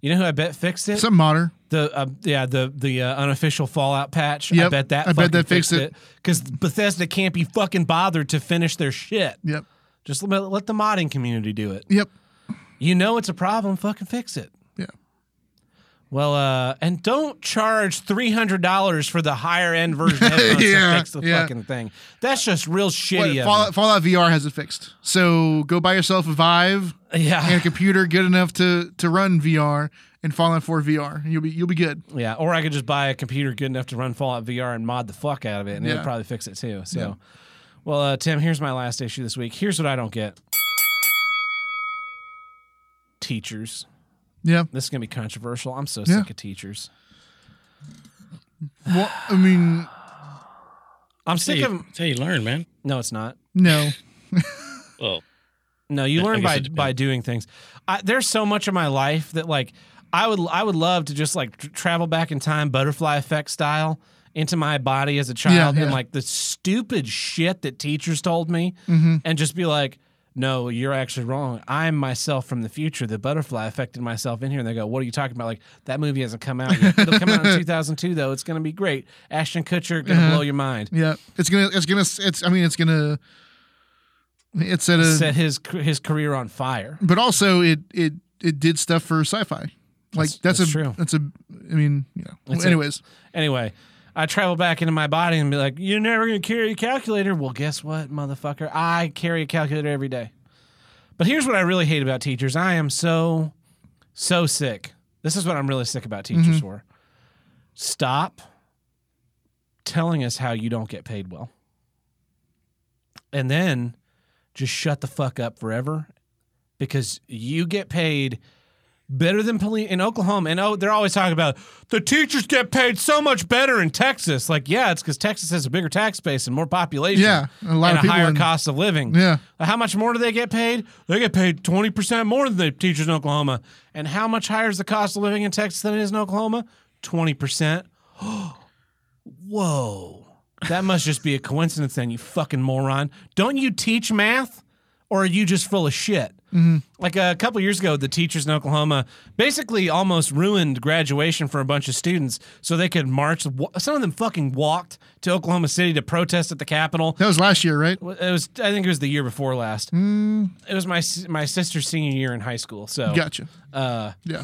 Speaker 1: You know who I bet fixed it?
Speaker 2: Some modder.
Speaker 1: the uh, yeah the the uh, unofficial Fallout patch. I
Speaker 2: Yep.
Speaker 1: bet that
Speaker 2: I bet
Speaker 1: fucking
Speaker 2: that
Speaker 1: fixed
Speaker 2: fixed
Speaker 1: it because Bethesda can't be fucking bothered to finish their shit.
Speaker 2: Yep.
Speaker 1: Just let, let the modding community do it.
Speaker 2: Yep.
Speaker 1: You know it's a problem. Fucking fix it.
Speaker 2: Yeah.
Speaker 1: Well, uh, and don't charge three hundred dollars for the higher end version of headphones to
Speaker 2: Yeah,
Speaker 1: fix the
Speaker 2: yeah.
Speaker 1: fucking thing. That's just real
Speaker 2: But
Speaker 1: shitty. of
Speaker 2: Fallout, Fallout VR has it fixed. So go buy yourself a Vive
Speaker 1: them. yeah,
Speaker 2: and a computer good enough to to run VR and Fallout 4 VR. You'll be you'll be good.
Speaker 1: Yeah, or I could just buy a computer good enough to run Fallout VR and mod the fuck out of it, and it would
Speaker 2: Yeah.
Speaker 1: probably fix it too. So, well, uh, Tim, here's my last issue this week. Here's what I don't get: teachers.
Speaker 2: Yeah.
Speaker 1: This is gonna be controversial. I'm so
Speaker 2: Yeah.
Speaker 1: sick of teachers.
Speaker 2: Well, I mean,
Speaker 1: I'm
Speaker 3: That's how,
Speaker 1: sick
Speaker 3: you,
Speaker 1: of.
Speaker 3: that's how you learn, man.
Speaker 1: No, it's not.
Speaker 2: no.
Speaker 3: Well,
Speaker 1: No, you
Speaker 3: I
Speaker 1: learn
Speaker 3: guess
Speaker 1: by
Speaker 3: it depends.
Speaker 1: by doing things. I, there's so much of my life that like I would I would love to just like tr- travel back in time, butterfly effect style, into my body as a child
Speaker 2: Yeah,
Speaker 1: and
Speaker 2: yeah.
Speaker 1: like the stupid shit that teachers told me
Speaker 3: Mm-hmm.
Speaker 2: hmm
Speaker 1: and just be like, no, you're actually wrong. I'm myself from the future. The butterfly affected myself in here. And they go, what are you talking about? Like, that movie hasn't come out yet. It'll come out in 2002, though. It's going to be great. Ashton Kutcher, going to
Speaker 3: Mm-hmm.
Speaker 2: Uh-huh.
Speaker 1: blow your mind.
Speaker 2: Yeah, it's gonna, it's gonna, it's. I mean, it's gonna. It's at
Speaker 3: Mm-hmm.
Speaker 2: a,
Speaker 1: Set his his career on fire.
Speaker 2: but also it it it did stuff for sci-fi. Like
Speaker 1: That's-
Speaker 2: that's,
Speaker 1: that's
Speaker 2: a
Speaker 1: true.
Speaker 2: that's a. I mean, you know.
Speaker 1: That's it.
Speaker 2: anyways,
Speaker 1: Anyway, I travel back into my body and be like, you're never going to carry a calculator. Well, guess what, motherfucker? I carry a calculator every day. But here's what I really hate about teachers I am so, so sick. This is what I'm really sick about teachers
Speaker 2: Mm-hmm.
Speaker 1: for. Stop telling us how you don't get paid well. And then just shut the fuck up forever because you get paid better than police in Oklahoma. And oh, they're always talking about the teachers get paid so much better in Texas. Like, yeah, it's because Texas has a bigger tax base and more population.
Speaker 2: Yeah, a lot
Speaker 1: and
Speaker 2: of people
Speaker 1: a higher
Speaker 2: in-
Speaker 1: cost of living.
Speaker 2: Yeah.
Speaker 1: How much more do they get paid? They get paid 20% more than the teachers in Oklahoma. And how much higher is the cost of living in Texas than it is in Oklahoma? 20%. Whoa. That must just be a coincidence then, you fucking moron. Don't you teach math? Or are you just full of shit? Like a couple years ago, the teachers in Oklahoma basically almost ruined graduation for a bunch of students so they could march. wa- Some of them fucking walked to Oklahoma City to protest at the Capitol.
Speaker 2: That was last year, right?
Speaker 1: It was, I think, it was the year before last. It was my s- my sister's senior year in high school. So,
Speaker 2: Gotcha.
Speaker 1: uh,
Speaker 2: Yeah,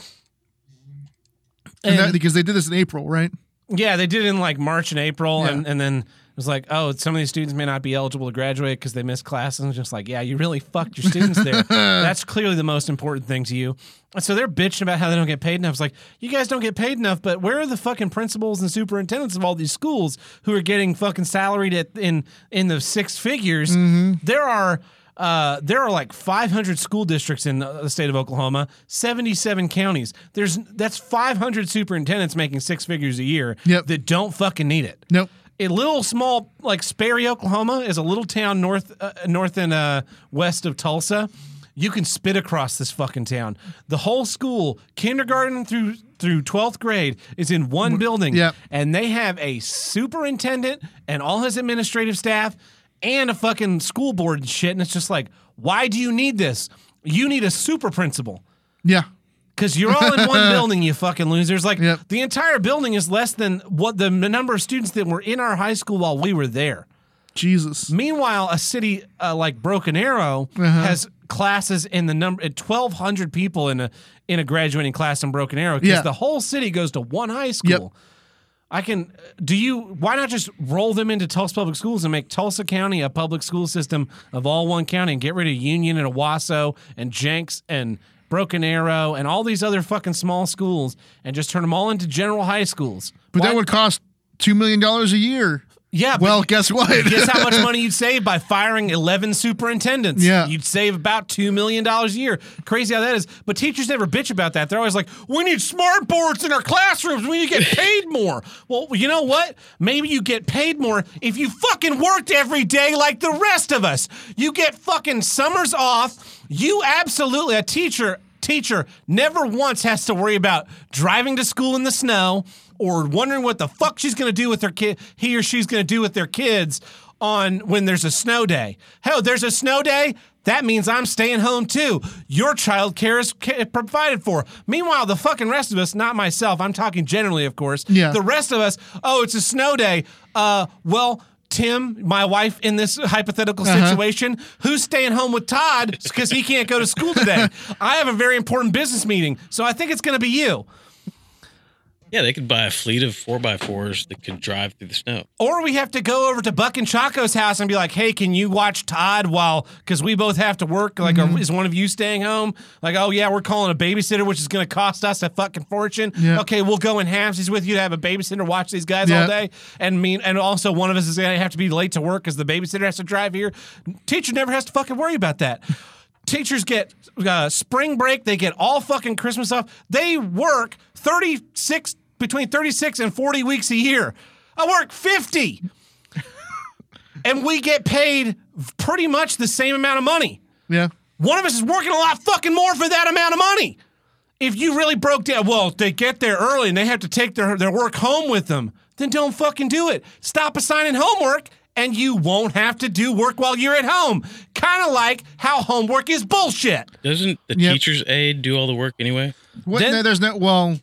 Speaker 2: and
Speaker 1: and-
Speaker 2: that, because they did this in April, right?
Speaker 1: yeah, they did it in like March and April,
Speaker 2: Yeah.
Speaker 1: and, and then it was like, oh, some of these students may not be eligible to graduate because they missed classes. And it's just like, yeah, you really fucked your students there. That's clearly the most important thing to you. And so they're bitching about how they don't get paid enough. It's like, you guys don't get paid enough, but where are the fucking principals and superintendents of all these schools who are getting fucking salaried at, in in the six figures? There are. Uh, there are like 500 school districts in uh, the the state of Oklahoma, 77 counties. There's that's 500 superintendents making six figures a year
Speaker 2: Yep.
Speaker 1: that don't fucking need it.
Speaker 2: Nope.
Speaker 1: A little small like Sperry, Oklahoma, is a little town north uh, north and uh, west of Tulsa. You can spit across this fucking town. The whole school, kindergarten through through twelfth grade, is in one building,
Speaker 2: yep.
Speaker 1: and they have a superintendent and all his administrative staff and a fucking school board and shit. And it's just like, why do you need this? You need a super principal.
Speaker 2: Yeah,
Speaker 1: Because you're all in one building, you fucking losers. Like
Speaker 2: Yep.
Speaker 1: the entire building is less than what the n- number of students that were in our high school while we were there.
Speaker 2: Jesus.
Speaker 1: Meanwhile, a city uh, like Broken Arrow has classes in the number at 1,200 people in a in a graduating class in Broken Arrow because
Speaker 2: Yeah.
Speaker 1: the whole city goes to one high school. I can do you why not just roll them into Tulsa Public Schools and make Tulsa County a public school system of all one county and get rid of Union and Owasso and Jenks and Broken Arrow and all these other fucking small schools and just turn them all into general high schools.
Speaker 2: But
Speaker 1: Why-
Speaker 2: that would cost two million dollars a year.
Speaker 1: yeah, but
Speaker 2: Well, guess what?
Speaker 1: guess how much money you'd save by firing 11 superintendents?
Speaker 2: Yeah.
Speaker 1: You'd save about $2 million a year. Crazy how that is. But teachers never bitch about that. They're always like, we need smart boards in our classrooms. We need to get paid more. well, you know what? Maybe you get paid more if you fucking worked every day like the rest of us. You get fucking summers off. You absolutely, a teacher, teacher never once has to worry about driving to school in the snow or wondering what the fuck she's going to do with her kid he or she's going to do with their kids on when there's a snow day. Hell, there's a snow day. That means I'm staying home too. Your child care is ca- provided for. Meanwhile, the fucking rest of us, not myself, I'm talking generally, of course.
Speaker 2: Yeah.
Speaker 1: The rest of us, oh, it's a snow day. Uh, well, Tim, my wife, in this hypothetical situation, who's staying home with Todd because he can't go to school today? I have a very important business meeting, so I think it's going to be you.
Speaker 3: Yeah, they could buy a fleet of four by fours that could drive through the snow.
Speaker 1: Or we have to go over to Buck and Chaco's house and be like, "Hey, can you watch Todd while? Because we both have to work. Like, are- is one of you staying home? Like, oh yeah, we're calling a babysitter, which is going to cost us a fucking fortune.
Speaker 2: Yeah.
Speaker 1: Okay, we'll go in halvesies with you to have a babysitter watch these guys all
Speaker 2: Yeah.
Speaker 1: day. And mean, and also one of us is going to have to be late to work because the babysitter has to drive here. Teacher never has to fucking worry about that. Teachers get uh, spring break. They get all fucking Christmas off. They work thirty six between thirty six and forty weeks a year. I work fifty and we get paid pretty much the same amount of money.
Speaker 2: yeah,
Speaker 1: One of us is working a lot fucking more for that amount of money. If you really broke down, well, they get there early and they have to take their, their work home with them. then don't fucking do it. Stop assigning homework and you won't have to do work while you're at home. Kind of like how homework is bullshit.
Speaker 3: Doesn't the
Speaker 2: Yep.
Speaker 3: teacher's aide do all the work anyway?
Speaker 2: What,
Speaker 1: Then-
Speaker 2: no, there's no. Well,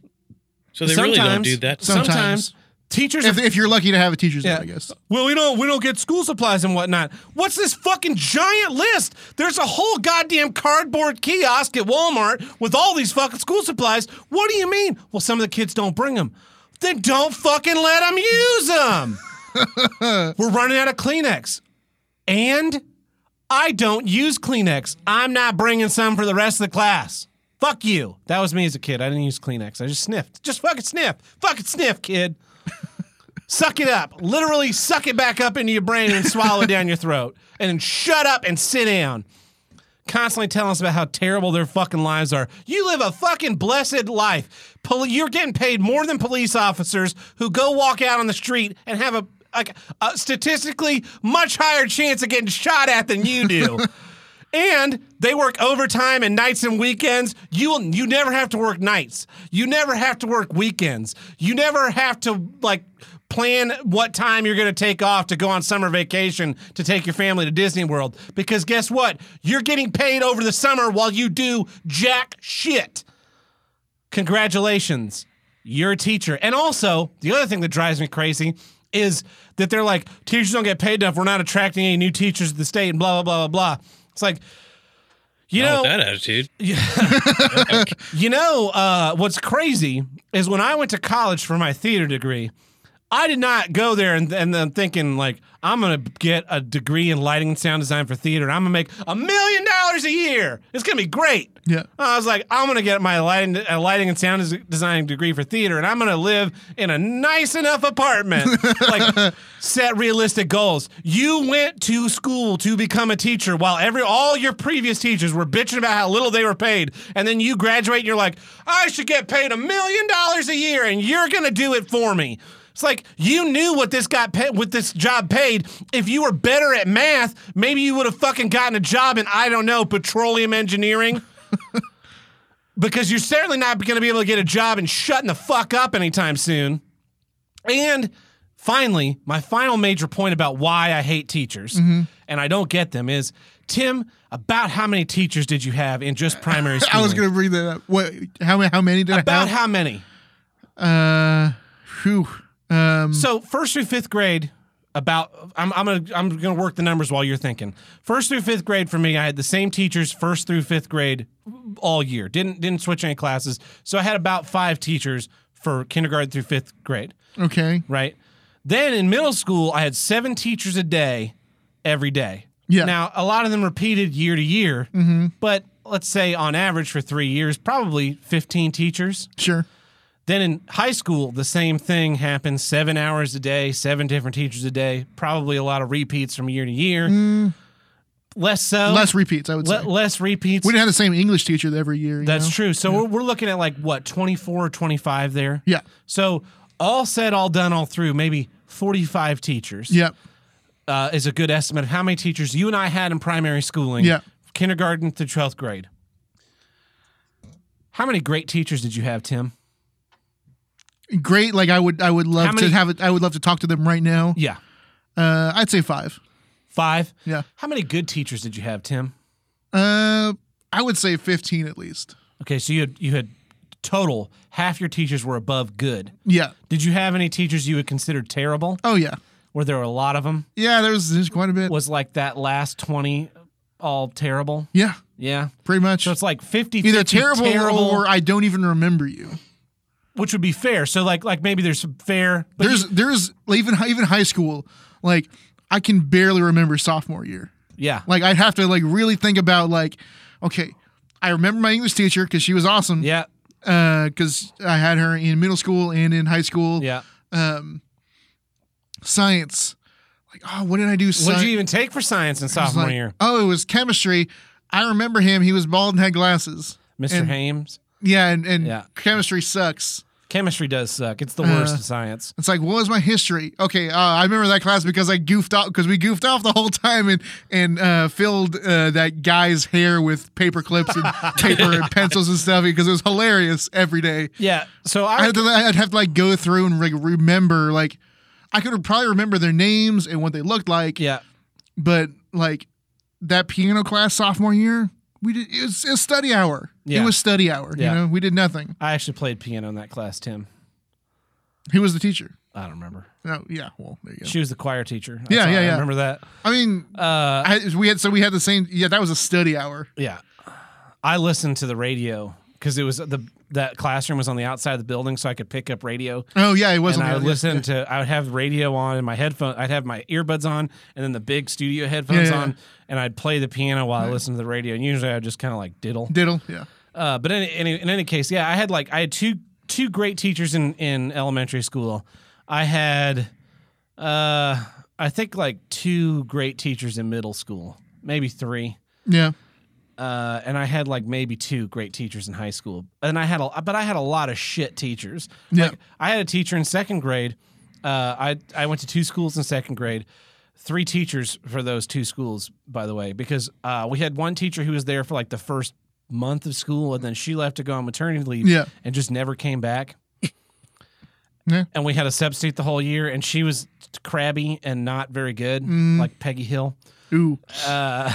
Speaker 3: So they really don't do that.
Speaker 2: Sometimes.
Speaker 1: teachers
Speaker 2: if, if you're lucky to have a teacher's
Speaker 1: Yeah.
Speaker 2: aide, I guess.
Speaker 1: Well, we don't we don't get school supplies and whatnot. What's this fucking giant list? There's a whole goddamn cardboard kiosk at Walmart with all these fucking school supplies. What do you mean? Well, some of the kids don't bring them. Then don't fucking let them use them. We're running out of Kleenex, and I don't use Kleenex. I'm not bringing some for the rest of the class. Fuck you. That was me as a kid. I didn't use Kleenex. I just sniffed. Just fucking sniff. Fucking sniff, kid suck it up. Literally suck it back up into your brain and swallow it down your throat. And then shut up and sit down. Constantly telling us about how terrible their fucking lives are. You live a fucking blessed life. Poli- you're getting paid more than police officers who go walk out on the street and have a, like a statistically much higher chance of getting shot at than you do. And they work overtime and nights and weekends. You will, you never have to work nights. You never have to work weekends. You never have to like plan what time you're going to take off to go on summer vacation to take your family to Disney World because guess what? You're getting paid over the summer while you do jack shit. Congratulations. You're a teacher. And also, the other thing that drives me crazy is that they're like, teachers don't get paid enough. We're not attracting any new teachers to the state and blah, blah, blah, blah, blah. It's like, you
Speaker 3: Not
Speaker 1: know,
Speaker 3: with that attitude.
Speaker 1: you know uh, what's crazy is when I went to college for my theater degree, I did not go there and, and then thinking like I'm gonna get a degree in lighting and sound design for theater. and I'm gonna make a million dollars a year. It's gonna be great.
Speaker 2: Yeah.
Speaker 1: I was like, I'm gonna get my lighting, a lighting and sound des- design degree for theater, and I'm gonna live in a nice enough apartment. like, set realistic goals. You went to school to become a teacher, while every all your previous teachers were bitching about how little they were paid, and then you graduate, and you're like, I should get paid a million dollars a year, and you're gonna do it for me. It's like you knew what this got paid, what this job paid. If you were better at math, maybe you would have fucking gotten a job in I don't know petroleum engineering because you're certainly not going to be able to get a job and shutting the fuck up anytime soon. And finally, my final major point about why I hate teachers
Speaker 2: Mm-hmm.
Speaker 1: and I don't get them is Tim, about how many teachers did you have in just primary school?
Speaker 2: I was going to bring that up. What? How many? How many did
Speaker 1: about
Speaker 2: I have?
Speaker 1: how many?
Speaker 2: uh, whew. Um,
Speaker 1: So first through fifth grade, about I'm I'm gonna I'm gonna work the numbers while you're thinking. First through fifth grade for me, I had the same teachers first through fifth grade all year. Didn't didn't switch any classes, so I had about five teachers for kindergarten through fifth grade.
Speaker 2: okay.
Speaker 1: Right. Then in middle school, I had seven teachers a day, every day.
Speaker 2: Yeah. Mm-hmm.
Speaker 1: Now a lot of them repeated year to year, but let's say on average for three years, probably 15 teachers.
Speaker 2: Sure.
Speaker 1: Then in high school, the same thing happened seven hours a day, seven different teachers a day, probably a lot of repeats from year to year. Less so.
Speaker 2: Mm. Less repeats, I would
Speaker 1: le-
Speaker 2: say.
Speaker 1: less repeats.
Speaker 2: we didn't have the same English teacher every year. you
Speaker 1: That's
Speaker 2: know?
Speaker 1: true. So we're, we're looking at like what, 24 or 25 there?
Speaker 2: Yeah.
Speaker 1: So all said, all done, all through, maybe 45 teachers
Speaker 2: Yep.
Speaker 1: uh, is a good estimate of how many teachers you and I had in primary schooling,
Speaker 2: Yeah.
Speaker 1: kindergarten to 12th grade. How many great teachers did you have, Tim?
Speaker 2: Great. Like I would. I would
Speaker 1: How
Speaker 2: love
Speaker 1: many-
Speaker 2: to have it. I would love to talk to them right now.
Speaker 1: Yeah.
Speaker 2: Uh, I'd say five.
Speaker 1: Five?
Speaker 2: Yeah.
Speaker 1: How many good teachers did you have, Tim?
Speaker 2: Uh, I would say fifteen at least.
Speaker 1: Okay, so you had you had total half your teachers were above good.
Speaker 2: Yeah.
Speaker 1: Did you have any teachers you would consider terrible?
Speaker 2: Oh yeah.
Speaker 1: Were there a lot of them?
Speaker 2: Yeah. There was there's quite a bit.
Speaker 1: Was like that last twenty all terrible?
Speaker 2: yeah.
Speaker 1: Yeah.
Speaker 2: Pretty much.
Speaker 1: So it's like 50
Speaker 2: Either
Speaker 1: 50
Speaker 2: terrible, or I don't even remember you.
Speaker 1: which would be fair. So like like maybe there's some fair but
Speaker 2: there's there's like, even hi- even high school. Like I can barely remember sophomore year.
Speaker 1: yeah.
Speaker 2: Like I'd have to like really think about like, okay, I remember my English teacher because she was awesome.
Speaker 1: Yeah.
Speaker 2: Because I had her in middle school and in high school.
Speaker 1: Yeah.
Speaker 2: Science. Like oh, what did I do?
Speaker 1: What
Speaker 2: Science.
Speaker 1: did you even take for science in sophomore year?
Speaker 2: Oh, it was chemistry. I remember him. He was bald and had glasses.
Speaker 1: Mr.
Speaker 2: and-
Speaker 1: Hames?
Speaker 2: Yeah, and, and
Speaker 1: Yeah.
Speaker 2: chemistry sucks.
Speaker 1: Chemistry does suck. It's the
Speaker 2: Uh,
Speaker 1: worst of science.
Speaker 2: It's like, what was my history? Okay, uh, I remember that class because I goofed off because we goofed off the whole time and and uh, filled uh, that guy's hair with paper clips and paper and pencils and stuff because it was hilarious every day.
Speaker 1: Yeah. So I,
Speaker 2: I had to, I'd have to like go through and like remember like I could probably remember their names and what they looked like.
Speaker 1: yeah.
Speaker 2: but like that piano class sophomore year, we did it was, it was study hour.
Speaker 1: Yeah.
Speaker 2: It was study hour.
Speaker 1: Yeah.
Speaker 2: You know, we did nothing.
Speaker 1: I actually played piano in that class, Tim.
Speaker 2: Who was the teacher?
Speaker 1: I don't remember.
Speaker 2: Oh yeah, well there you go.
Speaker 1: She was the choir teacher. That's
Speaker 2: Yeah,
Speaker 1: all
Speaker 2: yeah,
Speaker 1: I
Speaker 2: yeah.
Speaker 1: remember that.
Speaker 2: I mean,
Speaker 1: Uh,
Speaker 2: I, we had so we had the same. Yeah, that was a study hour.
Speaker 1: yeah. I listened to the radio because it was the that classroom was on the outside of the building, so I could pick up radio.
Speaker 2: Oh yeah, it was.
Speaker 1: and
Speaker 2: on
Speaker 1: I
Speaker 2: the
Speaker 1: would
Speaker 2: other-
Speaker 1: listen to. I would have radio on and my headphone. I'd have my earbuds on, and then the big studio headphones
Speaker 2: Yeah, yeah.
Speaker 1: on, and I'd play the piano while I listened to the radio. And usually, I would just kind of like diddle.
Speaker 2: diddle. Yeah,
Speaker 1: Uh, but in, in, in any case, yeah, I had like I had two two great teachers in in elementary school. I had, uh, I think like two great teachers in middle school, maybe three.
Speaker 2: yeah.
Speaker 1: Uh, and I had like maybe two great teachers in high school, and I had a but I had a lot of shit teachers.
Speaker 2: Yeah.
Speaker 1: Like I had a teacher in second grade. Uh, I I went to two schools in second grade, three teachers for those two schools, by the way, because uh, we had one teacher who was there for like the first month of school, and then she left to go on maternity leave,
Speaker 2: Yeah.
Speaker 1: and just never came back.
Speaker 2: Yeah.
Speaker 1: And we had a substitute the whole year, and she was crabby and not very good,
Speaker 2: Mm.
Speaker 1: like Peggy Hill.
Speaker 2: Ooh,
Speaker 1: Uh,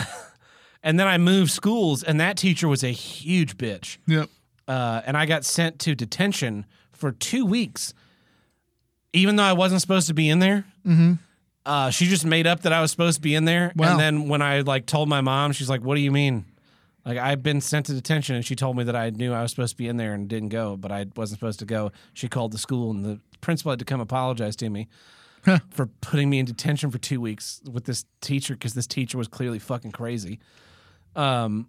Speaker 1: and then I moved schools, and that teacher was a huge bitch.
Speaker 2: yeah.
Speaker 1: Uh, and I got sent to detention for two weeks, even though I wasn't supposed to be in there.
Speaker 2: Mm-hmm.
Speaker 1: Uh, she just made up that I was supposed to be in there.
Speaker 2: Wow.
Speaker 1: And then when I like told my mom, she's like, "What do you mean?" Like I've been sent to detention, and she told me that I knew I was supposed to be in there and didn't go, but I wasn't supposed to go. She called the school, and the principal had to come apologize to me
Speaker 2: Huh.
Speaker 1: for putting me in detention for two weeks with this teacher because this teacher was clearly fucking crazy. Um,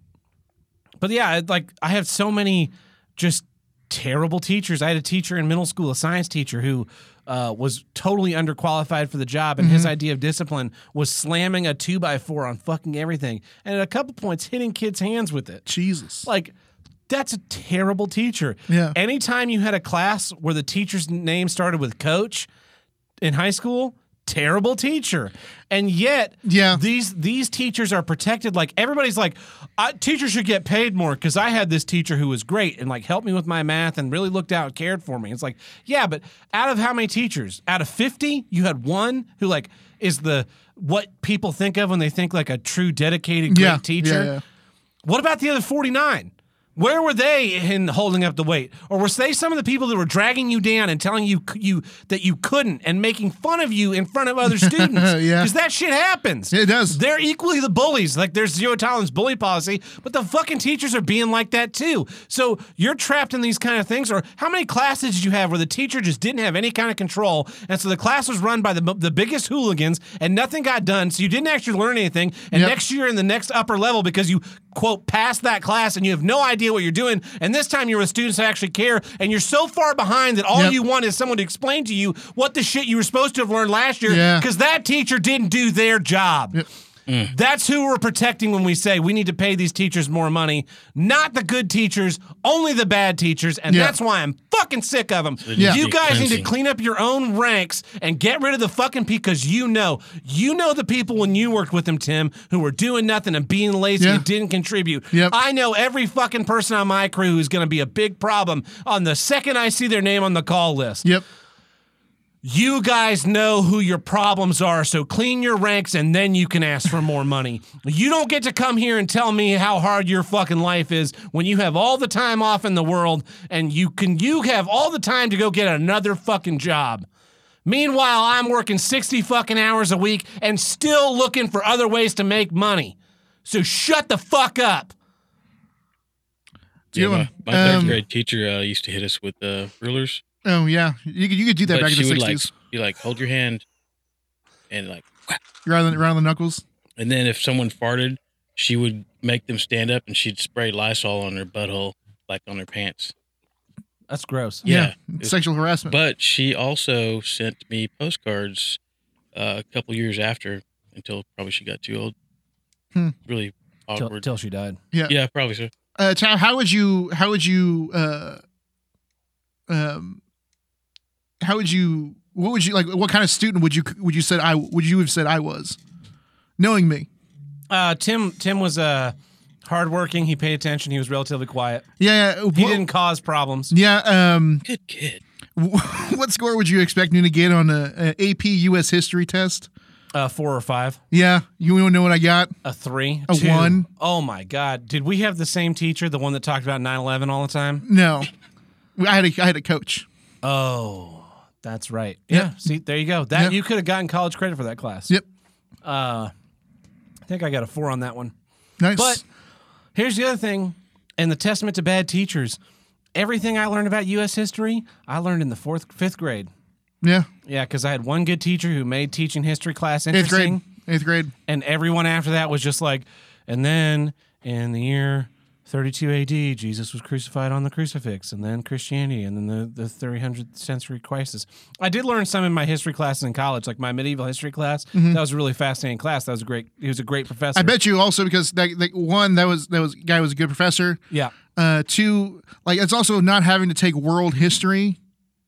Speaker 1: but yeah, I'd like I have so many just terrible teachers. I had a teacher in middle school, a science teacher, who uh, was totally underqualified for the job, and his idea of discipline was slamming a two by four on fucking everything, and at a couple points hitting kids' hands with it.
Speaker 2: Jesus.
Speaker 1: Like, that's a terrible teacher.
Speaker 2: Yeah.
Speaker 1: Anytime you had a class where the teacher's name started with coach in high school, terrible teacher. And yet,
Speaker 2: Yeah.
Speaker 1: these these teachers are protected. Like everybody's like, I, teachers should get paid more because I had this teacher who was great and like helped me with my math and really looked out and cared for me. It's like, yeah, but out of how many teachers? Out of fifty, you had one who like is the what people think of when they think like a true dedicated great
Speaker 2: yeah,
Speaker 1: teacher.
Speaker 2: Yeah, yeah.
Speaker 1: What about the other 49? Where were they in holding up the weight? Or were they some of the people that were dragging you down and telling you you that you couldn't and making fun of you in front of other students?
Speaker 2: Yeah.
Speaker 1: Because that shit happens.
Speaker 2: It does.
Speaker 1: They're equally the bullies. Like there's zero tolerance bully policy, but the fucking teachers are being like that too. So you're trapped in these kind of things. Or how many classes did you have where the teacher just didn't have any kind of control, and so the class was run by the the biggest hooligans, and nothing got done. So you didn't actually learn anything. And
Speaker 2: Yep.
Speaker 1: next next year in the next upper level because you quote passed that class and you have no idea what you're doing and this time you're with students that actually care and you're so far behind that all
Speaker 2: Yep.
Speaker 1: you want is someone to explain to you what the shit you were supposed to have learned last year
Speaker 2: Yeah.
Speaker 1: because that teacher didn't do their job that's who we're protecting when we say we need to pay these teachers more money not the good teachers only the bad teachers and
Speaker 2: Yeah.
Speaker 1: that's why i'm fucking sick of them
Speaker 2: Yeah.
Speaker 1: you
Speaker 3: be
Speaker 1: guys need to
Speaker 3: cleansing.
Speaker 1: clean up your own ranks and get rid of the fucking people because you know, you know the people when you worked with them, Tim, who were doing nothing and being lazy
Speaker 2: Yeah.
Speaker 1: and didn't contribute.
Speaker 2: Yep.
Speaker 1: I know every fucking person on my crew who's going to be a big problem on the second I see their name on the call list.
Speaker 2: Yep.
Speaker 1: You guys know who your problems are, so clean your ranks and then you can ask for more money. You don't get to come here and tell me how hard your fucking life is when you have all the time off in the world and you can you have all the time to go get another fucking job. Meanwhile, I'm working 60 fucking hours a week and still looking for other ways to make money. So shut the fuck up.
Speaker 2: You
Speaker 3: Yeah,
Speaker 2: know,
Speaker 3: my, my third
Speaker 2: um,
Speaker 3: grade teacher uh, used to hit us with uh, rulers.
Speaker 2: Oh yeah. You could you could do that
Speaker 3: but
Speaker 2: back in
Speaker 3: she
Speaker 2: the
Speaker 3: would
Speaker 2: sixties.
Speaker 3: like, you like hold your hand, and like,
Speaker 2: Rather than around the knuckles.
Speaker 3: and then if someone farted, she would make them stand up, and she'd spray Lysol on their butthole, like on their pants.
Speaker 1: That's gross.
Speaker 3: Yeah.
Speaker 2: It's Sexual harassment.
Speaker 3: But she also sent me postcards uh, a couple years after, until probably she got too old.
Speaker 2: Hmm.
Speaker 3: Really awkward.
Speaker 1: Till she died.
Speaker 3: yeah, probably so.
Speaker 2: uh, Tab, how would you how would you uh, um, how would you what would you like what kind of student would you would you said I would you have said I was knowing me
Speaker 1: Uh, Tim Tim was uh, hardworking. He paid attention. He was relatively quiet.
Speaker 2: yeah yeah
Speaker 1: He
Speaker 2: what-
Speaker 1: didn't cause problems.
Speaker 2: yeah um
Speaker 3: Good kid.
Speaker 2: what score would you expect me to get on a, a AP US history test
Speaker 1: Uh, four or five,
Speaker 2: yeah you want to know what I got
Speaker 1: a three,
Speaker 2: A
Speaker 1: two.
Speaker 2: one.
Speaker 1: Oh my God! Did we have the same teacher, the one that talked about 9-11 all the time?
Speaker 2: no I had a I had a coach
Speaker 1: Oh, that's right. Yeah. See, there you go. That
Speaker 2: Yeah.
Speaker 1: you could have gotten college credit for that class.
Speaker 2: yep
Speaker 1: I think I got a four on that one.
Speaker 2: nice
Speaker 1: But here's the other thing, and the testament to bad teachers. Everything I learned about U.S. history, I learned in the fourth, fifth grade.
Speaker 2: yeah
Speaker 1: Yeah, because I had one good teacher who made teaching history class
Speaker 2: eighth
Speaker 1: interesting,
Speaker 2: grade eighth grade
Speaker 1: and everyone after that was just like, and then in the year 32 A.D., Jesus was crucified on the crucifix, and then Christianity, and then the the 300th century crisis. I did learn some in my history classes in college, like my medieval history class. That was a really fascinating class. That was a great. He was a great professor.
Speaker 2: Mm-hmm. I bet you also because that, that one that was that was guy was a good professor
Speaker 1: Yeah.
Speaker 2: uh two like it's also not having to take world history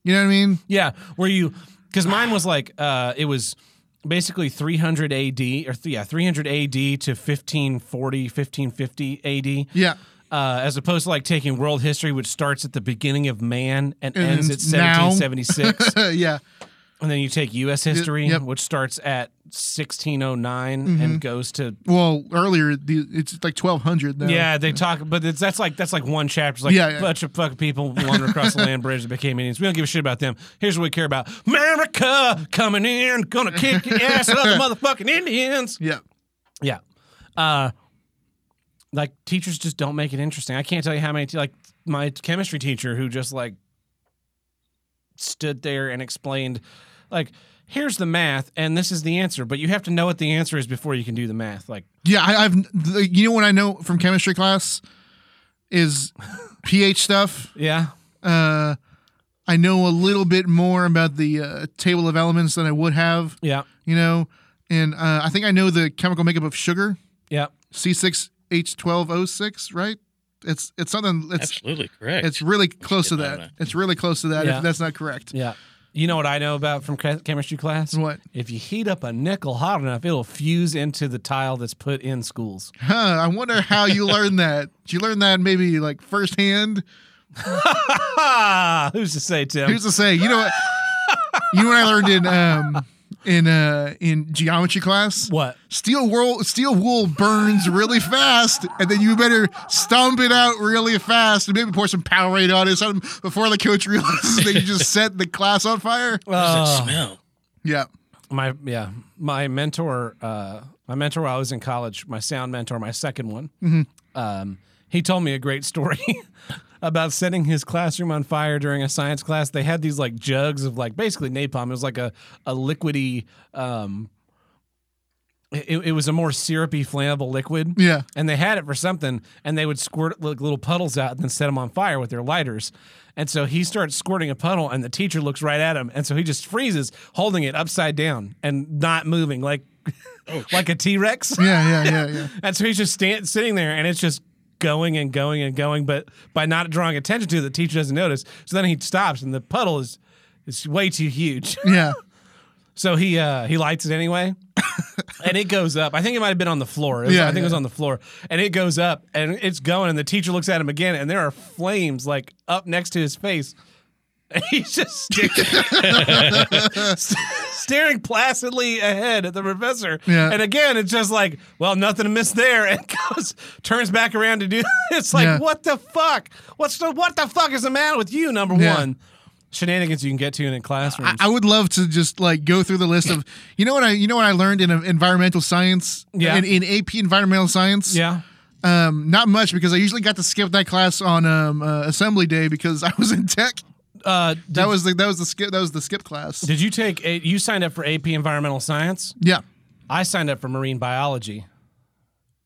Speaker 2: you know what i mean
Speaker 1: Yeah, where you because mine was like uh it was basically 300 AD or th- yeah 300 AD to 1540 1550 AD.
Speaker 2: yeah
Speaker 1: Uh, as opposed to like taking world history, which starts at the beginning of man and,
Speaker 2: And
Speaker 1: ends at
Speaker 2: now.
Speaker 1: 1776,
Speaker 2: Uh, yeah
Speaker 1: and then you take U.S. history,
Speaker 2: yep. Mm-hmm.
Speaker 1: which starts at 1609 and goes to
Speaker 2: well earlier the, it's like 1200 now
Speaker 1: yeah. They talk, but it's, that's like that's like one chapter. It's like
Speaker 2: Yeah, yeah.
Speaker 1: bunch of fucking people wandered across the land bridge that became Indians. We don't give a shit about them. Here's what we care about: America coming in, gonna kick your ass up, motherfucking Indians.
Speaker 2: yeah
Speaker 1: Yeah. Uh, like teachers just don't make it interesting. I can't tell you how many like my chemistry teacher who just like stood there and explained like here's the math and this is the answer, but you have to know what the answer is before you can do the math. Like
Speaker 2: yeah I, i've the, you know what i know from chemistry class is ph stuff
Speaker 1: yeah.
Speaker 2: uh i know a little bit more about the uh, table of elements than i would have
Speaker 1: Yeah.
Speaker 2: you know and uh, i think i know the chemical makeup of sugar
Speaker 1: Yeah.
Speaker 2: c6h12o6 right it's it's something it's
Speaker 3: Absolutely correct.
Speaker 2: It's really close to
Speaker 3: did know
Speaker 2: that.
Speaker 3: that.
Speaker 2: It's really close to that.
Speaker 1: Yeah.
Speaker 2: If that's not correct,
Speaker 1: Yeah. You know what I know about from cre- chemistry class?
Speaker 2: What?
Speaker 1: If you heat up a nickel hot enough, it'll fuse into the tile that's put in schools.
Speaker 2: huh? I wonder how you learned that. Did you learn that maybe like firsthand?
Speaker 1: Ah, who's to say, Tim?
Speaker 2: Here's the say. You know what? you know what I learned in um in uh in geometry class.
Speaker 1: what?
Speaker 2: Steel wool, steel wool burns really fast, and then you better stomp it out really fast, and maybe pour some Powerade on it or something before the coach realizes that you just set the class on fire.
Speaker 3: What does
Speaker 1: Uh,
Speaker 3: that smell?
Speaker 2: Yeah,
Speaker 1: my yeah my mentor uh my mentor while i was in college my sound mentor my second one um he told me a great story about setting his classroom on fire during a science class they had these like jugs of like basically napalm it was like a a liquidy um it, it was a more syrupy flammable liquid
Speaker 2: yeah.
Speaker 1: and they had it for something, and they would squirt like little puddles out and then set them on fire with their lighters. And so he starts squirting a puddle, and the teacher looks right at him, and so he just freezes, holding it upside down and not moving, like like a T Rex.
Speaker 2: Yeah, yeah, yeah, yeah.
Speaker 1: And so he's just stand, sitting there, and it's just going and going and going. But by not drawing attention to it, the teacher doesn't notice. So then he stops, and the puddle is is way too huge.
Speaker 2: Yeah.
Speaker 1: So he uh, he lights it anyway, and it goes up. I think it might have been on the floor. It was-
Speaker 2: Yeah,
Speaker 1: I think it was
Speaker 2: yeah.
Speaker 1: on the floor, and it goes up, and it's going. And the teacher looks at him again, and there are flames like up next to his face. And he's just staring, staring placidly ahead at the professor.
Speaker 2: Yeah.
Speaker 1: And again, it's just like, well, nothing to miss there, and goes turns back around to do. It's like,
Speaker 2: Yeah.
Speaker 1: what the fuck? What's the what the fuck is the matter with you? Number
Speaker 2: Yeah.
Speaker 1: one, shenanigans you can get to in classrooms.
Speaker 2: I, I would love to just like go through the list of you know what I you know what I learned in uh, environmental science
Speaker 1: Yeah.
Speaker 2: in, in AP environmental science
Speaker 1: yeah.
Speaker 2: um not much because I usually got to skip that class on um uh, assembly day because I was in tech
Speaker 1: Uh,
Speaker 2: that was the that was the skip that was the skip class
Speaker 1: Did you take a, you signed up for AP Environmental Science?
Speaker 2: yeah
Speaker 1: I signed up for Marine Biology.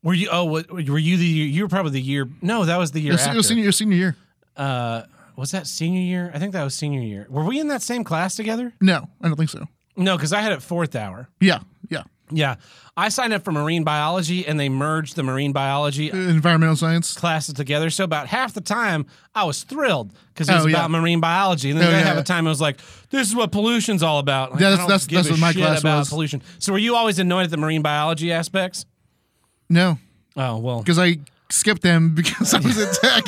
Speaker 1: Were you? Oh, what, were you the year? You were probably the year. No, that was the year
Speaker 2: your, se-
Speaker 1: after.
Speaker 2: your senior your senior year
Speaker 1: Uh, was that senior year? I think that was senior year. Were we in that same class together?
Speaker 2: no I don't think so
Speaker 1: No, because I had it fourth hour.
Speaker 2: yeah yeah
Speaker 1: Yeah. I signed up for marine biology and they merged the marine biology
Speaker 2: Environmental science.
Speaker 1: classes together. So about half the time I was thrilled because it
Speaker 2: Oh,
Speaker 1: was
Speaker 2: yeah.
Speaker 1: about marine biology. And then
Speaker 2: Oh,
Speaker 1: the other
Speaker 2: yeah.
Speaker 1: half the time it was like, this is what pollution's all about. Like,
Speaker 2: Yeah,
Speaker 1: I
Speaker 2: that's-
Speaker 1: don't
Speaker 2: that's-
Speaker 1: give
Speaker 2: that's
Speaker 1: a
Speaker 2: what my
Speaker 1: shit
Speaker 2: class
Speaker 1: about
Speaker 2: was.
Speaker 1: pollution. So were you always annoyed at the marine biology aspects?
Speaker 2: No,
Speaker 1: Oh well.
Speaker 2: because I skipped them because I was at tech.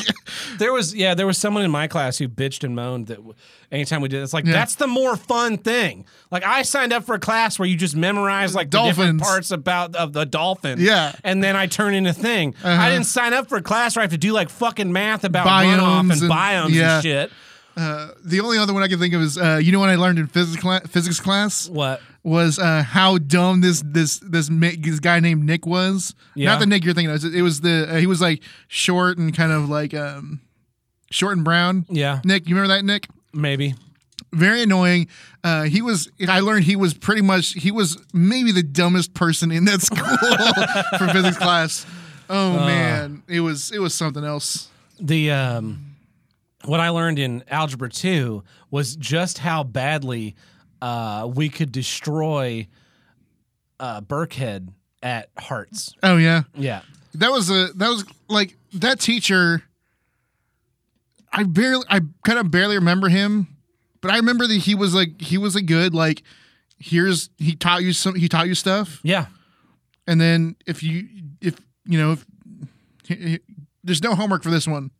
Speaker 1: There was yeah, there was someone in my class who bitched and moaned that w- anytime we did, it's like
Speaker 2: Yeah.
Speaker 1: that's the more fun thing. Like I signed up for a class where you just memorize like the different
Speaker 2: Dolphins.
Speaker 1: parts about of the dolphin.
Speaker 2: Yeah. Uh-huh.
Speaker 1: and then I turn into thing. I didn't sign up for a class where I have to do like fucking math about
Speaker 2: Biomes
Speaker 1: runoff and,
Speaker 2: and-
Speaker 1: biomes
Speaker 2: yeah.
Speaker 1: and shit.
Speaker 2: the only other one I can think of is uh, you know what I learned in physics cla- physics class
Speaker 1: What?
Speaker 2: was uh, how dumb this this this, ma- this guy named Nick was.
Speaker 1: Yeah.
Speaker 2: Not the Nick you're thinking of. It was the uh, he was like short and kind of like um short and brown.
Speaker 1: Yeah,
Speaker 2: Nick, you remember that Nick?
Speaker 1: maybe.
Speaker 2: very annoying. Uh, he was. I learned he was pretty much. He was maybe the dumbest person in that school for physics class. Oh man, it was it was something else.
Speaker 1: the um, what I learned in algebra two was just how badly uh, we could destroy uh, Burkhead at Hearts.
Speaker 2: Oh yeah,
Speaker 1: Yeah,
Speaker 2: that was a that was like that teacher. I barely, I kind of barely remember him, but I remember that he was like he was a good like. Here's he taught you some he taught you stuff,
Speaker 1: yeah,
Speaker 2: and then if you if you know if he- he- there's no homework for this one.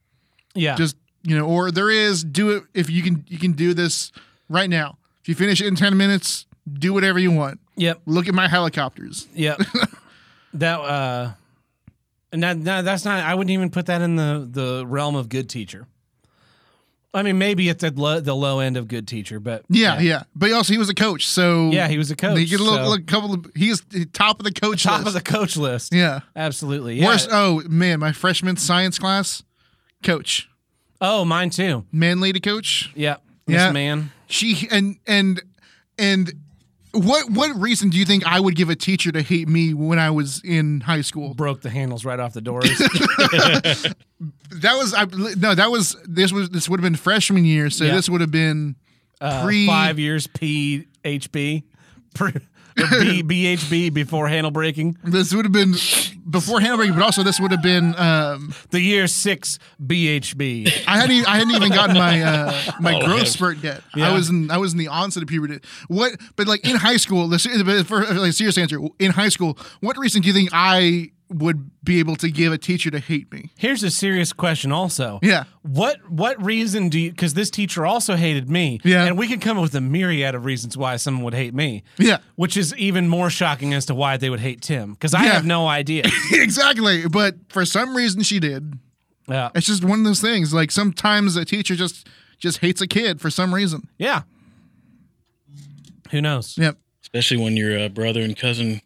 Speaker 1: yeah.
Speaker 2: just you know or there is do it if you can you can do this right now if you finish it in 10 minutes do whatever you want
Speaker 1: yep,
Speaker 2: look at my helicopters
Speaker 1: yep. that uh, no, no, that's not. I wouldn't even put that in the the realm of good teacher. I mean, maybe it's at lo- the low end of good teacher, but
Speaker 2: yeah yeah, but also he was a coach so
Speaker 1: yeah, he was a coach.
Speaker 2: he get a little,
Speaker 1: so-
Speaker 2: little couple of he is top of the coach
Speaker 1: top
Speaker 2: list.
Speaker 1: of the coach list.
Speaker 2: yeah.
Speaker 1: Absolutely. Yeah.
Speaker 2: worst oh man my freshman science class coach
Speaker 1: Oh, mine too.
Speaker 2: man lady coach
Speaker 1: Yeah.
Speaker 2: Yeah.
Speaker 1: Miss Man.
Speaker 2: she and and and what what reason do you think I would give a teacher to hate me when I was in high school?
Speaker 1: broke the handles right off the doors.
Speaker 2: That was I no. That was this was this would have been freshman year, so
Speaker 1: Yeah.
Speaker 2: this would have been
Speaker 1: Uh,
Speaker 2: pre
Speaker 1: five years PHB, pre, B, BHB before handle breaking.
Speaker 2: This would have been before handbrake, but also this would have been. Um,
Speaker 1: The year six BHB.
Speaker 2: I hadn't e- I hadn't even gotten my uh, my
Speaker 3: Oh,
Speaker 2: growth
Speaker 3: man.
Speaker 2: spurt yet.
Speaker 1: Yeah.
Speaker 2: I was in I was in the onset of puberty. What? But like in high school, the ser- but for like serious answer in high school, what reason do you think I would be able to give a teacher to hate me?
Speaker 1: Here's a serious question. Also,
Speaker 2: Yeah.
Speaker 1: What what reason do you? Because this teacher also hated me.
Speaker 2: Yeah.
Speaker 1: And we can come up with a myriad of reasons why someone would hate me.
Speaker 2: Yeah.
Speaker 1: Which is even more shocking as to why they would hate Tim, because I
Speaker 2: Yeah.
Speaker 1: have no idea.
Speaker 2: exactly. But for some reason, she did.
Speaker 1: Yeah.
Speaker 2: It's just one of those things. Like sometimes a teacher just just hates a kid for some reason.
Speaker 1: yeah. Who knows?
Speaker 2: Yep.
Speaker 3: especially when your uh, brother and cousin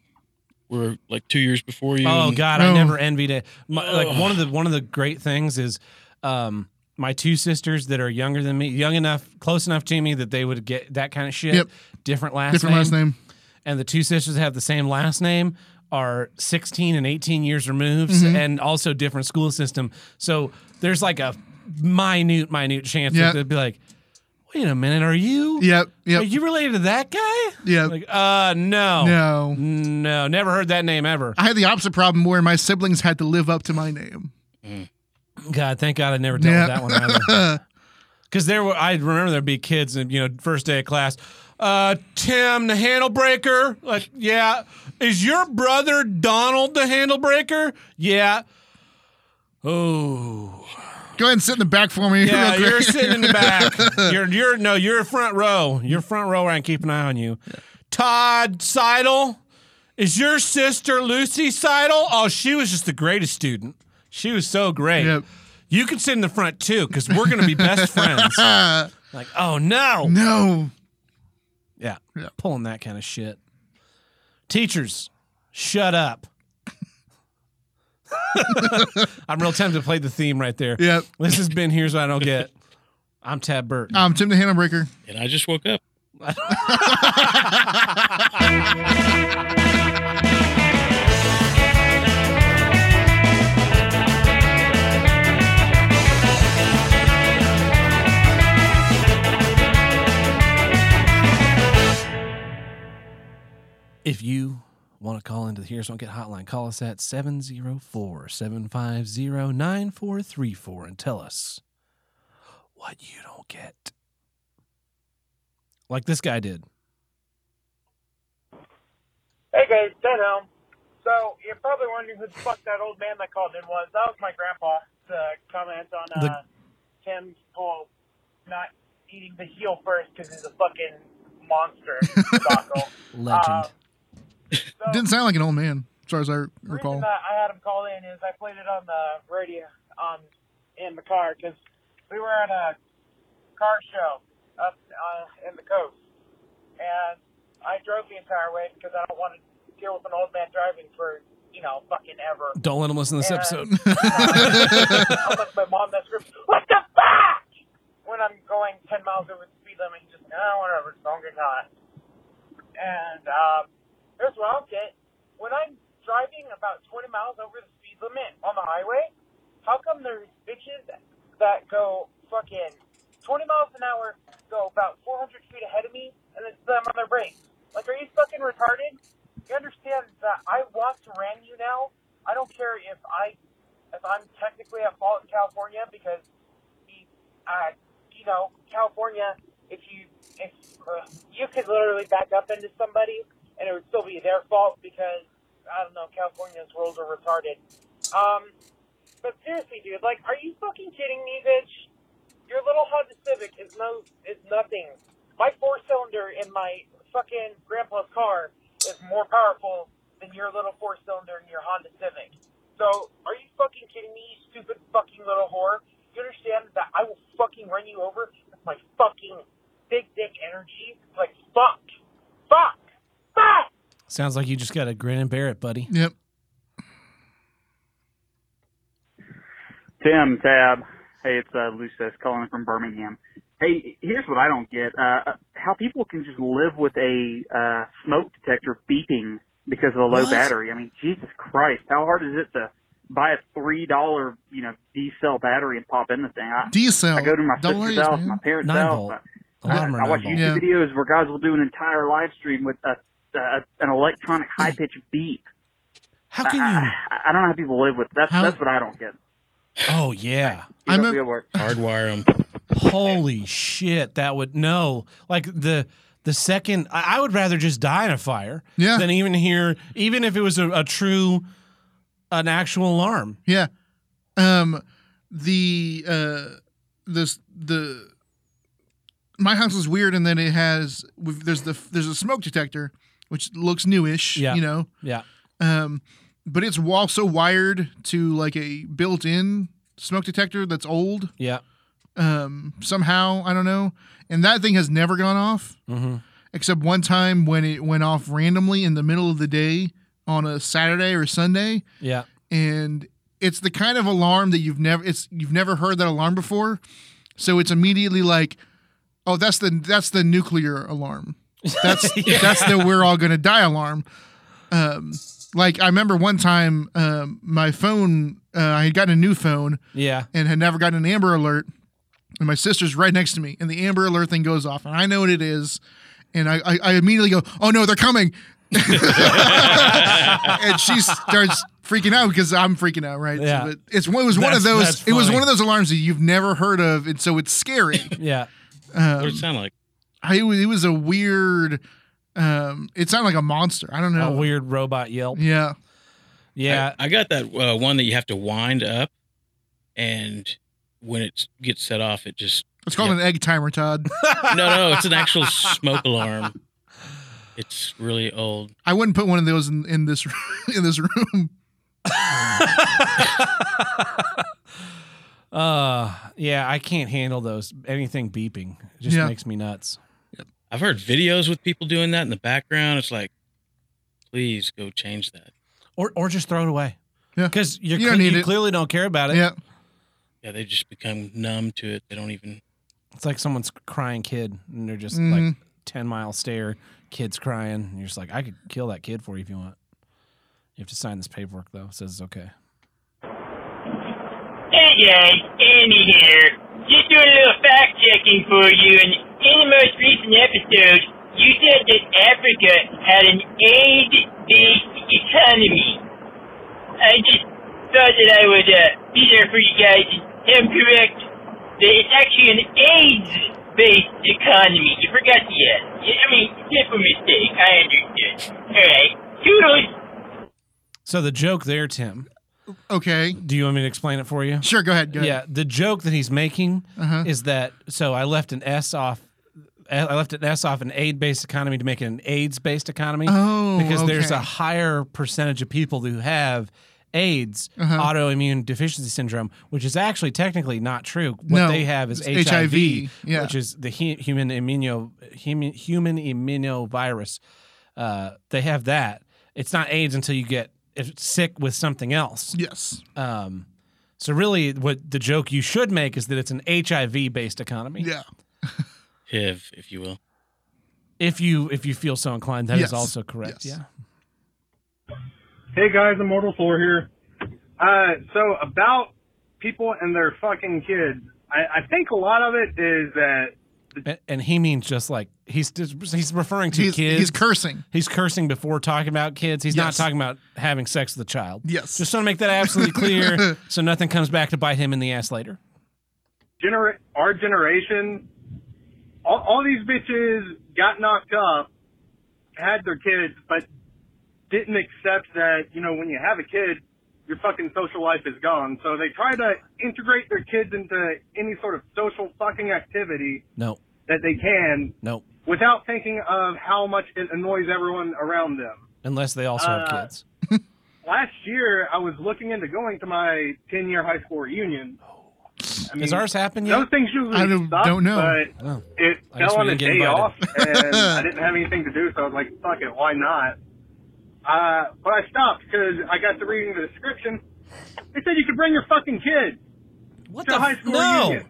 Speaker 3: were like two years before you.
Speaker 1: Oh
Speaker 3: and-
Speaker 1: God, I
Speaker 2: No.
Speaker 1: never envied it. My, like
Speaker 3: Ugh.
Speaker 1: one of the one of the great things is, um, my two sisters that are younger than me, young enough, close enough to me that they would get that kind of shit.
Speaker 2: Yep.
Speaker 1: Different last
Speaker 2: Different
Speaker 1: name,
Speaker 2: last name.
Speaker 1: and the two sisters that have the same last name are 16 and 18 years removed,
Speaker 2: Mm-hmm.
Speaker 1: and also different school system. So there's like a minute, minute chance
Speaker 2: Yeah.
Speaker 1: that they'd be like, "Wait a minute, are you?
Speaker 2: Yep.
Speaker 1: Are
Speaker 2: Yep.
Speaker 1: you related to that guy?
Speaker 2: Yep.
Speaker 1: Like, uh, no,
Speaker 2: no.
Speaker 1: no, never heard that name ever.
Speaker 2: I had the opposite problem where my siblings had to live up to my name.
Speaker 1: God, thank God I never dealt
Speaker 2: Yeah.
Speaker 1: with that one
Speaker 2: Uh,
Speaker 1: either. Because there were, I remember there'd be kids, and you know, first day of class, uh, Tim the handle breaker. Like, yeah, is your brother Donald the handle breaker? Yeah. Oh,
Speaker 2: Go ahead and sit in the back for me.
Speaker 1: yeah.
Speaker 2: real quick.
Speaker 1: You're sitting in the back. You're, you're no, you're front row. You're front row, and keep an eye on you. Todd Seidel, is your sister Lucy Seidel? Oh, she was just the greatest student. She was so great.
Speaker 2: Yep.
Speaker 1: You can sit in the front too, because we're gonna be best friends.
Speaker 2: Uh,
Speaker 1: like, oh no.
Speaker 2: No.
Speaker 1: Yeah.
Speaker 2: Yeah.
Speaker 1: Pulling that kind of shit. Teachers, shut up. I'm real tempted to play the theme right there.
Speaker 2: Yep.
Speaker 1: This has been here's what I don't get. I'm Tab Burton.
Speaker 2: Um, Tim the Handlebreaker.
Speaker 3: And I just woke up.
Speaker 1: If you Want to call into the Here's Don't Get hotline? Call us at 704 750 9434 and tell us what you don't get. Like this guy did.
Speaker 6: Hey guys, Ted Helm. So you're probably wondering who the fuck that old man that called in was. That was my grandpa to comment on uh,
Speaker 1: The-
Speaker 6: Tim's whole not eating the heel first because he's a fucking monster. Jocko.
Speaker 1: Legend.
Speaker 6: Uh, so
Speaker 2: Didn't sound like an old man, as far as I
Speaker 6: the reason
Speaker 2: recall.
Speaker 6: that I had him call in is I played it on the radio um, in the car because we were at a car show up uh, in the coast, and I drove the entire way because I don't want to deal with an old man driving for you know fucking ever.
Speaker 1: don't let him listen to this
Speaker 6: and-
Speaker 1: episode.
Speaker 6: I'm like my mom that screams, "What the fuck?" When I'm going 10 miles over the speed limit, just no, whatever, don't get caught. And um, here's what I'll get: when I'm driving about 20 miles over the speed limit on the highway, how come there's bitches that go fucking 20 miles an hour, go about 400 feet ahead of me, and then slam on their brakes? Like, are you fucking retarded? You understand that I want to ram you now. I don't care if I if I'm technically at fault in California because, he, uh, you know, California, if you if uh, you could literally back up into somebody and it would still be their fault because I don't know, California's rules are retarded. Um, but seriously, dude, like, are you fucking kidding me, bitch? Your little Honda Civic is no is nothing. My four cylinder in my fucking grandpa's car is more powerful than your little four cylinder in your Honda Civic. So are you fucking kidding me, you stupid fucking little whore? You understand that I will fucking run you over with my fucking big dick energy? Like fuck, fuck, fuck.
Speaker 1: Sounds like you just got to grin and bear it, buddy.
Speaker 2: Yep.
Speaker 7: Tim Tab. Hey, it's uh, Lucis calling from Birmingham. Hey, here's what I don't get: uh, how people can just live with a uh, smoke detector beeping because of a low
Speaker 1: What?
Speaker 7: battery. I mean, Jesus Christ, how hard is it to buy a three dollar, you know, D cell battery and pop in the thing? I,
Speaker 2: D cell.
Speaker 7: I go to my
Speaker 2: Double
Speaker 7: sister's
Speaker 2: A's,
Speaker 7: house,
Speaker 2: man.
Speaker 7: my parents'
Speaker 1: Nine
Speaker 7: house.
Speaker 1: volt.
Speaker 7: I-
Speaker 1: A lot of them
Speaker 7: I,
Speaker 1: are
Speaker 7: I watch
Speaker 1: nine
Speaker 7: YouTube
Speaker 1: volt.
Speaker 2: Yeah.
Speaker 7: videos where guys will do an entire live stream with a, uh, an electronic high pitched beep.
Speaker 1: How
Speaker 7: I,
Speaker 1: can you?
Speaker 7: I, I don't know how people live with that.
Speaker 2: How-
Speaker 7: That's what I don't get.
Speaker 1: Oh yeah.
Speaker 7: You
Speaker 2: I'm
Speaker 7: know,
Speaker 2: a-
Speaker 7: real work.
Speaker 3: Hardwire them.
Speaker 1: Holy shit, that would no. Like the the second I, I would rather just die in a fire
Speaker 2: Yeah.
Speaker 1: than even hear even if it was a, a true an actual alarm.
Speaker 2: Yeah. Um the uh this the my house is weird in that it has we've, there's the there's a smoke detector which looks newish,
Speaker 1: Yeah.
Speaker 2: you know.
Speaker 1: Yeah.
Speaker 2: Um but it's also wired to like a built-in smoke detector that's old
Speaker 1: Yeah.
Speaker 2: um somehow, I don't know. And that thing has never gone off
Speaker 1: Mm-hmm.
Speaker 2: except one time when it went off randomly in the middle of the day on a Saturday or Sunday
Speaker 1: Yeah.
Speaker 2: and it's the kind of alarm that you've never it's you've never heard that alarm before so it's immediately like oh that's the that's the nuclear alarm that's that's the we're all gonna die alarm um like i remember one time um my phone uh, i had gotten a new phone
Speaker 1: Yeah.
Speaker 2: and had never gotten an Amber Alert. And my sister's right next to me, and the Amber Alert thing goes off, and I know what it is, and I I, I immediately go, "Oh no, they're coming!" and she starts freaking out because I'm freaking out, right?
Speaker 1: Yeah.
Speaker 2: But it's one. It was one of
Speaker 1: That's-
Speaker 2: those.
Speaker 1: that's
Speaker 2: It was
Speaker 1: funny.
Speaker 2: one of those alarms that you've never heard of, and so it's scary.
Speaker 1: Yeah.
Speaker 3: What
Speaker 2: um,
Speaker 3: does it sound like?
Speaker 2: I, it was- it was a weird. Um, it sounded like a monster. I don't
Speaker 1: A
Speaker 2: know.
Speaker 1: weird robot yelp.
Speaker 2: yeah.
Speaker 1: Yeah.
Speaker 3: I, I got that uh, one that you have to wind up, and when it gets set off, it just
Speaker 2: It's called
Speaker 3: Yeah.
Speaker 2: an egg timer, Todd.
Speaker 3: no, no, it's an actual smoke alarm. It's really old.
Speaker 2: I wouldn't put one of those in, in this in this room.
Speaker 1: uh yeah, I can't handle those. Anything beeping It just
Speaker 2: Yeah.
Speaker 1: makes me nuts.
Speaker 3: I've heard videos with people doing that in the background. It's like, please go change that.
Speaker 1: Or or just throw it away.
Speaker 2: Yeah.
Speaker 1: Because you're
Speaker 2: You
Speaker 1: you,
Speaker 2: don't need
Speaker 1: you
Speaker 2: it.
Speaker 1: clearly don't care about it.
Speaker 2: Yeah.
Speaker 3: Yeah, they just become numb to it. They don't even.
Speaker 1: It's like someone's crying kid, and they're just like
Speaker 2: Mhm.
Speaker 1: ten mile stare. Kids crying. And you're just like, I could kill that kid for you if you want. You have to sign this paperwork though. It says it's okay.
Speaker 8: Hey guys, Andy here. Just doing a little fact checking for you. And in the most recent episode, you said that Africa had an AIDS-based economy. I just thought that I would uh, be there for you guys and am correct that it's actually an AIDS-based economy. You forgot the S. Yeah, I mean, simple mistake. I understood. All right. Toodles.
Speaker 1: So the joke there, Tim.
Speaker 2: Okay.
Speaker 1: Do you want me to explain it for you?
Speaker 2: Sure. Go ahead. Go
Speaker 1: Yeah,
Speaker 2: ahead.
Speaker 1: the joke that he's making
Speaker 2: Uh-huh.
Speaker 1: is that so I left an S off. I left an S off an aid based economy to make it an AIDS based economy
Speaker 2: Oh,
Speaker 1: because there's a
Speaker 2: okay.
Speaker 1: higher percentage of people who have AIDS,
Speaker 2: Uh-huh.
Speaker 1: autoimmune deficiency syndrome, which is actually technically not true. What
Speaker 2: No,
Speaker 1: they have is
Speaker 2: it's
Speaker 1: HIV,
Speaker 2: HIV, yeah.
Speaker 1: which is the hu- human immuno human, human immunovirus. Uh, they have that. It's not AIDS until you get eh, sick with something else.
Speaker 2: Yes.
Speaker 1: Um, so really, what the joke you should make is that it's an HIV based economy.
Speaker 2: Yeah.
Speaker 3: HIV, if you will.
Speaker 1: If you if you feel so inclined, that is
Speaker 2: Yes.
Speaker 1: also correct.
Speaker 2: Yes.
Speaker 1: Yeah.
Speaker 9: Hey guys, Immortal Thor here. Uh, so about people and their fucking kids, I, I think a lot of it is that
Speaker 1: And, and he means just like he's just, he's referring to
Speaker 2: He's,
Speaker 1: kids.
Speaker 2: he's cursing.
Speaker 1: He's cursing before talking about kids. He's
Speaker 2: Yes.
Speaker 1: not talking about having sex with a child.
Speaker 2: Yes.
Speaker 1: Just want to make that absolutely clear, so nothing comes back to bite him in the ass later.
Speaker 9: gener- our generation, all, all these bitches got knocked up, had their kids, but didn't accept that, you know, when you have a kid, your fucking social life is gone. So they try to integrate their kids into any sort of social fucking activity
Speaker 1: No,
Speaker 9: that they can
Speaker 1: no,
Speaker 9: without thinking of how much it annoys everyone around them.
Speaker 1: unless they also have
Speaker 9: Uh,
Speaker 1: kids.
Speaker 9: Last year, I was looking into going to my 10 year high school reunion. I
Speaker 1: Has ours happened yet?
Speaker 9: Those things usually
Speaker 2: I don't-
Speaker 9: suck,
Speaker 2: don't know.
Speaker 9: But
Speaker 1: Oh.
Speaker 9: it
Speaker 1: I guess
Speaker 9: fell
Speaker 1: we
Speaker 9: on a
Speaker 1: didn't get
Speaker 9: day
Speaker 1: invited.
Speaker 9: off, and I didn't have anything to do, so I was like, "Fuck it, why not?" Uh, but I stopped because I got to reading the description. They said you could bring your fucking kid
Speaker 1: What
Speaker 9: to
Speaker 1: the
Speaker 9: high
Speaker 1: f-
Speaker 9: school
Speaker 1: no?
Speaker 9: reunion.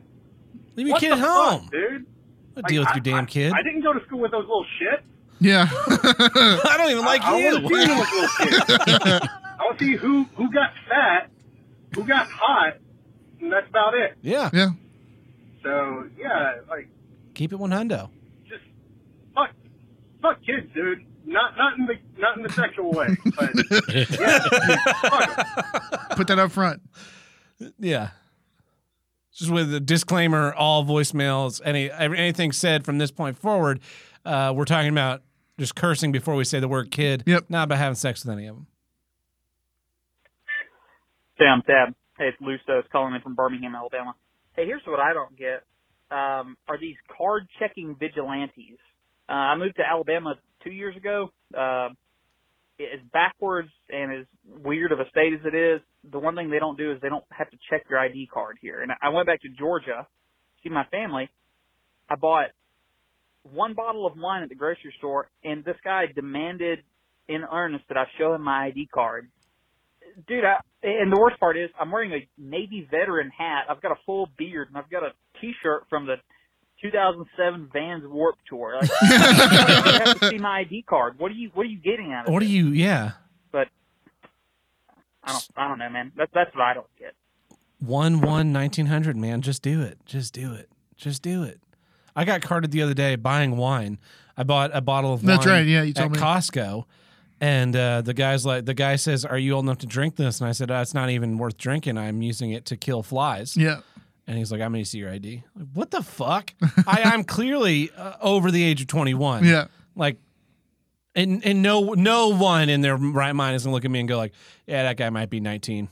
Speaker 1: Leave your
Speaker 9: What
Speaker 1: kid
Speaker 9: the
Speaker 1: at home.
Speaker 9: fuck, dude?
Speaker 1: Don't deal with
Speaker 9: Like,
Speaker 1: your
Speaker 9: I-
Speaker 1: damn
Speaker 9: I-
Speaker 1: kid.
Speaker 9: I, didn't go to school with those little shit.
Speaker 2: Yeah.
Speaker 1: I don't even like
Speaker 9: I, I
Speaker 1: you.
Speaker 9: want to see those little shit. I want to see who who got fat, who got hot, and that's about it.
Speaker 1: yeah.
Speaker 2: yeah.
Speaker 9: So yeah, like.
Speaker 1: Keep it one hundo.
Speaker 9: just fuck, fuck kids, dude. Not not in the not in the sexual way, but yeah, fuck 'em.
Speaker 2: Put that up front.
Speaker 1: Yeah. Just with a disclaimer: all voicemails, any every- anything said from this point forward, uh, we're talking about just cursing before we say the word kid.
Speaker 2: Yep.
Speaker 1: Not about having sex with any of them.
Speaker 7: Sam Tab. Hey, it's Lusos calling in from Birmingham, Alabama. Hey, here's what I don't get. Um, are these card checking vigilantes? Uh, I moved to Alabama two years ago. Uh, as backwards and as weird of a state as it is, the one thing they don't do is they don't have to check your ID card here. And I went back to Georgia to see my family. I bought one bottle of wine at the grocery store, and this guy demanded in earnest that I show him my ID card dude, I, and the worst part is I'm wearing a Navy veteran hat. I've got a full beard and I've got a T-shirt from the 2007 Vans Warp Tour. Like, you have to see my ID card. What are you What are you getting out of
Speaker 1: What do
Speaker 7: this?
Speaker 1: you? Yeah.
Speaker 7: I don't I don't know, man. That's that's what I don't get.
Speaker 1: One one nineteen hundred. Man, just do it. Just do it. Just do it. I got carded the other day buying wine. I bought a bottle of
Speaker 2: That's
Speaker 1: wine.
Speaker 2: right, yeah, you told
Speaker 1: at
Speaker 2: me.
Speaker 1: Costco. And uh, the guy's like, the guy says, "Are you old enough to drink this?" And I said, uh, "It's not even worth drinking. I'm using it to kill flies."
Speaker 2: Yeah.
Speaker 1: And he's like, I'm going to see your ID. Like, what the fuck? I, I'm clearly uh, over the age of 21.
Speaker 2: Yeah.
Speaker 1: Like, and, and no no one in their right mind is going to look at me and go like, yeah, that guy might be 19.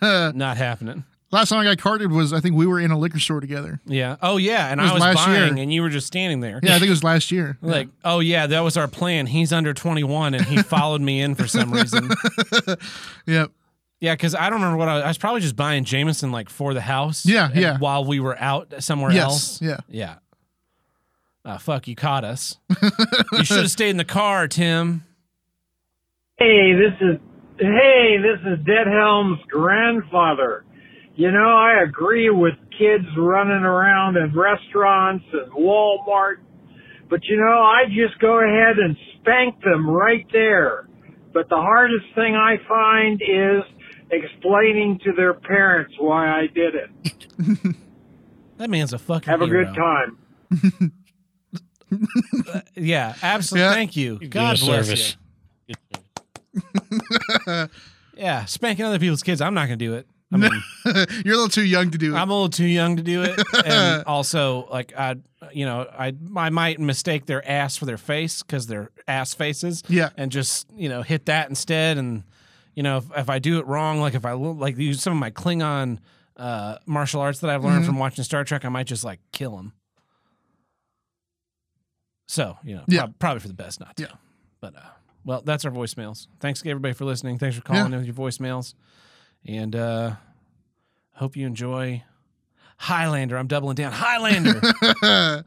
Speaker 1: Not happening.
Speaker 2: Last time I got carded was I think we were in a liquor store together.
Speaker 1: Yeah. Oh, yeah. And
Speaker 2: It was
Speaker 1: I was
Speaker 2: last
Speaker 1: buying
Speaker 2: year.
Speaker 1: and you were just standing there.
Speaker 2: Yeah, I think it was last year.
Speaker 1: Like, oh, yeah, that was our plan. He's under 21 and he followed me in for some reason.
Speaker 2: Yep.
Speaker 1: Yeah, because I don't remember what I was, I was probably just buying Jameson like for the house.
Speaker 2: Yeah,
Speaker 1: and
Speaker 2: yeah.
Speaker 1: While we were out somewhere
Speaker 2: Yes,
Speaker 1: else.
Speaker 2: yeah.
Speaker 1: yeah. Ah, fuck, you caught us. you should have stayed in the car, Tim.
Speaker 10: Hey, this is hey, this is Deadhelm's grandfather. You know, I agree with kids running around in restaurants and Walmart, but you know, I just go ahead and spank them right there. But the hardest thing I find is explaining to their parents why I did it.
Speaker 1: That man's a fucking.
Speaker 10: Have a
Speaker 1: hero.
Speaker 10: good time.
Speaker 1: Yeah, absolutely.
Speaker 2: Yeah.
Speaker 1: Thank you.
Speaker 3: You're
Speaker 1: God
Speaker 3: doing a
Speaker 1: bless
Speaker 3: service.
Speaker 1: you. yeah, spanking other people's kids. I'm not going to do it. I mean,
Speaker 2: You're a little too young to do it.
Speaker 1: I'm a little too young to do it, and also like I, you know, I I might mistake their ass for their face because they're ass faces.
Speaker 2: Yeah.
Speaker 1: and just you know hit that instead, and you know if, if I do it wrong, like if I look like use some of my Klingon uh, martial arts that I've learned
Speaker 2: Mm-hmm.
Speaker 1: from watching Star Trek, I might just like kill him. So you know,
Speaker 2: Yeah.
Speaker 1: prob- probably for the best not to.
Speaker 2: Yeah.
Speaker 1: But uh, well, that's our voicemails. Thanks everybody for listening. Thanks for calling
Speaker 2: Yeah.
Speaker 1: in with your voicemails, and. uh Hope you enjoy Highlander. I'm doubling down. Highlander.